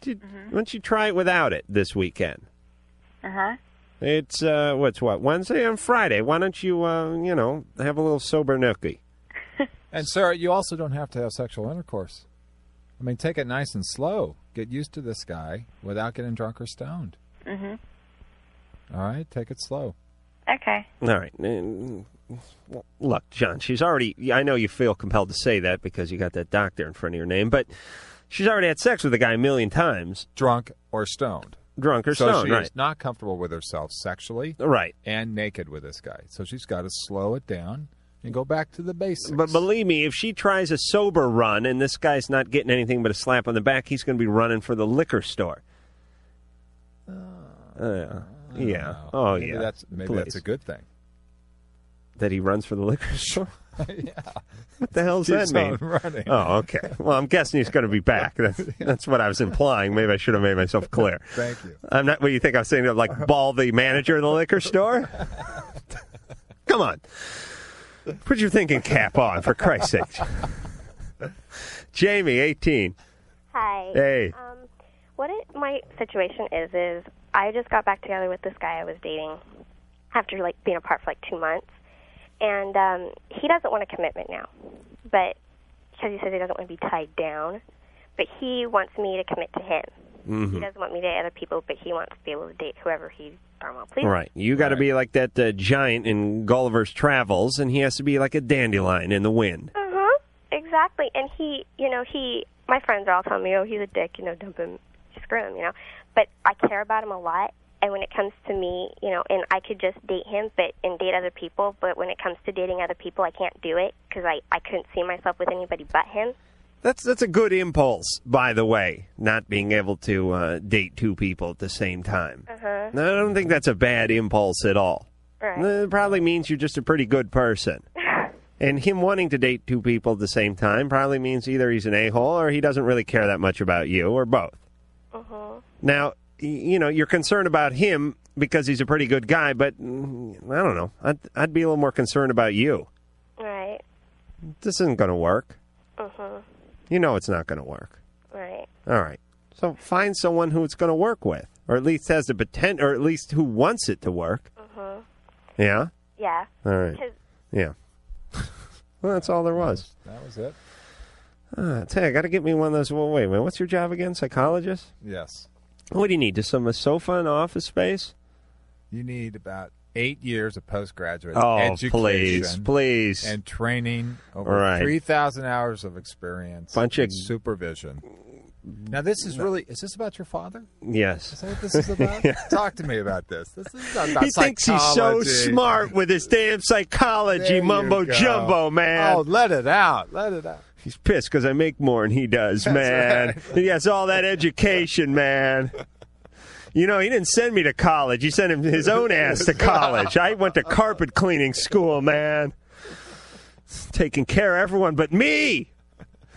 Speaker 5: Do- Why don't you try it without it this weekend?
Speaker 24: Uh huh.
Speaker 5: It's, uh, what's what, Wednesday and Friday. Why don't you, uh, you know, have a little sober nookie?
Speaker 6: And Sarah, you also don't have to have sexual intercourse. I mean, take it nice and slow. Get used to this guy without getting drunk or stoned.
Speaker 24: Mhm.
Speaker 6: All right, take it slow.
Speaker 24: Okay.
Speaker 5: All right. Mm, well, Look, John, she's already. I know you feel compelled to say that because you got that doctor in front of your name, but she's already had sex with the guy a million times.
Speaker 6: Drunk or stoned.
Speaker 5: Drunk or
Speaker 6: so
Speaker 5: stoned,
Speaker 6: she
Speaker 5: right.
Speaker 6: is not comfortable with herself sexually,
Speaker 5: Right.
Speaker 6: and naked with this guy. So she's got to slow it down and go back to the basics.
Speaker 5: But believe me, if she tries a sober run and this guy's not getting anything but a slap on the back, he's going to be running for the liquor store. Uh, yeah. Oh,
Speaker 6: maybe
Speaker 5: yeah.
Speaker 6: That's maybe that's a
Speaker 5: Please.
Speaker 6: good thing.
Speaker 5: That he runs for the liquor store?
Speaker 6: yeah.
Speaker 5: What the hell does
Speaker 6: Keeps
Speaker 5: that mean?
Speaker 6: on running.
Speaker 5: Oh, okay. Well, I'm guessing he's going to be back. That's, that's what I was implying. Maybe I should have made myself clear.
Speaker 6: Thank you. Uh-huh.
Speaker 5: I'm not. What do you think I'm saying? that, Like ball the manager of the liquor store? Come on, put your thinking cap on for Christ's sake. Jamie, 18.
Speaker 36: Hi.
Speaker 5: Hey.
Speaker 36: Um, what it, my situation is is I just got back together with this guy I was dating after like being apart for like two months, and um, he doesn't want a commitment now, but because he says he doesn't want to be tied down, but he wants me to commit to him.
Speaker 5: Mm-hmm.
Speaker 36: He doesn't want me to date other people, but he wants to be able to date whoever he darn well pleases.
Speaker 5: Right, you got to be like that uh, giant in Gulliver's Travels, and he has to be like a dandelion in the wind.
Speaker 36: Uh huh. Exactly. And he, you know, he, my friends are all telling me, oh, he's a dick, you know, dump him, screw him, you know. But I care about him a lot. And when it comes to me, you know, and I could just date him, but and date other people. But when it comes to dating other people, I can't do it because I I couldn't see myself with anybody but him.
Speaker 5: That's that's a good impulse, by the way. Not being able to uh, date two people at the same time.
Speaker 36: Uh-huh.
Speaker 5: No, I don't think that's a bad impulse at all.
Speaker 36: Right.
Speaker 5: It probably means you're just a pretty good person. and him wanting to date two people at the same time probably means either he's an a hole or he doesn't really care that much about you, or both.
Speaker 36: Uh huh.
Speaker 5: Now, y- you know, you're concerned about him because he's a pretty good guy, but mm, I don't know. I'd, I'd be a little more concerned about you.
Speaker 36: Right.
Speaker 5: This isn't going to work.
Speaker 36: Uh huh.
Speaker 5: You know it's not going to work.
Speaker 36: Right.
Speaker 5: All right. So find someone who it's going to work with, or at least has the potential, or at least who wants it to work.
Speaker 36: Uh huh.
Speaker 5: Yeah.
Speaker 36: Yeah.
Speaker 5: All right.
Speaker 36: 'Cause-
Speaker 5: Yeah. well, that's all there was.
Speaker 6: That was it.
Speaker 5: Uh, tell you, I got to get me one of those. Well, wait a minute. What's your job again? Psychologist?
Speaker 6: Yes.
Speaker 5: What do you need? Just some a sofa and office space?
Speaker 6: You need about eight years of postgraduate
Speaker 5: Oh,
Speaker 6: education.
Speaker 5: please, please.
Speaker 6: And training over
Speaker 5: Right.
Speaker 6: 3,000 hours of experience.
Speaker 5: Bunch of-
Speaker 6: and supervision. Now, this is really, is this about your father?
Speaker 5: Yes.
Speaker 6: Is that what this is about? Talk to me about this. This is not about
Speaker 5: He thinks he's so
Speaker 6: psychology.
Speaker 5: smart with his damn
Speaker 6: There
Speaker 5: psychology
Speaker 6: you
Speaker 5: mumbo
Speaker 6: go.
Speaker 5: jumbo, man.
Speaker 6: Oh, let it out. Let it out.
Speaker 5: He's pissed because I make more than he does, man. He has all that education, man. You know, he didn't send me to college. He sent him his own ass to college. I went to carpet cleaning school, man. Taking care of everyone but me.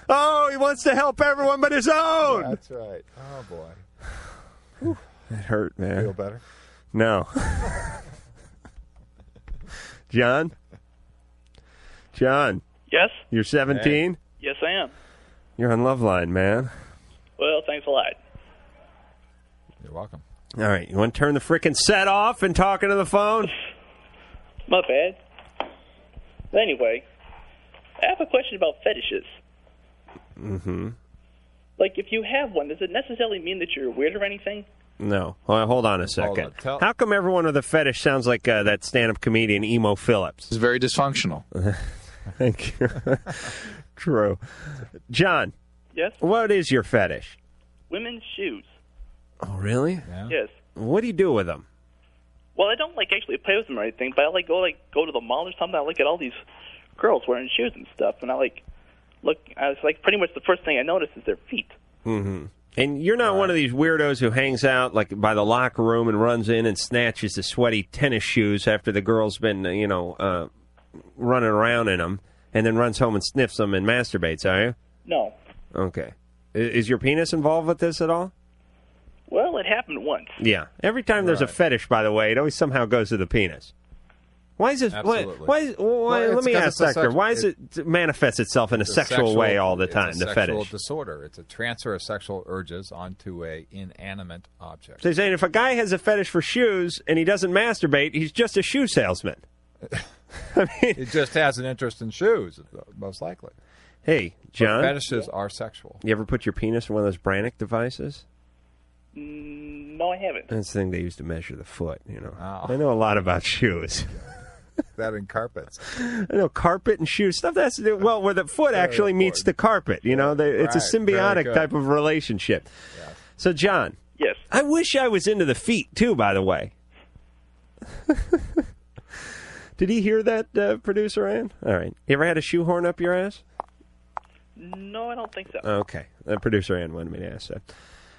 Speaker 5: Oh, he wants to help everyone but his own.
Speaker 6: That's right. Oh, boy.
Speaker 5: It hurt, man.
Speaker 6: Feel better?
Speaker 5: No. John? John,
Speaker 29: Yes?
Speaker 5: you're 17?
Speaker 29: Yes, I am.
Speaker 5: You're on Love Line, man.
Speaker 29: Well, thanks a lot.
Speaker 6: You're welcome.
Speaker 5: All right, you want to turn the frickin' set off and talk into the phone?
Speaker 29: My bad. Anyway, I have a question about fetishes.
Speaker 5: Mm-hmm.
Speaker 29: Like, if you have one, does it necessarily mean that you're weird or anything?
Speaker 5: No. Well, hold on a second. How come everyone with a fetish sounds like uh, that stand-up comedian Emo Phillips?
Speaker 20: It's very dysfunctional.
Speaker 5: Thank you. True. John.
Speaker 29: Yes?
Speaker 5: What is your fetish?
Speaker 29: Women's shoes.
Speaker 5: Oh, really?
Speaker 29: Yes.
Speaker 5: What do you do with them?
Speaker 29: Well, I don't like actually play with them or anything, but I like go like go to the mall or something. I look at all these girls wearing shoes and stuff, and I like look. I was like pretty much the first thing I notice is their feet.
Speaker 5: Mm-hmm. And you're not one of these weirdos who hangs out like by the locker room and runs in and snatches the sweaty tennis shoes after the girl's been, uh, you know, uh, running around in them, and then runs home and sniffs them and masturbates. Are you?
Speaker 29: No,
Speaker 5: Okay. I- Is your penis involved with this at all?
Speaker 29: Well, it happened once.
Speaker 5: Yeah. Every time there's a fetish, by the way, it always somehow goes to the penis. Why is this? Why,
Speaker 19: Absolutely.
Speaker 5: why, is, why let
Speaker 6: it's
Speaker 5: me
Speaker 6: 'cause
Speaker 5: ask
Speaker 6: it's a
Speaker 5: Sector.
Speaker 6: sex-
Speaker 5: why is it, manifests itself in a
Speaker 6: It's
Speaker 5: sexual, way all the
Speaker 6: it's a
Speaker 5: time? The
Speaker 6: sexual
Speaker 5: fetish.
Speaker 6: disorder. It's a transfer of sexual urges onto a inanimate object.
Speaker 5: So you're saying if a guy has a fetish for shoes and he doesn't masturbate, he's just a shoe salesman.
Speaker 6: it just has an interest in shoes, most likely.
Speaker 5: Hey, John.
Speaker 6: fetishes are sexual.
Speaker 5: You ever put your penis in one of those Brannick devices?
Speaker 29: Mm, No, I haven't.
Speaker 5: That's the thing they used to measure the foot. You know,
Speaker 6: Oh.
Speaker 5: I know a lot about shoes.
Speaker 6: That in carpets.
Speaker 5: I know carpet and shoes stuff that's well where the foot actually meets the carpet. You know, they, it's a
Speaker 6: Right, very
Speaker 5: symbiotic
Speaker 6: good.
Speaker 5: type of relationship. So, John.
Speaker 29: Yes.
Speaker 5: I wish I was into the feet too. By the way, did he hear that, uh, producer Ann? All right. You ever had a shoehorn up your ass?
Speaker 29: No, I don't think so.
Speaker 5: Okay. Uh, producer Ann wanted me to ask that.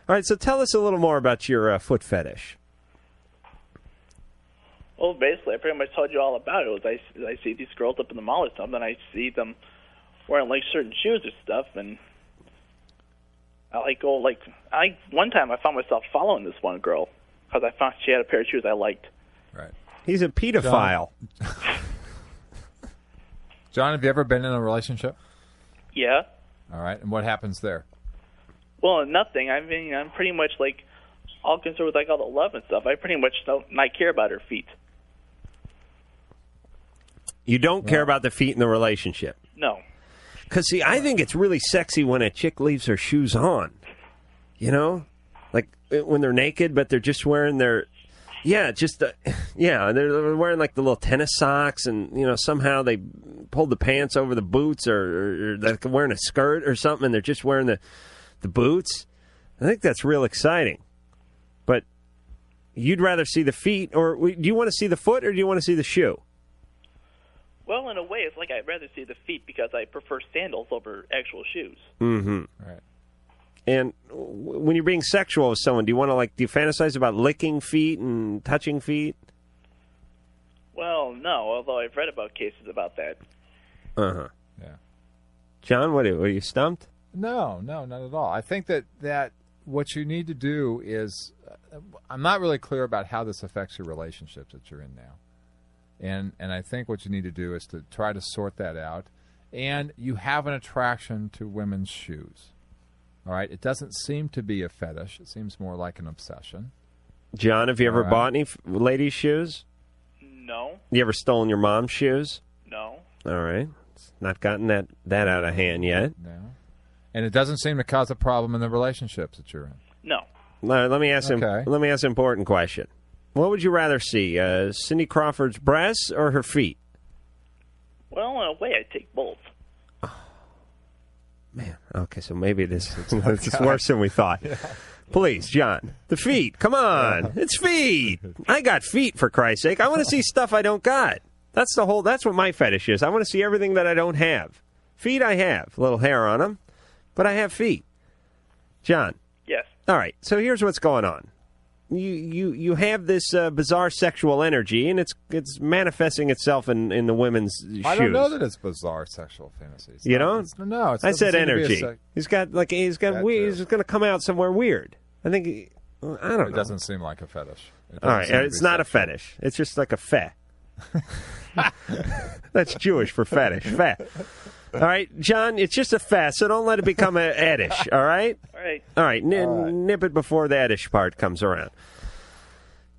Speaker 5: All right. So, tell us a little more about your uh, foot fetish.
Speaker 29: Well, basically, I pretty much told you all about it. Was I, I see these girls up in the mall or something, I see them wearing like certain shoes or stuff, and I like go like I one time I found myself following this one girl because I found she had a pair of shoes I liked.
Speaker 5: He's a pedophile.
Speaker 6: John, have you ever been in a relationship?
Speaker 29: Yeah.
Speaker 6: All right, and what happens there?
Speaker 29: Well, nothing. I mean, I'm pretty much like all concerned with like all the love and stuff. I pretty much don't not care about her feet.
Speaker 5: You don't care about the feet in the relationship.
Speaker 29: No.
Speaker 5: Because, see, I think it's really sexy when a chick leaves her shoes on. You know? Like uh, when they're naked, but they're just wearing their. Yeah, just. Uh, yeah, they're they're wearing like the little tennis socks, and, you know, somehow they pulled the pants over the boots or, or, or they're wearing a skirt or something, and they're just wearing the, the boots. I think that's real exciting. But you'd rather see the feet, or do you want to see the foot, or do you want to see the shoe?
Speaker 29: Well, in a way, it's like I'd rather see the feet because I prefer sandals over actual shoes.
Speaker 6: Mm-hmm. Right.
Speaker 5: And w- when you're being sexual with someone, do you want to like do you fantasize about licking feet and touching feet?
Speaker 29: Well, no, although I've read about cases about that.
Speaker 5: Uh huh.
Speaker 6: Yeah.
Speaker 5: John, what are, are you stumped?
Speaker 6: No, no, not at all. I think that that what you need to do is, uh, I'm not really clear about how this affects your relationships that you're in now, and and I think what you need to do is to try to sort that out. And you have an attraction to women's shoes. All right, it doesn't seem to be a fetish. It seems more like an obsession.
Speaker 5: John, have you ever
Speaker 6: All right.
Speaker 5: bought any f- ladies' shoes?
Speaker 29: No,
Speaker 5: You ever stolen your mom's shoes?
Speaker 29: no.
Speaker 5: All right, it's not gotten that that out of hand yet.
Speaker 6: No. And it doesn't seem to cause a problem in the relationships that you're in.
Speaker 29: No.
Speaker 5: Let, let me ask him. Let me ask an important question. What would you rather see, uh, Cindy Crawford's breasts or her feet?
Speaker 29: Well, in a way, I take both.
Speaker 5: Okay, so maybe it is. It's worse than we thought. Please, John. The feet. Come on. It's feet. I got feet for Christ's sake. I want to see stuff I don't got. That's the whole. That's what my fetish is. I want to see everything that I don't have. Feet I have. Little hair on them, but I have feet. John.
Speaker 29: Yes.
Speaker 5: All right. So here's what's going on. You you you have this uh, bizarre sexual energy, and it's it's manifesting itself in in the women's shoes.
Speaker 6: I don't know that it's bizarre sexual fantasies.
Speaker 5: You know?
Speaker 6: no, it's-
Speaker 5: I
Speaker 6: doesn't seem to
Speaker 5: said
Speaker 6: be a
Speaker 5: energy.
Speaker 6: sec-
Speaker 5: he's got like he's got weird. He's going to come out somewhere weird. I think. he- well, I don't
Speaker 6: It
Speaker 5: know.
Speaker 6: doesn't seem like a fetish. It
Speaker 5: All
Speaker 6: doesn't
Speaker 5: right,
Speaker 6: seem to
Speaker 5: it's
Speaker 6: be
Speaker 5: not a fetish. It's just like a fe. That's Jewish for fetish. Fe. All right, John. It's just a fe, so don't let it become a edish. All right.
Speaker 29: All right.
Speaker 5: All right. N- Nip it before the edish part comes around.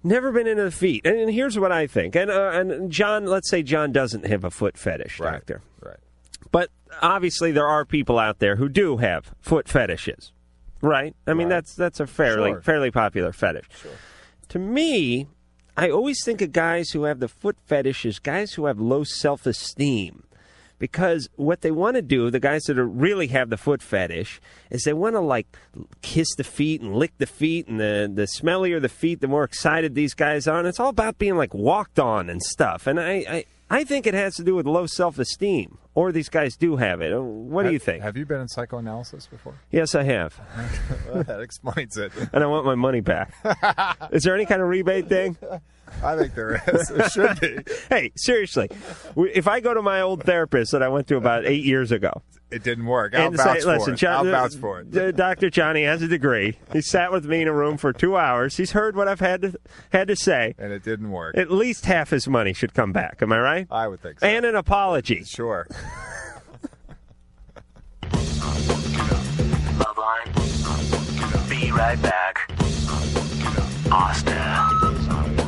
Speaker 5: Never been into the feet, and, and here's what I think. And uh, and John, let's say John doesn't have a foot fetish, doctor.
Speaker 6: Right.
Speaker 5: But obviously, there are people out there who do have foot fetishes, right? I mean, that's that's a fairly
Speaker 6: Sure.
Speaker 5: fairly popular fetish. To me, I always think of guys who have the foot fetish as guys who have low self esteem. Because what they want to do, the guys that are really have the foot fetish, is they want to like kiss the feet and lick the feet, and the, the smellier the feet, the more excited these guys are. And it's all about being like walked on and stuff. And I, I, I think it has to do with low self esteem, or these guys do have it. What do
Speaker 6: Ha-
Speaker 5: you think?
Speaker 6: Have you been in psychoanalysis before?
Speaker 5: Yes, I have.
Speaker 6: Well, that explains it.
Speaker 5: and I want my money back. Is there any kind of rebate thing?
Speaker 37: I think there is. There should be.
Speaker 5: hey, seriously, w- if I go to my old therapist that I went to about eight years ago,
Speaker 38: It didn't work. I'll
Speaker 5: and
Speaker 38: vouch
Speaker 5: say, listen, uh,
Speaker 38: for it.
Speaker 5: John-
Speaker 38: I'll vouch for it.
Speaker 5: D- Dr. Johnny has a degree. He sat with me in a room for two hours. He's heard what I've had to, had to say.
Speaker 38: And it didn't work.
Speaker 5: At least half his money should come back. Am I right?
Speaker 38: I would think
Speaker 5: so. And an apology.
Speaker 38: Sure.
Speaker 2: Love line. Be right back. Austin.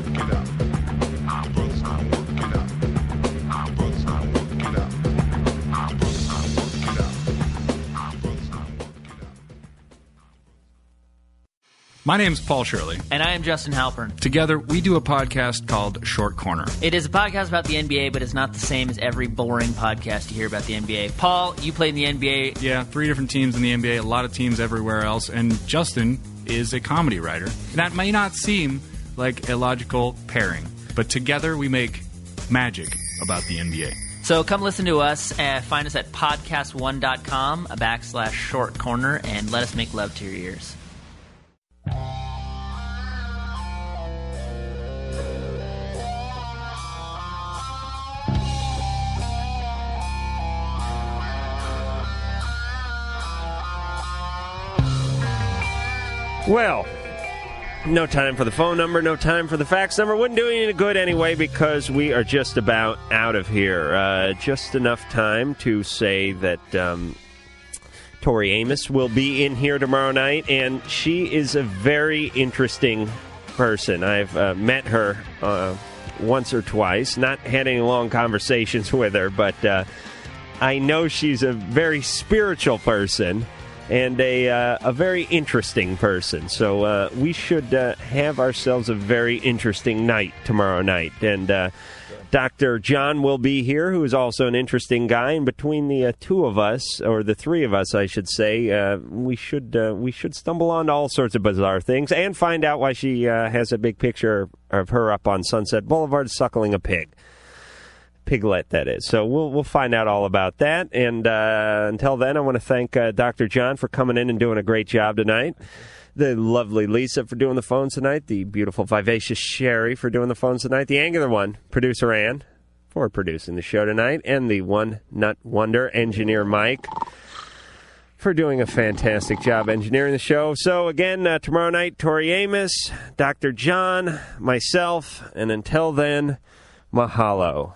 Speaker 6: My name's Paul Shirley.
Speaker 13: And I am Justin Halpern.
Speaker 6: Together, we do a podcast called Short Corner.
Speaker 13: It is a podcast about the NBA, but it's not the same as every boring podcast you hear about the NBA. Paul, you played in the NBA.
Speaker 6: Yeah, three different teams in the NBA, a lot of teams everywhere else, and Justin is a comedy writer. That may not seem like a logical pairing, but together we make magic about the NBA.
Speaker 13: So come listen to us. Uh, find us at podcast1.com, a backslash short corner, and let us make love to your ears.
Speaker 5: Well, no time for the phone number, no time for the fax number. Wouldn't do you any good anyway because we are just about out of here. Uh, just enough time to say that um, Tori Amos will be in here tomorrow night, and she is a very interesting person. I've uh, met her uh, once or twice, not had any long conversations with her, but uh, I know she's a very spiritual person and a uh, a very interesting person. So uh, we should uh, have ourselves a very interesting night tomorrow night, and. Uh, Dr. John will be here, who is also an interesting guy. And between the uh, two of us, or the three of us, I should say, uh, we should uh, we should stumble onto all sorts of bizarre things and find out why she uh, has a big picture of her up on Sunset Boulevard suckling a pig. Piglet, that is. So we'll we'll find out all about that. And uh, until then, I want to thank uh, Dr. John for coming in and doing a great job tonight. The lovely Lisa for doing the phones tonight. The beautiful vivacious Sherry for doing the phones tonight. The angular one, producer Ann, for producing the show tonight, and the one nut wonder engineer Mike for doing a fantastic job engineering the show. So, again, uh, tomorrow night, Tori Amos, Dr. John, myself, and until then, mahalo.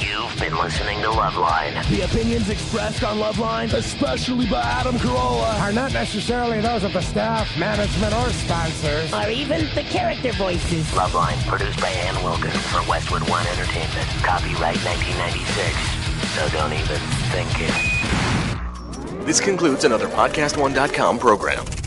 Speaker 2: You've been listening to Loveline.
Speaker 14: The opinions expressed on Loveline, especially by Adam Carolla, are not necessarily those of the staff, management, or sponsors,
Speaker 2: Or even the character voices. Loveline, produced by Ann Wilkins for Westwood One Entertainment. Copyright 1996. So don't even think it.
Speaker 15: This concludes another PodcastOne.com program.